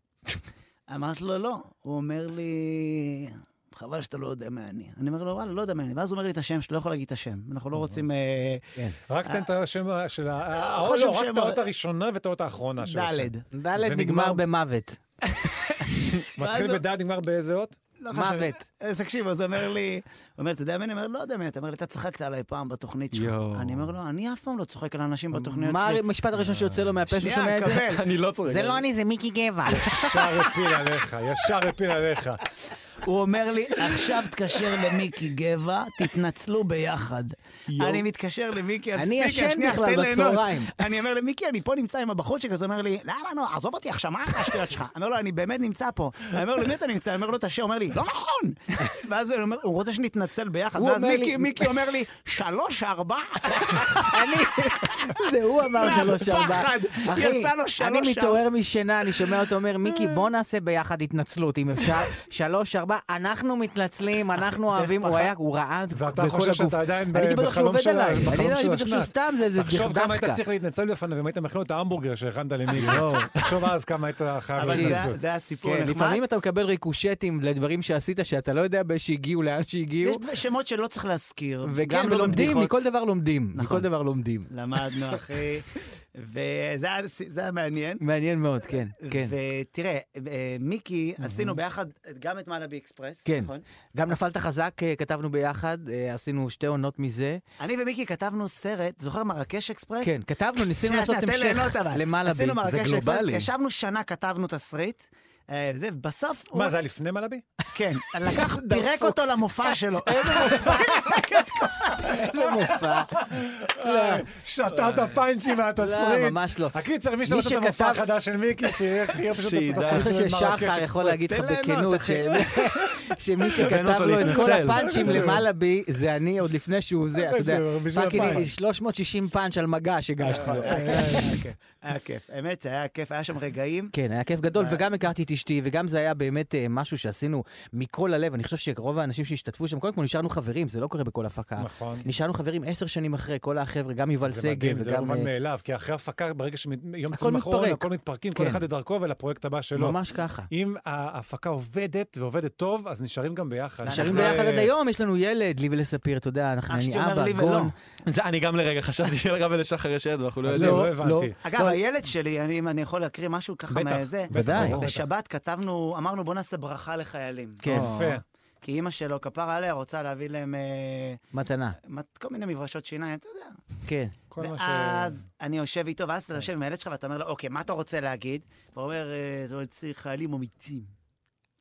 אמרתי לו, לא. הוא אומר לי, חבל שאתה לא יודע מי אני. אני אומר לו, וואלה, לא יודע מי אני. ואז הוא אומר לי את השם, שלא יכול להגיד את השם. אנחנו לא רוצים... אה,
כן.
רק תן את השם של ה...
אה,
אה,
חושב
לא, רק
שהם-
את האות הראשונה ואת האות האחרונה של השם.
דלת.
ד' נגמר במוות.
מתחיל בדעת, נגמר באיזה אות?
לא חשוב. אז תקשיב, אז הוא אומר לי, הוא אומר, אתה יודע מי אני? אומר, לא יודע מי אתה. אומר לי, אתה צחקת עליי פעם בתוכנית שלך.
יואו.
אני אומר לו, אני אף פעם לא צוחק על אנשים בתוכניות
מה
שלי.
המשפט הראשון שיוצא לו מהפה שהוא שומע
שנייה,
את זה?
קבל. אני לא צוחק.
זה לא אני, זה מיקי גבע.
ישר הפיל עליך, ישר הפיל עליך.
הוא אומר לי, עכשיו תקשר למיקי גבע, תתנצלו ביחד. אני מתקשר למיקי על
אני
ספיקר,
ישן
שנייה,
בכלל
תן ליהנות.
בצהריים.
אני אומר למיקי, אני פה נמצא עם הבחורצ'יק, אז הוא אומר לי, למה נו, עזוב אותי עכשיו, מה השטויות שלך? אני אומר לו, אני באמת נמצא פה. אני אומר לו, מי אתה נמצא? אני אומר לו, תשע, הוא אומר לי, לא נכון! ואז הוא אומר, הוא רוצה שנתנצל ביחד,
הוא
ואז
אומר לי-
מיקי- מיקי אומר לי, שלוש, ארבע. אני...
זה הוא אמר שלוש ארבע.
מהפחד,
אחי,
יצא לו שלוש
אני
ארבע. אה.
מתעורר משינה, אני שומע אותו אומר, מיקי, בוא נעשה ביחד התנצלות, אם אפשר. שלוש ארבע, אנחנו מתנצלים, אנחנו אוהבים, הוא היה, הוא ראה את בכל הגוף.
ואתה חושב שאתה עדיין
אני הייתי
ב-
בטוח שהוא
בחלום
עובד
של ה-
עליי. אני לא
בחלום
הייתי
של
בטוח שהוא
השנ"ץ.
סתם, זה זה
תחשוב כמה היית
דווקא.
צריך להתנצל בפניו אם היית מכין לו את ההמבורגר שהכנת למיקי. תחשוב אז כמה היית חייב
אבל
להתנצל.
זה-
זה הסיפור
כן,
הנחמד.
לפעמים אתה מקבל ריקושטים לדברים שעשית, שאתה לא יודע שהגיעו, לאן שהגיעו.
יש דבר- שמות שלא צריך להזכיר.
וכן,
גם לא
ולומדים,
בבדיחות.
מכל דבר לומדים. מכל דבר לומדים.
למדנו, אחי. וזה היה- זה היה מעניין.
מעניין מאוד, כן, כן.
ותראה, אה, מיקי, עשינו ביחד גם את מעלה באקספרס,
כן.
נכון?
גם נפלת חזק, אה, כתבנו ביחד, אה, עשינו שתי עונות מזה.
אני ומיקי כתבנו סרט, זוכר מרקש אקספרס?
כן, כתבנו, ניסינו
שנייה,
לעשות
שנייה, תן
המשך
ליהנות אבל.
למעלה
עשינו
בי, זה
מרקש אקספרס,
גלובלי.
ישבנו שנה, כתבנו תסריט. אה, זה, בסוף...
מה,
הוא-
זה היה לפני מלאבי?
כן, לקח, פירק אותו למופע שלו. איזה מופע? איזה
מופע.
שתה את הפאנצ'ים מהתסריט.
לא, ממש לא.
הקיצר, מי
מי
שרוצה את המופע
שכתב-
החדש של מיקי, שיהיה פשוט את
אני לא
התסריט
חושב
של מרקש
ששחר יכול
אקספרס.
להגיד לך
תן ליהנות,
בכנות,
אחי.
ש- שמי
תן
שכתב
אותו
לו את כל
להתנצל.
הפאנצ'ים למעלה בי, זה אני עוד לפני שהוא זה, אתה יודע,
בשביל- בשביל
פאקינג
הפאנץ'.
360 פאנץ' על מגש הגשתי לו.
נכון.
היה כיף, האמת שהיה כיף, היה שם רגעים.
כן, היה כיף גדול, וגם הכרתי את אשתי, וגם זה היה באמת אה, משהו שעשינו מכל הלב. אני חושב שרוב האנשים שהשתתפו שם, קודם כל נשארנו חברים, זה לא קורה בכל הפקה.
נכון.
נשארנו חברים עשר שנים אחרי, כל החבר'ה, גם יובל
זה
שגב,
מדהים, זה לא
וגם...
מובן
אה,
מאליו, כי אחרי הפקה, ברגע שיום
הכל
צום אחרון,
מתפרק.
הכל מתפרקים, כל
כן.
אחד לדרכו ולפרויקט הבא שלו.
ממש ככה.
אם ההפקה עובדת ועובדת טוב, אז נשארים גם ביחד.
נשארים
זה-
ביחד עד היום, יש לנו ילד, לי ולספיר, אתה יודע, אנחנו,
אה, אח
אני
שלי אומר
אבא,
לי
גון.
זה, אני גם לרגע חשבתי שלרב ולשחר יש ילד ואנחנו לא
אז
יודעים.
לא, לא הבנתי.
אגב, הילד שלי, אני- אם אני יכול להקריא משהו ככה
בטח,
מזה,
ודאי. בטח.
בשבת כתבנו, אמרנו בוא נעשה ברכה לחיילים.
כן. יפה.
כי אימא שלו, כפרה עליה, רוצה להביא להם אה,
מתנה,
מת- כל מיני מברשות שיניים, אתה יודע.
כן.
ואז אני יושב איתו, ואז אתה יושב עם הילד שלך ואתה אומר לו, אוקיי, מה אתה רוצה להגיד? והוא אומר, "אה, זה רוצה חיילים אמיצים.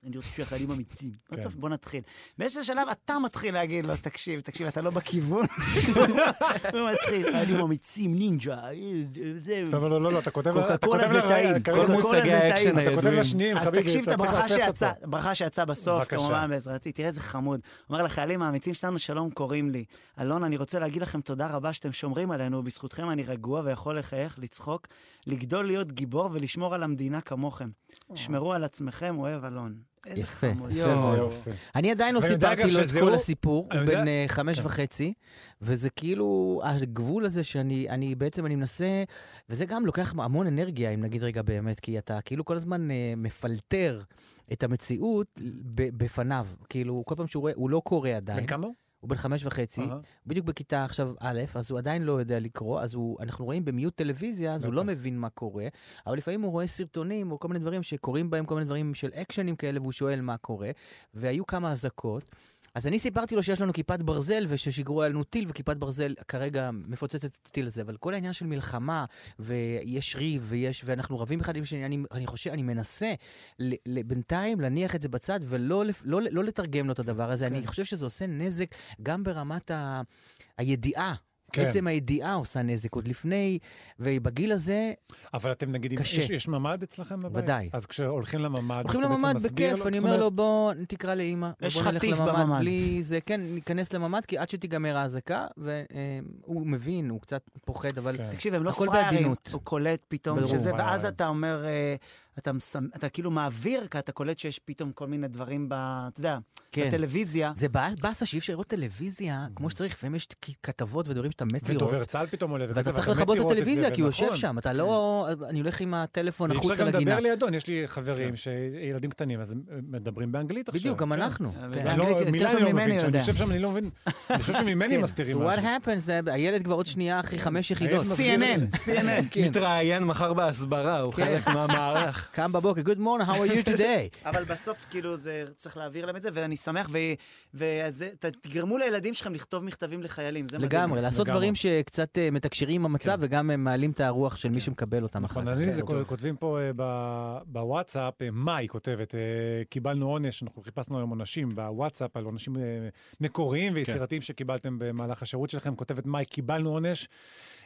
אני רוצה שהחיילים אמיצים.
כן.
טוב, בוא נתחיל. באיזשהו שלב אתה מתחיל להגיד לו, תקשיב, תקשיב, אתה לא בכיוון. הוא מתחיל, חיילים אמיצים, נינג'ה, אה, זה...
טוב, לא, לא, לא, אתה כותב... אתה
קוקה-קולה
כותב
זה
ל-
טעים,
קריב,
קוקה-קולה
מושגי
זה
האקשן
טעים.
אתה כותב לשניים,
אז
חביבי,
תקשיב את
אתה צריך
הברכה
לאפס
שיצאה,
אותו.
הברכה שיצאה בסוף,
בבקשה.
כמובן בעזרתי, תראה איזה חמוד. אומר לחיילים האמיצים שלנו, שלום קוראים לי. אלון, אני רוצה להגיד לכם תודה רבה שאתם שומרים עלינו, בזכותכם אני רגוע ויכול לחייך, לצחוק, לגדול להיות גיבור ולשמור על המדינה כמוכם. שמרו על עצמכם, אוהב אלון. איזה
יפה,
חמוד.
יפה מאוד. אני עדיין לא
ואני יודע
סיפרתי
גם
לו את
שזה
כל
הוא-
הסיפור,
אני
הוא
יודע-
בן אה, חמש
כן.
וחצי, וזה כאילו הגבול הזה שאני אני בעצם, אני מנסה, וזה גם לוקח המון אנרגיה, אם נגיד רגע באמת, כי אתה כאילו כל הזמן אה, מפלטר את המציאות ב- בפניו. כאילו, כל פעם שהוא רואה, הוא לא קורא עדיין.
בן כמה הוא?
הוא בן חמש וחצי,
אהה.
בדיוק בכיתה עכשיו א', אז הוא עדיין לא יודע לקרוא, אז הוא, אנחנו רואים במיוט טלוויזיה, אז הוא לא מבין מה קורה, אבל לפעמים הוא רואה סרטונים או כל מיני דברים שקורים בהם, כל מיני דברים של אקשנים כאלה, והוא שואל מה קורה, והיו כמה אזעקות. אז אני סיפרתי לו שיש לנו כיפת ברזל וששיגרו עלינו טיל, וכיפת ברזל כרגע מפוצצת את הטיל הזה, אבל כל העניין של מלחמה, ויש ריב, ויש, ואנחנו רבים אחד עם השני, אני, אני חושב, אני מנסה ל, ל, בינתיים להניח את זה בצד ולא לפ- לא, לא, לא לתרגם לו את הדבר הזה. אני חושב שזה עושה נזק גם ברמת ה, הידיעה.
כן.
כן. עצם הידיעה עושה נזק עוד לפני, ובגיל הזה...
אבל אתם נגיד, אם
קשה.
יש- יש ממ"ד אצלכם בבית?
ודאי.
אז כשהולכים לממ"ד, אז
הולכים
אתה בעצם
לממ"ד
מסביר
בכיף, אני
זאת
אומר
אומרת,
לו, בוא תקרא לאימא.
יש
בוא נלך
חטיף
לממ"ד
בממ"ד."
בלי זה, כן, ניכנס לממ"ד, כי עד שתיגמר האזעקה, והוא מבין, הוא קצת פוחד, אבל
תקשיב, הם לא
הכל
פראיירים,
בעדינות.
הוא קולט פתאום
ברור.
שזה, ואז
וואי.
אתה אומר, אה, אתה מסמ- אתה כאילו מעביר, כי אתה קולט שיש פתאום כל מיני דברים ב... אתה יודע,
כן.
בטלוויזיה.
זה באס- באסה שאי אפשר לראות טלוויזיה כמו שצריך, לפעמים יש כ- כתבות ודברים שאתה מת לראות.
ודובר צה"ל פתאום עולה וכזה,
ואתה צריך
ואתה מת
לכבות את
לראות את זה,
הטלוויזיה, כי הוא
ונכון.
יושב שם, אתה לא... אני הולך עם הטלפון
ואי
החוצה
אפשר גם
לגינה.
לדבר לידו, יש לי חברים שילדים קטנים, אז הם מדברים באנגלית עכשיו.
בדיוק, גם
כן.
אנחנו.
אני
כן.
לא-
באנגלית יותר
מילה
טוב
אני לא
ממני
מבין, שם.
יודע.
אני חושב שם, אני לא מבין, אני חושב שממני
כן.
מסתירים
So what
משהו. אה,
happens, זה- הילד כבר עוד שנייה אחרי חמש יחידות. כן.
מתראיין מחר בהסברה, הוא
כן.
חלק מהמערך.
קם בבוקר, Good morning, how are you today?
אבל בסוף, כאילו, זה, צריך להעביר להם את זה, ואני שמח, ו- וזה, ת- תגרמו לילדים שלכם לכתוב מכתבים לחיילים, זה מדהים.
לגמרי, לעשות דברים שקצת אה, מתקשרים עם המצב וגם אה, מעלים את הרוח של מי שמקבל אותם אחר
כן. נכון,
כך.
אני
כן,
זה
טוב.
כותבים פה אה, ב- בוואטסאפ, אה, מאי כותבת, אה, קיבלנו עונש, אנחנו חיפשנו היום עונשים בוואטסאפ על עונשים אה, מקוריים
כן.
ויצירתיים שקיבלתם במהלך השירות שלכם. כותבת מאי, קיבלנו עונש.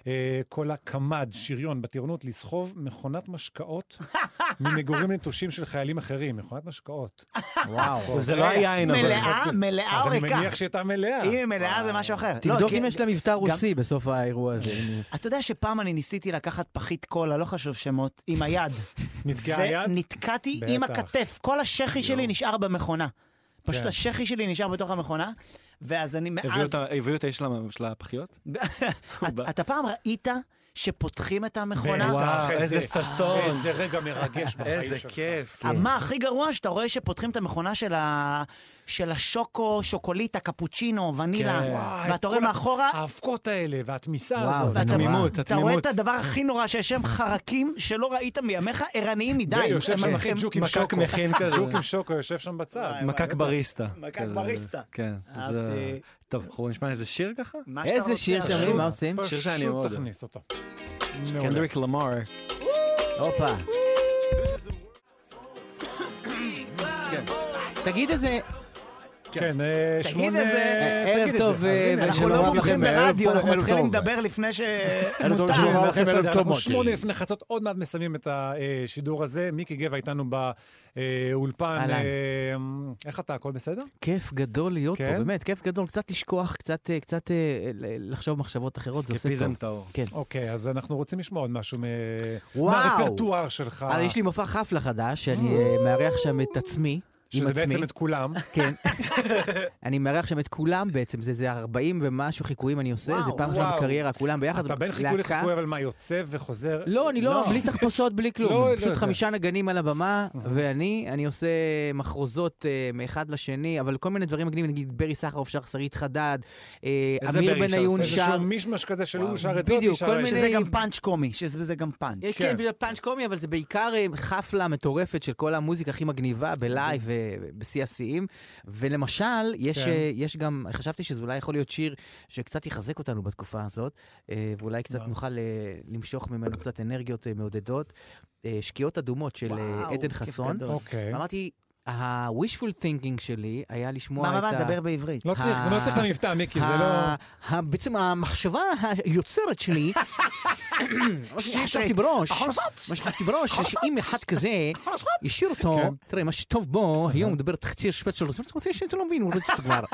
אה, כל הקמ"ד, שריון בטירונות, לסחוב מכונת משקאות ממגורים נטושים של חיילים אחרים. מכונת משקאות. לסחוב.
זה לא היין, אבל.
מלאה, מלאה
אז
או
אני
ריקה?
מניח שהייתה מלאה.
אם היא מלאה זה משהו אחר. לא,
תבדוק
כי-
אם יש לה מבטא רוסי בסוף האירוע הזה.
אתה יודע שפעם אני ניסיתי לקחת פחית קולה, לא חשוב שמות, עם היד.
נתקעה
היד?
ונתקעתי עם
בטח.
הכתף. כל השחי שלי נשאר במכונה. פשוט
כן.
השחי שלי נשאר בתוך המכונה, ואז אני
הביאו
מאז...
אותה- הביאו את האיש של- של הפחיות?
את- אתה פעם ראית שפותחים את המכונה?
וואו, איזה ששון.
איזה רגע מרגש בחיים
איזה
שלך.
אה,
כיף.
אמ- מה הכי גרוע שאתה רואה שפותחים את המכונה של ה... של השוקו, שוקוליטה, קפוצ'ינו, ונילה,
כן.
ואתה רואה
כל אה,
מאחורה...
האבקות האלה, והתמיסה
וואו,
הזאת,
זה נורא.
התמימות,
אתה רואה
התמימות.
את הדבר הכי נורא שיש שם חרקים שלא ראית מימיך, ערניים מדי.
יושב שם
הם-
אחי
הם-
ג'וק עם
מקק
שוקו.
מכין כזה.
ג'וק עם שוקו יושב שם בצד.
מקק בריסטה.
מקק
כזה.
בריסטה.
כן.
אהבתי.
זה- טוב, אנחנו נשמע איזה שיר ככה?
מה
שאתה איזה רוצה, שיר שרים?
פשוט-
מה עושים?
שיר שאני
פשוט
מאוד... אוהב.
תכניס אותו.
כן.
כן,
קנדריק למר.
הופה. תגיד איזה...
כן, אה,
תגיד
שמונה...
איזה-
ערב
תגיד את
טוב,
זה.
אה,
אז הנה,
ושלום
אנחנו לא
רב
מומחים
לכם, ערב
ברדיו,
טוב,
אנחנו
ערב
מתחילים
טוב.
לדבר לפני ש...
ערב טוב,
מותר.
שלום רב לכם, ערב טוב,
אנחנו
מוטי.
שמונה לפני חצות, עוד מעט מסיימים את השידור הזה. מיקי גבע איתנו באולפן.
אהלן.
אה, איך אתה, הכל בסדר?
כיף גדול להיות פה,
כן?
באמת, כיף גדול. קצת לשכוח, קצת אה, קצת אה, ל- לחשוב מחשבות אחרות, זה עושה טוב.
אסקפיזם
טהור.
כן.
אוקיי, אז אנחנו רוצים לשמוע עוד משהו מ-
וואו.
מהרפרטואר שלך.
אבל אה, יש לי מופע חפלה חדש, שאני אה, מארח שם את עצמי. עם
שזה בעצם
עצמי.
את כולם.
כן. אני מארח שם את כולם בעצם, זה- זה 40 ומשהו חיקויים אני עושה, זה פעם ראשונה
וואו.
בקריירה, כולם ביחד.
אתה בין חיקוי
להקה.
לחיקוי, אבל מה, יוצא וחוזר?
לא, אני לא, בלי תחפושות, בלי
לא,
כלום.
לא,
פשוט
זה-
חמישה נגנים על הבמה, ואני, אני עושה מחרוזות אה, מאחד לשני, אבל כל מיני דברים מגניבים, נגיד ברי סחרוף שר שרית חדד, אה,
איזה
אמיר
ברי
בן
שר?
עיון
איזשהו
שר.
מישמש כזה של הוא שר את זאת, היא
בדיוק,
שרה
כל
את זה.
מיני...
שזה גם
פאנץ' קומי, שזה גם פאנץ'.
כן,
כן.
בגלל פאנץ' קומי, אבל זה בעיקר אה, חפלה מטורפת של כל המוזיקה הכי מגניבה בלייב
אוקיי.
ובשיא השיאים. ולמשל, יש,
כן.
אה, יש גם, חשבתי שזה אולי יכול להיות שיר שקצת יחזק אותנו בתקופה הזאת, אה, ואולי קצת נוכל אה, למשוך ממנו קצת אנרגיות אה, מעודדות. אה, שקיעות אדומות של אה,
וואו,
עדן
כיף
חסון.
גדול. אוקיי.
אמרתי... ה-wishful thinking שלי היה לשמוע
מה,
את
מה,
ה...
מה, דבר בעברית.
לא צריך,
ה-
לא צריך את המבטא, מיקי, זה
ה-
לא-
ה- בעצם המחשבה היוצרת שלי
לא
מה שחשבתי בראש, מה שחשבתי בראש, שאם אחד כזה ישאיר אותו, תראה, מה שטוב בו, היום הוא מדבר תחציר שפט שלו, זאת אומרת, שאתה לא מבין, הוא רוצה אותו כבר.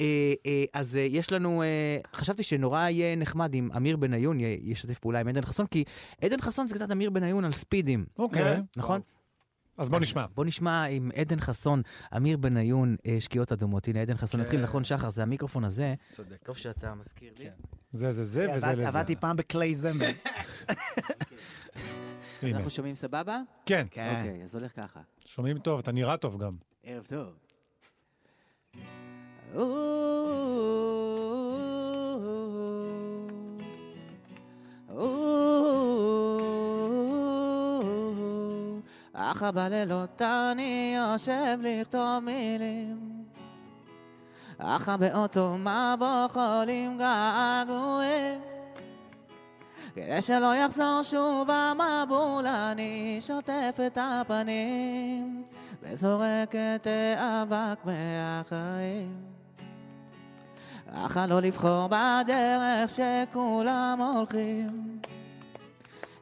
אה, אה, אז אה, יש לנו, אה, חשבתי שנורא יהיה נחמד אם אמיר בניון י- ישתף פעולה עם עדן חסון, כי עדן חסון זה קצת אמיר בניון על ספידים.
אוקיי.
נכון?
אז בוא נשמע.
בוא נשמע עם עדן חסון, אמיר בניון, אה, שקיעות אדומות. הנה, עדן חסון, נתחיל נכון שחר, זה המיקרופון הזה.
צודק.
טוב שאתה מזכיר לי.
זה זה זה וזה
עבד-
לזה.
עבדתי פעם בקליי זמר.
הנה.
אנחנו שומעים סבבה?
כן.
אוקיי, אז הולך ככה.
שומעים טוב, אתה נראה טוב גם.
ערב טוב.
אך בלילות אני יושב לכתוב מילים אך באותו מבוך עולים געגועים כדי שלא יחזור שוב המבול אני שוטף את הפנים וזורק את האבק מהחיים אך לא לבחור בדרך שכולם הולכים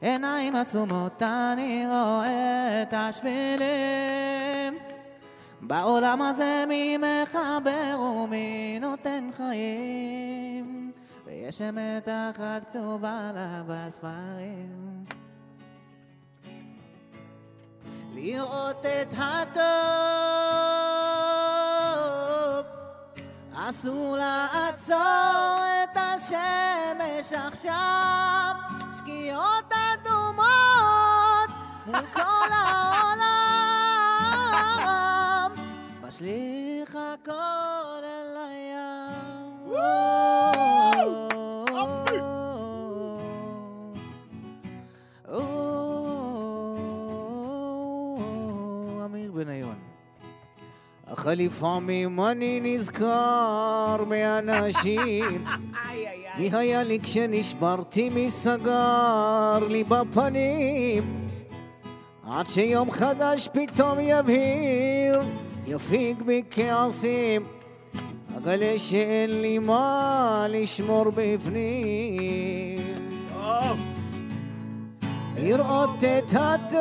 עיניים עצומות אני רואה את השבילים בעולם הזה מי מחבר ומי נותן חיים ויש אמת אחת כתובה לה בספרים לראות את הטוב אסור לעצור את השמש עכשיו, שקיעות אדומות מול כל העולם, משליך הכל אל הים.
הוא אמיר בניון.
אך לפעמים אני נזכר באנשים מי היה לי כשנשברתי, מי סגר לי בפנים עד שיום חדש פתאום יבהיר, יפיג בי כעסים אגלה שאין לי מה לשמור בפנים לראות את הטוב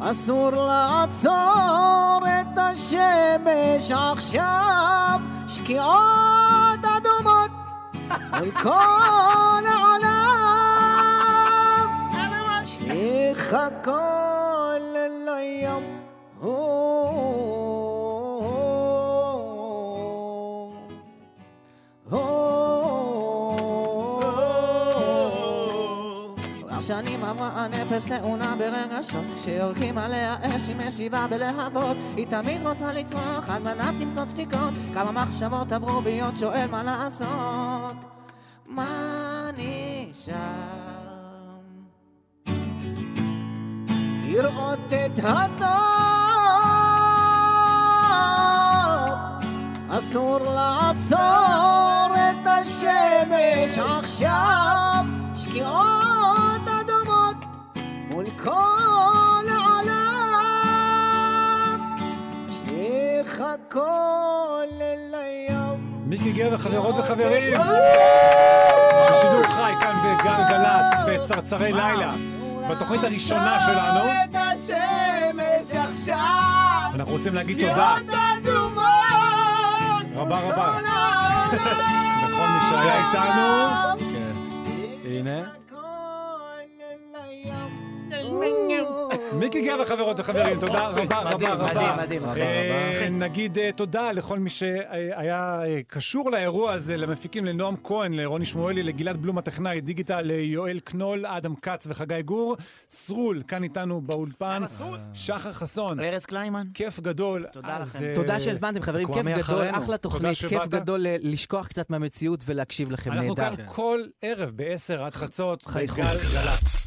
אסור לעצור את השמש עכשיו, שקיעות אדומות על כל העולם. שליך הכל אל הים. שנים עברה הנפש טעונה ברגשות כשיורקים עליה אש היא משיבה בלהבות היא תמיד רוצה לצרוח על מנת למצוא שתיקות כמה מחשבות עברו בי עוד שואל מה לעשות מה נשאר? לראות את הטוב אסור לעצור את השמש עכשיו שקיעות אדומות מול כל העולם יש הכל אל היום
מיקי גר וחברות וחברים! בשידור חי כאן בגלגלצ, בצרצרי לילה, בתוכנית הראשונה שלנו.
את השמש עכשיו
אנחנו רוצים להגיד תודה
אדומות
רבה רבה. לכל מי שהיה איתנו.
כן. הנה.
מיקי גר וחברות וחברים, תודה
יופי,
רבה רבה
מדהים,
רבה.
מדהים, מדהים,
אה,
מדהים.
נגיד אה, תודה לכל מי שהיה אה, קשור לאירוע הזה, למפיקים, לנועם כהן, לרוני שמואלי, לגלעד בלום הטכנאי, דיגיטל, ליואל קנול, אדם כץ וחגי גור. סרול, כאן איתנו באולפן. שחר חסון. ארז
קליימן.
כיף גדול. אה, תודה
תודה שהזמנתם חברים, כיף גדול, אחלה תוכנית, כיף גדול אה, לשכוח קצת מהמציאות ולהקשיב לכם
אנחנו
נהדר.
כאן כל ערב ב-10 עד חצות.
חייכו.
בגל גלצ.